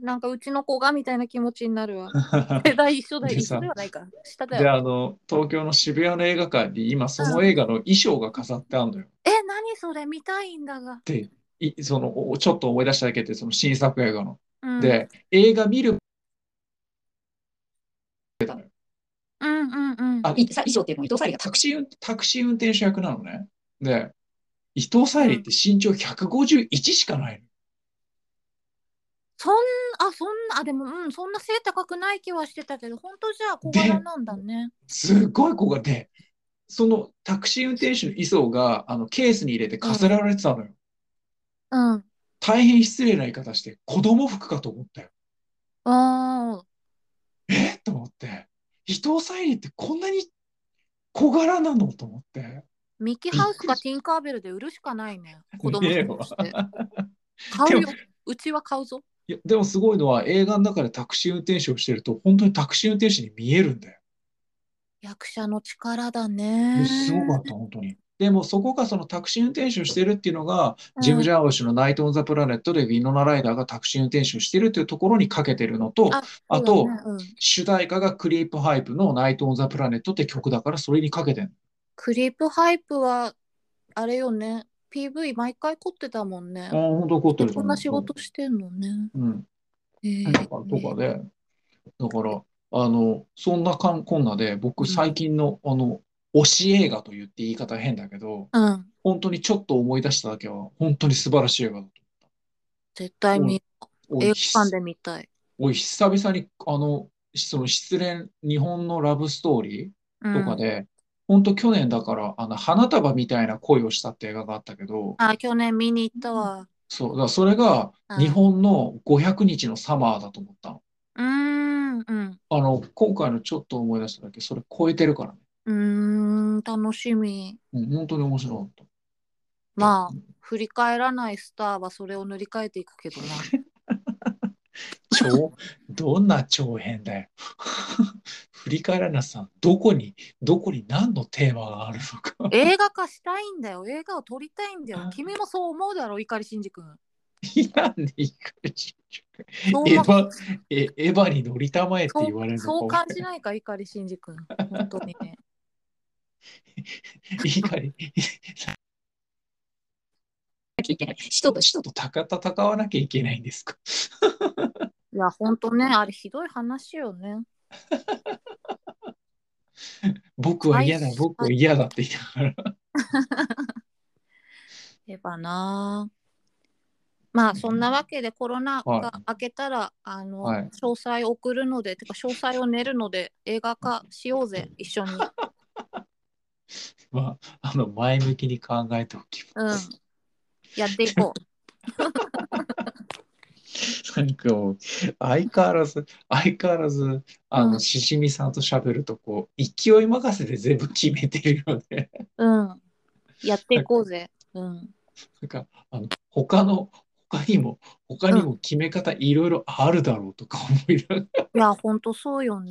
[SPEAKER 1] なんかうちの子がみたいな気持ちになる わ。
[SPEAKER 2] あ。
[SPEAKER 1] 世代一緒だよ。
[SPEAKER 2] で
[SPEAKER 1] 一
[SPEAKER 2] さ
[SPEAKER 1] 緒ではないか。下だ
[SPEAKER 2] で、
[SPEAKER 1] よ。
[SPEAKER 2] あの、東京の渋谷の映画館に今その映画の衣装が飾ってあるのよ。
[SPEAKER 1] え、何それ見たいんだが。
[SPEAKER 2] で、いその、おちょっと思い出しただけって、その新作映画の。
[SPEAKER 1] うん、
[SPEAKER 2] で、映画見る、
[SPEAKER 1] うんうんうん。
[SPEAKER 2] あ、いさ衣装っていうのは伊藤沙莉がタクシー運、タクシー運転手役なのね。で、伊藤沙莉って身長151しかないの。
[SPEAKER 1] そんあそんなあでもうんそんな背高くない気はしてたけど本当じゃあ小柄なんだね。
[SPEAKER 2] すごい子がで、そのタクシー運転手の衣装があのケースに入れて飾られてたのよ。
[SPEAKER 1] うん。
[SPEAKER 2] 大変失礼な言い方して、子供服かと思ったよ。
[SPEAKER 1] あ
[SPEAKER 2] えっと思って、伊藤沙莉ってこんなに小柄なのと思って。
[SPEAKER 1] ーミッキーハウスかティンカーベルで売るしかない ね子供
[SPEAKER 2] ねえ
[SPEAKER 1] 服
[SPEAKER 2] わ
[SPEAKER 1] として。買う
[SPEAKER 2] で
[SPEAKER 1] よ。うちは買うぞ。
[SPEAKER 2] いや、でもすごいのは映画の中でタクシー運転手をしてると、本当にタクシー運転手に見えるんだよ。
[SPEAKER 1] 役者の力だね。
[SPEAKER 2] すごかった、本当に。でもそこがそのタクシー運転手をしてるっていうのが、
[SPEAKER 1] うん
[SPEAKER 2] ジム・ジャーム氏のナイト・オン・ザ・プラネットでウィノナ・ライダーがタクシー運転手をしてるっていうところにかけてるのと、
[SPEAKER 1] あ
[SPEAKER 2] あと、
[SPEAKER 1] そうだねうん
[SPEAKER 2] 主題歌がクリープハイプのナイト・オン・ザ・プラネットって曲だから、それにかけてる。
[SPEAKER 1] クリープハイプはあれよね PV 毎回凝ってたもんね
[SPEAKER 2] ああ、。本当怒ってると
[SPEAKER 1] こん
[SPEAKER 2] 思う
[SPEAKER 1] な仕事してんのね。
[SPEAKER 2] うん。
[SPEAKER 1] えー
[SPEAKER 2] とか、とかで、だから、あの、そんなかんこんなで、僕、最近の、あの、推し映画と言って言い方変だけど、
[SPEAKER 1] うん
[SPEAKER 2] 本当にちょっと思い出しただけは、本当に素晴らしい映画だと。
[SPEAKER 1] 絶対見
[SPEAKER 2] おい
[SPEAKER 1] 映画
[SPEAKER 2] ひ
[SPEAKER 1] 館で見たい。
[SPEAKER 2] おい久々に、あの、その失恋、日本のラブストーリ
[SPEAKER 1] う
[SPEAKER 2] ー
[SPEAKER 1] ん
[SPEAKER 2] とかで、本当去年だから、あの、花束みたいな恋をしたって映画があったけど、
[SPEAKER 1] あ去年見に行ったわ。
[SPEAKER 2] そう、だからそれが
[SPEAKER 1] うん
[SPEAKER 2] 日本の500日のサマーだと思ったの。
[SPEAKER 1] うーんうん
[SPEAKER 2] あの、今回のちょっと思い出しただけ、それ超えてるからね。
[SPEAKER 1] うーん楽しみ。
[SPEAKER 2] うん、本当に面白かった。
[SPEAKER 1] まあ振り返らないスターはそれを塗り替えていくけど な。
[SPEAKER 2] 長、どんな長編だよ。 振り返らなさん、どこに、どこに何のテーマがあるのか。
[SPEAKER 1] 映画化したいんだよ映画を撮りたいんだ
[SPEAKER 2] う
[SPEAKER 1] よ
[SPEAKER 2] ん
[SPEAKER 1] 君もそう思うだろ碇シン ジ君。
[SPEAKER 2] いやね、いかにし
[SPEAKER 1] そう
[SPEAKER 2] エヴ
[SPEAKER 1] 思う
[SPEAKER 2] ァ、え、エヴァに乗りたまえって
[SPEAKER 1] そう
[SPEAKER 2] 言われるのか
[SPEAKER 1] そう感じないか碇シンジ君。本当にね。
[SPEAKER 2] いかに、
[SPEAKER 3] 使徒と使
[SPEAKER 2] ちょっとたかたたかわなきゃいけないんですか。
[SPEAKER 1] いや本当ねあれひどい話よね。
[SPEAKER 2] 僕は嫌だ
[SPEAKER 1] はい、
[SPEAKER 2] 僕は嫌だって言いながら。
[SPEAKER 1] えばなあまあそんなわけでコロナが明けたら、あの、
[SPEAKER 2] はい
[SPEAKER 1] 詳細送るのでてか詳細を練るので映画化しようぜ一緒に
[SPEAKER 2] まあ、あの、前向きに考えておき
[SPEAKER 1] うん
[SPEAKER 2] ます。
[SPEAKER 1] やっていこう
[SPEAKER 2] なんかもう、相変わらず、相変わらず、あ
[SPEAKER 1] う
[SPEAKER 2] の、
[SPEAKER 1] ん
[SPEAKER 2] しじみさんと喋ると、こう、勢い任せで全部決めてるよね。
[SPEAKER 1] うんやっていこうぜうん
[SPEAKER 2] なんか、あの、他の、他にも、他にも決め方いろいろあるだろうとか思いながら、
[SPEAKER 1] いやほんとそうよね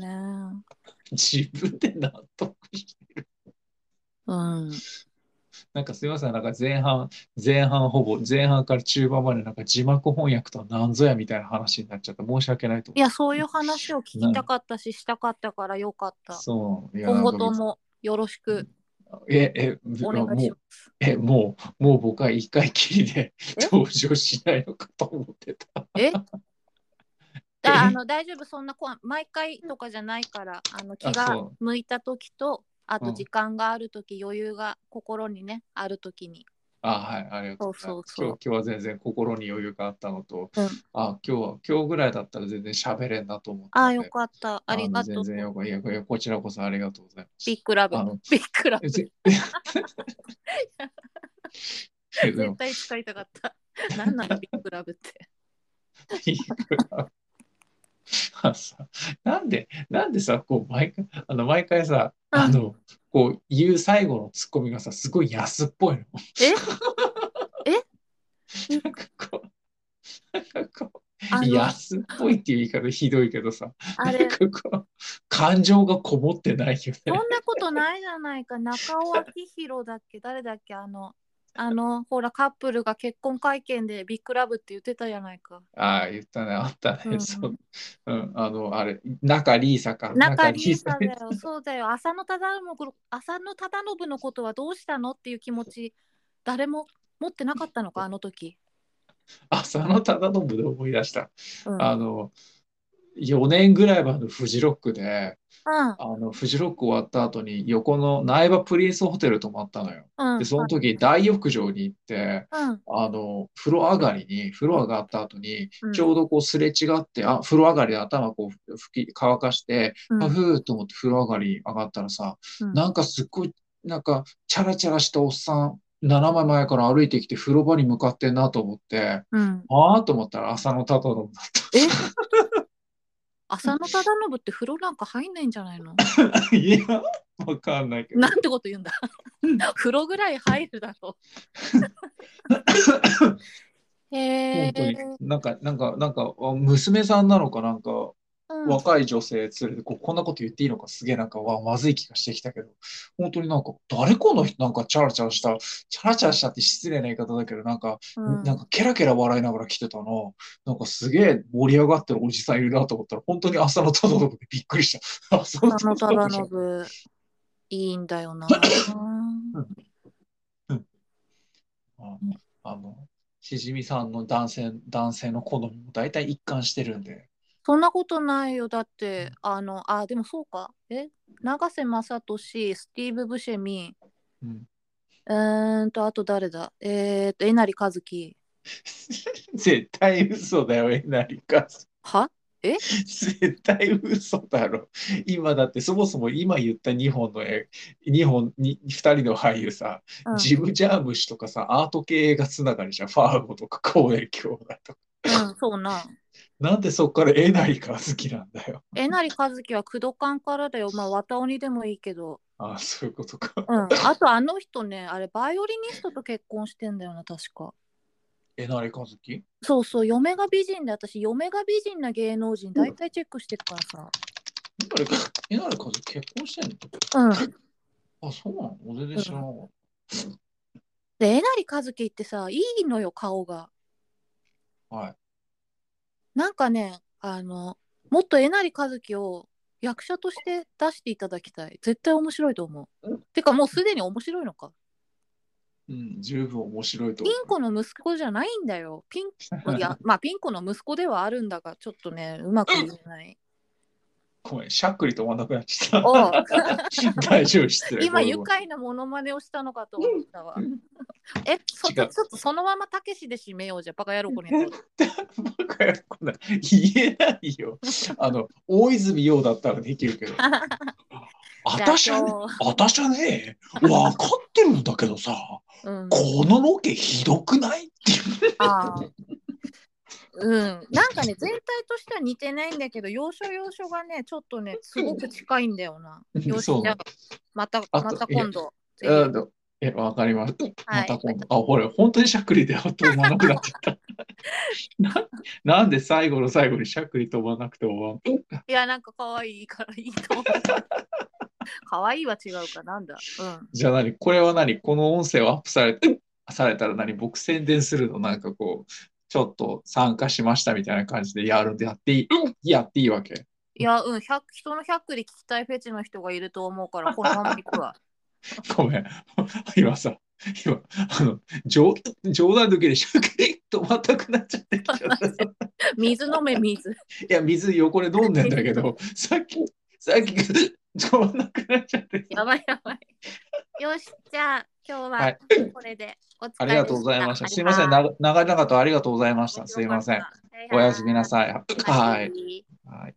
[SPEAKER 2] 自分で納得して。
[SPEAKER 1] うん
[SPEAKER 2] なんかすいません、なんか前半、前半ほぼ、前半から中盤までなんか字幕翻訳とは何ぞやみたいな話になっちゃって申し訳ないと
[SPEAKER 1] い
[SPEAKER 2] 思
[SPEAKER 1] やそういう話を聞きたかったししたかったからよかっ
[SPEAKER 2] う。
[SPEAKER 1] た
[SPEAKER 2] そう、いや、
[SPEAKER 1] 今後
[SPEAKER 2] なんか
[SPEAKER 1] ともよろしく
[SPEAKER 2] え、え、
[SPEAKER 1] お願いしま
[SPEAKER 2] もう、え、もう、もう僕は一回きりで
[SPEAKER 1] え
[SPEAKER 2] 登場しないのかと思ってた。
[SPEAKER 1] す えだあの大丈夫そんなこ毎回とかじゃないからあの気
[SPEAKER 2] あ
[SPEAKER 1] が
[SPEAKER 2] そう
[SPEAKER 1] 向いた時とあ
[SPEAKER 2] う
[SPEAKER 1] と
[SPEAKER 2] ん
[SPEAKER 1] 時間がある時、余裕が心にねある時に
[SPEAKER 2] あ、はい、ありがとうございます。
[SPEAKER 1] そうそうそう
[SPEAKER 2] 今日今日は全然心に余裕があったのと、
[SPEAKER 1] うん
[SPEAKER 2] あ、今日は、今日ぐらいだったら全然喋れんなと思って。
[SPEAKER 1] ああよかったあ
[SPEAKER 2] あの
[SPEAKER 1] りがと
[SPEAKER 2] 全
[SPEAKER 1] う
[SPEAKER 2] 然よかいやいや、こちらこそありがとうござ います。
[SPEAKER 1] ビッグラブ
[SPEAKER 2] あの
[SPEAKER 1] ビッグラブ
[SPEAKER 2] えぜえで
[SPEAKER 1] 絶
[SPEAKER 2] も
[SPEAKER 1] 対使いたかった何なのビッグラブって
[SPEAKER 2] いくらあさなんで、なんでさ、こう毎回、あの毎回さ、
[SPEAKER 1] うん
[SPEAKER 2] あの、こう言う最後のツッコミがさ、すごい安っぽ いの。なんかこう、なんかこ
[SPEAKER 1] あ
[SPEAKER 2] う、
[SPEAKER 1] の
[SPEAKER 2] 安っぽいっていう言い方ひどいけどさ、
[SPEAKER 1] あ
[SPEAKER 2] な
[SPEAKER 1] れ
[SPEAKER 2] んかこう、感情がこもってないよ
[SPEAKER 1] そん
[SPEAKER 2] ね。
[SPEAKER 1] なことないじゃないか中尾明宏だっけ誰だっけあのあのほらカップルが結婚会見でビッグラブって言ってたじゃないか
[SPEAKER 2] ああ、言ったね、あった
[SPEAKER 1] う
[SPEAKER 2] ね。
[SPEAKER 1] ん
[SPEAKER 2] そう、うん、あの、あれ、中リーサか、
[SPEAKER 1] 中
[SPEAKER 2] リ
[SPEAKER 1] リ
[SPEAKER 2] ー
[SPEAKER 1] ー
[SPEAKER 2] サ
[SPEAKER 1] サだよ、そうだよ、浅野忠信浅野忠信のことはどうしたのっていう気持ち、誰も持ってなかったのか、あの時。
[SPEAKER 2] 浅野忠信で思い出した。
[SPEAKER 1] うん、
[SPEAKER 2] あの、 4年ぐらい前のフジロックで、
[SPEAKER 1] うん
[SPEAKER 2] あの、フジロック終わった後に横の苗場プリンスホテル泊まったのよ。
[SPEAKER 1] うん。
[SPEAKER 2] で、その時大浴場に行って、
[SPEAKER 1] うん。
[SPEAKER 2] あの、風呂上がりに、風呂上がった後に、
[SPEAKER 1] うん
[SPEAKER 2] ちょうどこうすれ違って、あ、風呂上がりで頭こう吹き、乾かして、
[SPEAKER 1] うん
[SPEAKER 2] あ、ふーっと思って風呂上がり上がったらさ、
[SPEAKER 1] うん
[SPEAKER 2] なんかすっごい、なんか、チャラチャラしたおっさん、斜め前から歩いてきて風呂場に向かってんなと思って、
[SPEAKER 1] うん。
[SPEAKER 2] あーと思ったら浅野忠信だ
[SPEAKER 1] え 浅野忠信って風呂なんか入んないんじゃないの
[SPEAKER 2] った。 いや、わかんないけど。
[SPEAKER 1] なんてこと言うんだ風呂ぐらい入るだ ろう。へ
[SPEAKER 2] 本当に
[SPEAKER 1] え。、
[SPEAKER 2] なんか、なんか、なんか、あ娘さんなのかなんか、
[SPEAKER 1] うん
[SPEAKER 2] 若い女性連れてこう、こんなこと言っていいのか、すげえなんか、わ、まずい気がしてきたけど、本当になんか、誰この人、なんか、チャラチャラした、チャラチャラしたって失礼な言い方だけど、なんか、
[SPEAKER 1] うん
[SPEAKER 2] なんか、ケラケラ笑いながら来てたの、なんか、すげえ盛り上がってるおじさんいるなと思ったら、本当に浅野忠信でびっくりした。浅野
[SPEAKER 1] 浅野
[SPEAKER 2] 忠信じゃん
[SPEAKER 1] 忠信いいんだよな。
[SPEAKER 2] あの、しじみさんの男性、男性の好みも大体一貫してるんで、
[SPEAKER 1] そんなことないよだってあのあでもそうかえ永瀬正敏スティーブ・ブシェミ
[SPEAKER 2] うん。
[SPEAKER 1] う ーんとあと誰だえー、とえなりかずき
[SPEAKER 2] 絶対嘘だよ、えなりか。
[SPEAKER 1] は
[SPEAKER 2] 絶対嘘だろ。今だってそもそも今言った2本の絵、2本に、2人の俳優さ、
[SPEAKER 1] うん
[SPEAKER 2] ジム・ジャームシとかさ、アート系映画つながりじゃん、ファーゴとか公演兄弟とか。
[SPEAKER 1] うん、そうな。
[SPEAKER 2] なんでそっからえなりか好きなんだよ。
[SPEAKER 1] えなりかずきは工藤館からだよ。まあ、綿鬼でもいいけど。
[SPEAKER 2] ああ、そういうことか。
[SPEAKER 1] うん。あと、あの人ね、あれ、バイオリニストと結婚してんだよな、確か。
[SPEAKER 2] えなりかずき
[SPEAKER 1] そうそう、嫁が美人で、私、嫁が美人な芸能人、大体チェックしてるからさ。
[SPEAKER 2] えなりかえなりかずき結婚してん
[SPEAKER 1] うん。
[SPEAKER 2] のあ、そうなの俺で知らなかった。
[SPEAKER 1] で、えなりかずきってさ、いいのよ、顔が。
[SPEAKER 2] はい。
[SPEAKER 1] なんかね、あの、もっとえなりかずきを役者として出していただきたい。絶対面白いと思う。てか、もうすでに面白いのか。
[SPEAKER 2] うん、十分面白いと
[SPEAKER 1] ピ
[SPEAKER 2] 思
[SPEAKER 1] ン子の息子じゃないんだよ。ピンいや、まあ、ピン子の息子ではあるんだが、ちょっとね、うまく言えない。
[SPEAKER 2] う。ごめん、しゃっくり止まんなくなっちゃっ
[SPEAKER 1] おう
[SPEAKER 2] た。大丈夫、失礼。
[SPEAKER 1] 今、
[SPEAKER 2] ごめん
[SPEAKER 1] 愉
[SPEAKER 2] ごめん
[SPEAKER 1] 快なモノマネをしたのかと思ったわ。 え、そち
[SPEAKER 2] 違
[SPEAKER 1] ょ
[SPEAKER 2] う
[SPEAKER 1] っとそのままたけしで締めようじゃ、バカ野郎この野郎。
[SPEAKER 2] 僕はこ んな言えないよ。あの、大泉洋だったらできるけど。 あたしゃ、あたしゃね、わかってるんだけどさ、
[SPEAKER 1] うん、
[SPEAKER 2] このロケひどくないっていう。
[SPEAKER 1] あーうん、なんかね、全体としては似てないんだけど、要所要所がね、ちょっとね、すごく近いんだよな。
[SPEAKER 2] うん
[SPEAKER 1] よし、
[SPEAKER 2] そう
[SPEAKER 1] じゃあまた、
[SPEAKER 2] あと
[SPEAKER 1] また今度。ぜひ
[SPEAKER 2] うんとえ、わかります。ま
[SPEAKER 1] はい
[SPEAKER 2] た今度。あ、ほら、本当にしゃっくりで本当に長くなっ ちゃった。ななんで最後の最後にしゃっくり飛ばなくて終わん
[SPEAKER 1] いや、なんか可愛いからいいと思う。 可愛いは違うかなんだ。うん。
[SPEAKER 2] じゃあ何これは何この音声をアップされて、されたら何僕宣伝するのなんかこう、ちょっと参加しましたみたいな感じでやるんでやっていい、やっていいわけ。
[SPEAKER 1] いや、うん、100人の100で聞きたいフェチの人がいると思うから、このまま行くわ。
[SPEAKER 2] ごめん。 今さ、今、あの、冗冗談抜きでしゃくり 止まったくなっちゃってきちゃ った。い
[SPEAKER 1] 水飲め、水。
[SPEAKER 2] や、水横で飲んでんだけど、さっき、さっ き、止まんなくなっちゃって。
[SPEAKER 1] やばいやばい。よし、じゃあ、今日
[SPEAKER 2] はい
[SPEAKER 1] はこれでお疲れ
[SPEAKER 2] ありがとうございました。すいません。
[SPEAKER 1] 長
[SPEAKER 2] な長々とありがとうございました。すいません。おやすみな
[SPEAKER 1] は
[SPEAKER 2] さい。
[SPEAKER 1] い。
[SPEAKER 2] はい。はい。